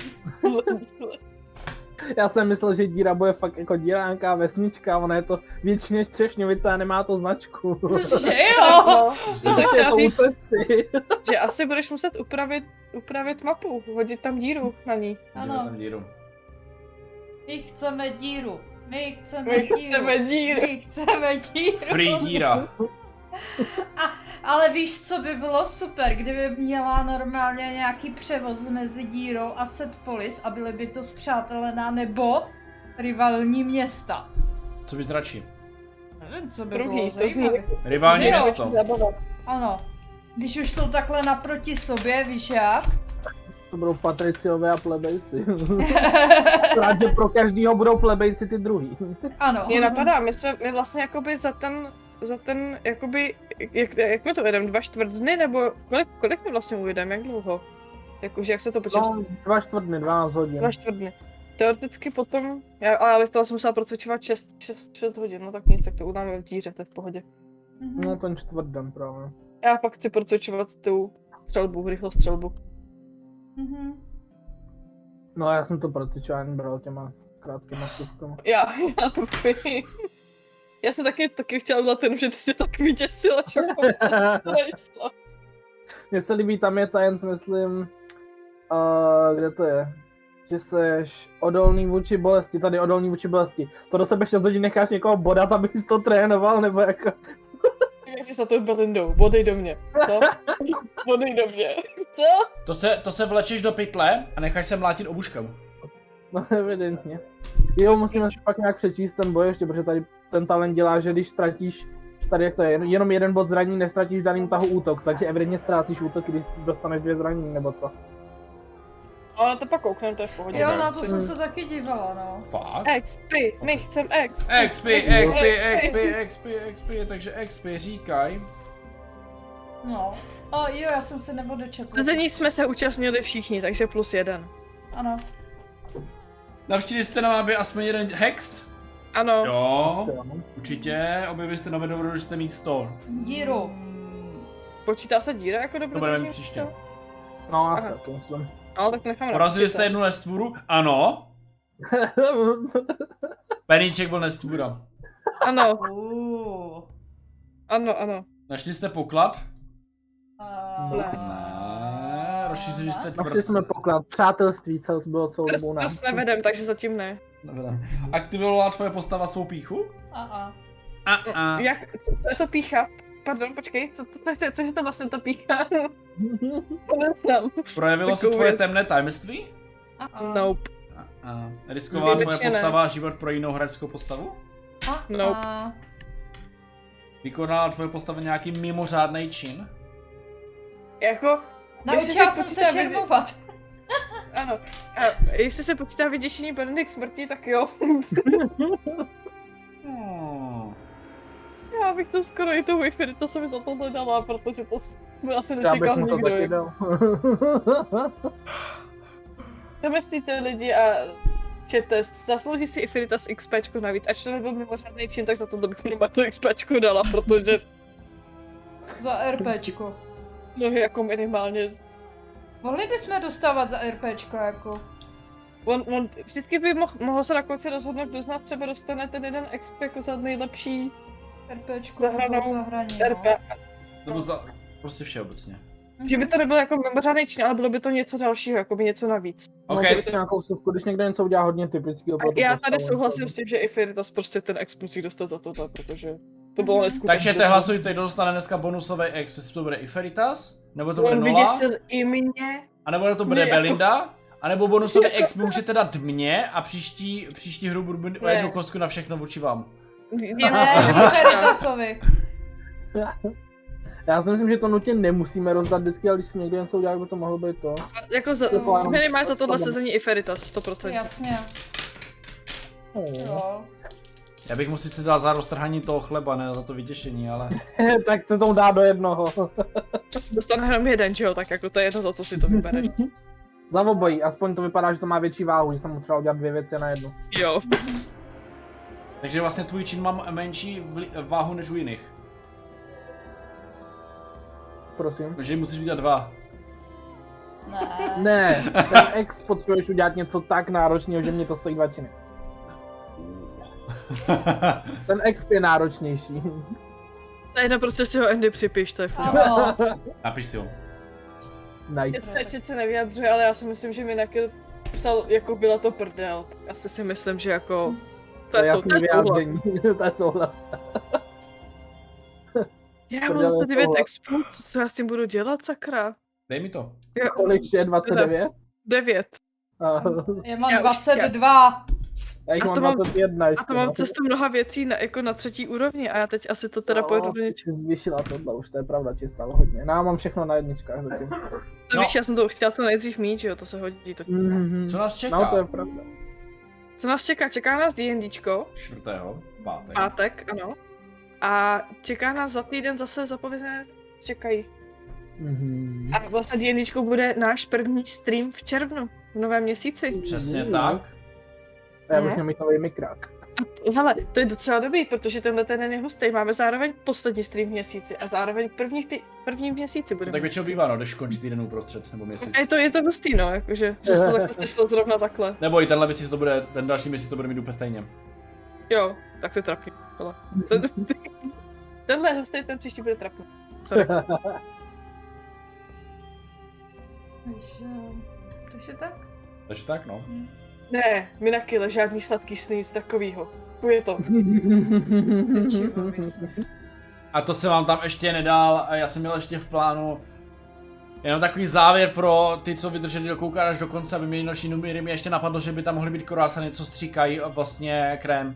Speaker 3: Já jsem myslel, že díra bude fakt jako díra, nějaká vesnička, ona je to větší než Třešňovice a nemá to značku. Prostě
Speaker 6: Že jo?
Speaker 1: no.
Speaker 4: To jsem
Speaker 3: je
Speaker 4: chtěla
Speaker 3: to u
Speaker 4: říct,
Speaker 3: cesty.
Speaker 4: že asi budeš muset upravit, upravit mapu, hodit tam díru na ní.
Speaker 1: Vidíme
Speaker 6: Ano.
Speaker 1: tam díru.
Speaker 6: My chceme díru. My chceme
Speaker 4: My
Speaker 6: díru.
Speaker 4: chceme díru.
Speaker 6: My chceme díru.
Speaker 1: Free díra.
Speaker 6: Ale víš, co by bylo super, kdyby měla normálně nějaký převoz mezi dírou a Setpolis a byly by to zpřátelená nebo rivalní města.
Speaker 1: Co bys radši?
Speaker 6: Nevím, co by
Speaker 4: Druhý,
Speaker 6: bylo
Speaker 4: to zní
Speaker 6: zajímavé.
Speaker 1: Rivální
Speaker 6: Díra,
Speaker 1: město.
Speaker 6: Ano. Když už jsou takhle naproti sobě, víš jak?
Speaker 3: To budou patriciové a plebejci. Rád, že pro každýho budou plebejci ty druhý.
Speaker 6: Ano.
Speaker 4: Mě napadá, my jsme my vlastně jakoby za ten, za ten, jakoby, jak, jak my to jedeme, dva čtvrt dny, nebo kolik, kolik my vlastně ujedeme, jak dlouho? Jak už, jak se to počítá?
Speaker 3: No, dva čtvrt dny, 12 hodin.
Speaker 4: Dva čtvrt dny. Teoreticky potom, já, ale já bych to jsem musela procvičovat 6, 6, 6 hodin, no tak nic, tak to udáme v díře, to je v pohodě.
Speaker 6: Mhm,
Speaker 3: No, ten čtvrt den právě.
Speaker 4: Já pak chci procvičovat tu střelbu, rychlostřelbu.
Speaker 6: Mhm.
Speaker 3: No, já jsem to pracvičování bral těma krátkýma suvkama.
Speaker 4: Já, já vím. Já jsem taky, taky chtěla udělat ten, že ty jsi tak vyděsila, že jako
Speaker 3: Mně se líbí, tam je talent, myslím, uh, kde to je? Že seš odolný vůči bolesti, tady odolný vůči bolesti. To do sebe 6 hodin necháš někoho bodat, aby jsi to trénoval, nebo jako...
Speaker 4: Měří za tou Belindou, bodej do mě, co? Bodej do mě, co?
Speaker 1: To se, to se vlečeš do pytle a necháš se mlátit obuškem.
Speaker 3: No, evidentně. Jo, musíme si pak nějak přečíst ten boj ještě, protože tady ten talent dělá, že když ztratíš tady jak to je, jenom jeden bod zranění, nestratíš v daným tahu útok, takže evidentně ztrácíš útok, když dostaneš dvě zranění, nebo co.
Speaker 4: No, Ale to pak koukneme, to je v pohodě.
Speaker 6: Jo, na to jsem se taky dívala, no.
Speaker 1: Fakt?
Speaker 4: XP, my chcem XP.
Speaker 1: XP, XP, XP, XP, XP, takže XP, říkaj.
Speaker 6: No. A jo, já jsem se nebo dočetla.
Speaker 4: Zezení jsme se účastnili všichni, takže plus jeden.
Speaker 6: Ano.
Speaker 1: Navštívili jste nám, aby aspoň jeden hex?
Speaker 4: Ano,
Speaker 1: Jo,
Speaker 3: Asi no. ano.
Speaker 1: určitě. Objevili jste nové dobrodružité místo.
Speaker 6: Díru.
Speaker 4: počítá se díra jako
Speaker 1: To
Speaker 4: dobrodružné
Speaker 1: budeme mít příště.
Speaker 3: No, asi
Speaker 4: Aha.
Speaker 3: taky myslím.
Speaker 4: Ale tak to necháme na
Speaker 1: Porazili
Speaker 4: příště.
Speaker 1: jste jednu nestvůru? Ano. Peníček byl nestvůra.
Speaker 4: Ano,
Speaker 6: Uh.
Speaker 4: ano, ano.
Speaker 1: Našli jste poklad?
Speaker 6: Eh,
Speaker 4: No.
Speaker 3: Ne.
Speaker 1: Ne. Rozšířili jste
Speaker 3: Našli No, jsme poklad přátelství, co bylo celou dobu
Speaker 4: Prostě
Speaker 3: nás.
Speaker 4: se nevedem, takže zatím ne.
Speaker 1: Dobrá. Aktivovala tvoje postava svou píchu?
Speaker 6: A-a.
Speaker 1: A, a.
Speaker 4: Jak, co, co je to pícha? Pardon, počkej, co, co, co, co je to vlastně to pícha? to neznám.
Speaker 1: Projevilo se
Speaker 4: Takový-
Speaker 1: tvoje temné tajemství?
Speaker 6: A-a.
Speaker 4: Nope,
Speaker 1: A, a. Riskovala tvoje
Speaker 4: Výjimečně ne.
Speaker 1: postava život pro jinou hráčskou postavu?
Speaker 6: A-a.
Speaker 4: Nope.
Speaker 1: Vykonala tvoje postava nějaký mimořádný čin?
Speaker 4: jako, Jestli
Speaker 6: Naučila
Speaker 4: se
Speaker 6: jsem
Speaker 4: počítá
Speaker 6: se
Speaker 4: vidět-
Speaker 6: šermovat.
Speaker 4: ano. A jestli se počítá vyděšení Benedikt smrti, tak jo.
Speaker 1: Hmm.
Speaker 4: Já bych to skoro i tu Wi-Fi, to jsem za tohle dala, protože to s- by asi
Speaker 3: Já bych
Speaker 4: nečekal
Speaker 3: mu to
Speaker 4: nikdo.
Speaker 3: taky
Speaker 4: jako.
Speaker 3: dal.
Speaker 4: Co myslíte lidi a čete, zaslouží si Ifiritas XPčko navíc, ač to nebyl mimořádný čin, tak za to bych minima to XPčko dala, protože
Speaker 6: Za RPčko.
Speaker 4: no jako minimálně
Speaker 6: Mohli bychom dostávat za RPčko jako.
Speaker 4: On, on vždycky by mohl, mohl se na konci rozhodnout, kdo z nás třeba dostane ten jeden XP jako za nejlepší
Speaker 6: RPčko
Speaker 4: Za hranou
Speaker 6: nebo za hraní,
Speaker 4: no.
Speaker 6: no.
Speaker 4: RP.
Speaker 1: Nebo za... Prostě všeobecně.
Speaker 4: Že by to nebylo jako mimořádný čin, ale bylo by to něco dalšího, jako by něco navíc.
Speaker 1: OK,
Speaker 3: Okay. nějakou suvku, když někdo něco udělá hodně typického prostě pro tu
Speaker 4: A já tady
Speaker 3: postavu.
Speaker 4: souhlasím s tím, že i Firitas prostě ten X musí dostat za tohle, protože to bylo
Speaker 6: Mhm.
Speaker 4: neskutečné.
Speaker 1: takže te hlasujte, kdo dostane dneska bonusový ex, jestli to bude i Feritas, nebo to bude
Speaker 4: On
Speaker 1: Nola,
Speaker 4: vyděsil i mě.
Speaker 1: a nebo to bude
Speaker 4: Ne, jako-
Speaker 1: Belinda, a nebo bonusový ex mi můžete dát mě a příští, příští hru budu mít o
Speaker 4: Ne.
Speaker 1: jednu kostku na všechno vůči vám.
Speaker 4: Jen
Speaker 6: Ne, Feritasovi.
Speaker 3: Já si myslím, že to nutně nemusíme rozdat vždycky, ale když si někdo něco udělá, by to mohlo být to.
Speaker 4: jako za,
Speaker 3: Jo.
Speaker 4: minimálně za tohle sezení i Feritas, 100%.
Speaker 6: Jasně,
Speaker 3: Oh.
Speaker 6: jo.
Speaker 1: Já bych mu sice dal za roztrhaní toho chleba, ne za to vytěšení, ale...
Speaker 3: tak se tomu dá do jednoho.
Speaker 4: Dostane jenom jeden, že jo, tak jako to je jedno, za co si to vybereš.
Speaker 3: Za obojí, aspoň to vypadá, že to má větší váhu, že jsem mu třeba udělat dvě věci na jednu.
Speaker 4: Jo.
Speaker 1: Takže vlastně tvůj čin mám menší vli- váhu než u jiných.
Speaker 3: Prosím.
Speaker 1: Takže musíš udělat dva.
Speaker 6: Ne.
Speaker 3: Ne, ten ex potřebuješ udělat něco tak náročného, že mě to stojí dva činy. Ten ex je náročnější.
Speaker 4: To je jedno, prostě si ho Andy připiš, to je fakt.
Speaker 6: Ano.
Speaker 1: Napiš si ho.
Speaker 3: Nice.
Speaker 4: Stačit se nevyjadřuje, ale já si myslím, že mi Nakil psal, jako byla to prdel. Asi si myslím, že jako...
Speaker 3: To je
Speaker 4: jsou-
Speaker 3: jasný
Speaker 4: je souhlas.
Speaker 3: vyjádření, to je souhlas.
Speaker 4: Já mám
Speaker 3: Prdel je
Speaker 4: zase 9
Speaker 3: souhlas.
Speaker 4: expů, co, co já s tím budu dělat, sakra?
Speaker 1: Dej mi to.
Speaker 4: Já,
Speaker 3: Kolik je 29?
Speaker 4: 9.
Speaker 3: A,
Speaker 6: Já mám
Speaker 4: Já už-
Speaker 6: 22.
Speaker 3: já jich
Speaker 4: A to
Speaker 3: mám
Speaker 4: mám-
Speaker 3: 21 ještě.
Speaker 4: A to mám
Speaker 3: no.
Speaker 4: cestu mnoha věcí na, jako na třetí úrovni a já teď asi to teda pojedu
Speaker 3: No,
Speaker 4: do
Speaker 3: ty
Speaker 4: něčeho.
Speaker 3: jsi Zvýšila tohle, už to je pravda, ti stalo hodně. No, já mám všechno na jedničkách zatím.
Speaker 4: No.
Speaker 1: No.
Speaker 4: Víš, já jsem to chtěla co nejdřív mít, že jo, to se hodí. To.
Speaker 3: Mhm.
Speaker 1: Co nás čeká?
Speaker 3: No, to je pravda.
Speaker 4: Co nás čeká? Čeká nás D&Dčko,
Speaker 1: Čtvrtého, pátek.
Speaker 4: pátek, ano. A čeká nás za týden zase zapovězené čekají.
Speaker 3: Mhm.
Speaker 4: A vlastně D&Dčko bude náš první stream v červnu, v novém měsíci.
Speaker 1: Přesně
Speaker 4: Mm,
Speaker 3: Mhm.
Speaker 1: tak.
Speaker 4: no.
Speaker 3: Já bych měl mít nový mikrák.
Speaker 4: A t- hele, to je docela dobrý, protože tenhle ten je hustý. Máme zároveň poslední stream v měsíci a zároveň první, ty, první v měsíci
Speaker 1: To
Speaker 4: budeme.
Speaker 1: tak většinou bývá, no, když končí týden uprostřed nebo měsíc.
Speaker 4: A je to, je to hustý, no, jakože, že se to takhle sešlo zrovna takhle.
Speaker 1: Nebo i tenhle měsíc to bude, ten další měsíc to bude mít úplně stejně.
Speaker 4: Jo, tak to je trapný. Hele. To- Tenhle je hustý, ten příští bude trapný. Sorry.
Speaker 6: Takže, takže tak.
Speaker 1: Takže tak, no.
Speaker 4: Ne, mi na kile, žádný sladký sny, nic takovýho. Je to.
Speaker 1: A to se vám tam ještě nedal, a já jsem měl ještě v plánu jenom takový závěr pro ty, co vydrželi dokoukat až do konce, aby měli noční numery. Mě ještě napadlo, že by tam mohly být korásany, co stříkají a vlastně krém.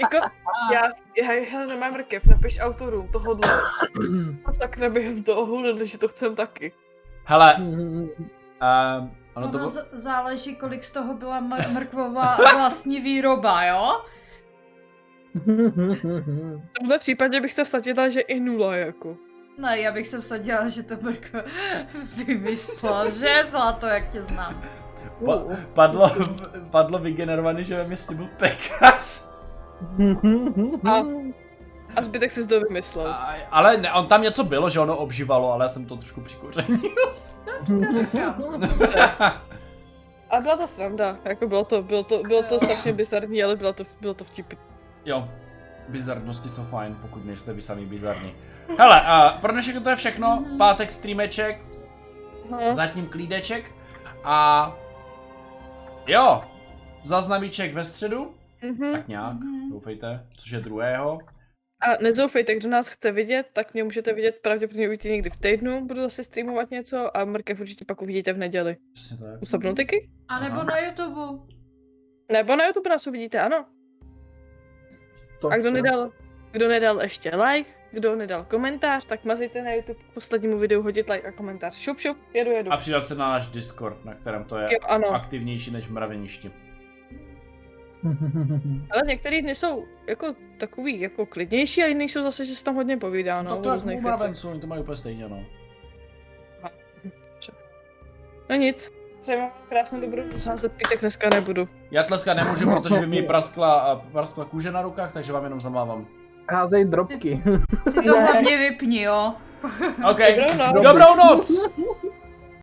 Speaker 4: Jako, já, já, já nemám mrkev, napiš autorům tohodle. A tak neběhem to ohulili, že to chcem taky.
Speaker 1: Hele, um, ono
Speaker 2: Ono
Speaker 1: to bylo...
Speaker 2: z- záleží, kolik z toho byla mr- mrkvová vlastní výroba, jo?
Speaker 4: V tomhle případě bych se vsadila, že i nula jako.
Speaker 2: Ne, No, já bych se vsadila, že to mrkva vymyslel, že zlato, jak tě znám.
Speaker 1: Pa, padlo, padlo vygenerovaný, že ve městě byl pekař.
Speaker 4: A zbytek si to vymyslel.
Speaker 1: A, ale ne, on tam něco bylo, že ono obživalo, ale já jsem to trošku přikořenil.
Speaker 4: Dobře. A byla to sranda, jako bylo to, bylo to, bylo to strašně bizarní, ale bylo to, bylo to vtipný.
Speaker 1: Jo, bizarnosti jsou fajn, pokud nejste vy sami bizarní. Hele, a pro dnešek to je všechno. Pátek streameček,
Speaker 4: No.
Speaker 1: zatím klídeček a jo, zaznavíček ve středu,
Speaker 4: Mhm.
Speaker 1: tak nějak, doufejte, což je druhého.
Speaker 4: A nezoufejte, kdo nás chce vidět, tak mě můžete vidět pravděpodobně uvidíte někdy v týdnu, budu zase streamovat něco a mrkev určitě pak uvidíte v neděli.
Speaker 1: Přesně tak.
Speaker 4: U Subnautiky?
Speaker 2: A nebo
Speaker 1: Aha.
Speaker 2: na YouTube.
Speaker 4: Nebo na YouTube nás uvidíte, ano. A kdo nedal, kdo nedal ještě like, kdo nedal komentář, tak mazejte na YouTube k poslednímu videu hodit like a komentář. Šup, šup, jedu, jedu.
Speaker 1: A přidat se na náš Discord, na kterém to je
Speaker 4: Jo, ano.
Speaker 1: aktivnější než v mraveništi.
Speaker 4: Ale některý dny jsou jako takový jako klidnější a jiný jsou zase, že se tam hodně povídá, no,
Speaker 1: No,
Speaker 4: o
Speaker 1: to je
Speaker 4: různých
Speaker 1: u
Speaker 4: věcech.
Speaker 1: mravenců, oni to mají úplně stejně, no.
Speaker 4: No nic, přeji vám krásnou dobrou, zházet pítek dneska nebudu.
Speaker 1: Já tleskat nemůžu, protože by mi praskla, praskla kůže na rukách, takže vám jenom zamávám.
Speaker 3: Házej drobky.
Speaker 2: Ty to
Speaker 4: Ne.
Speaker 2: hlavně vypni, jo?
Speaker 1: OK,
Speaker 4: Dobrou noc.
Speaker 1: dobrou noc!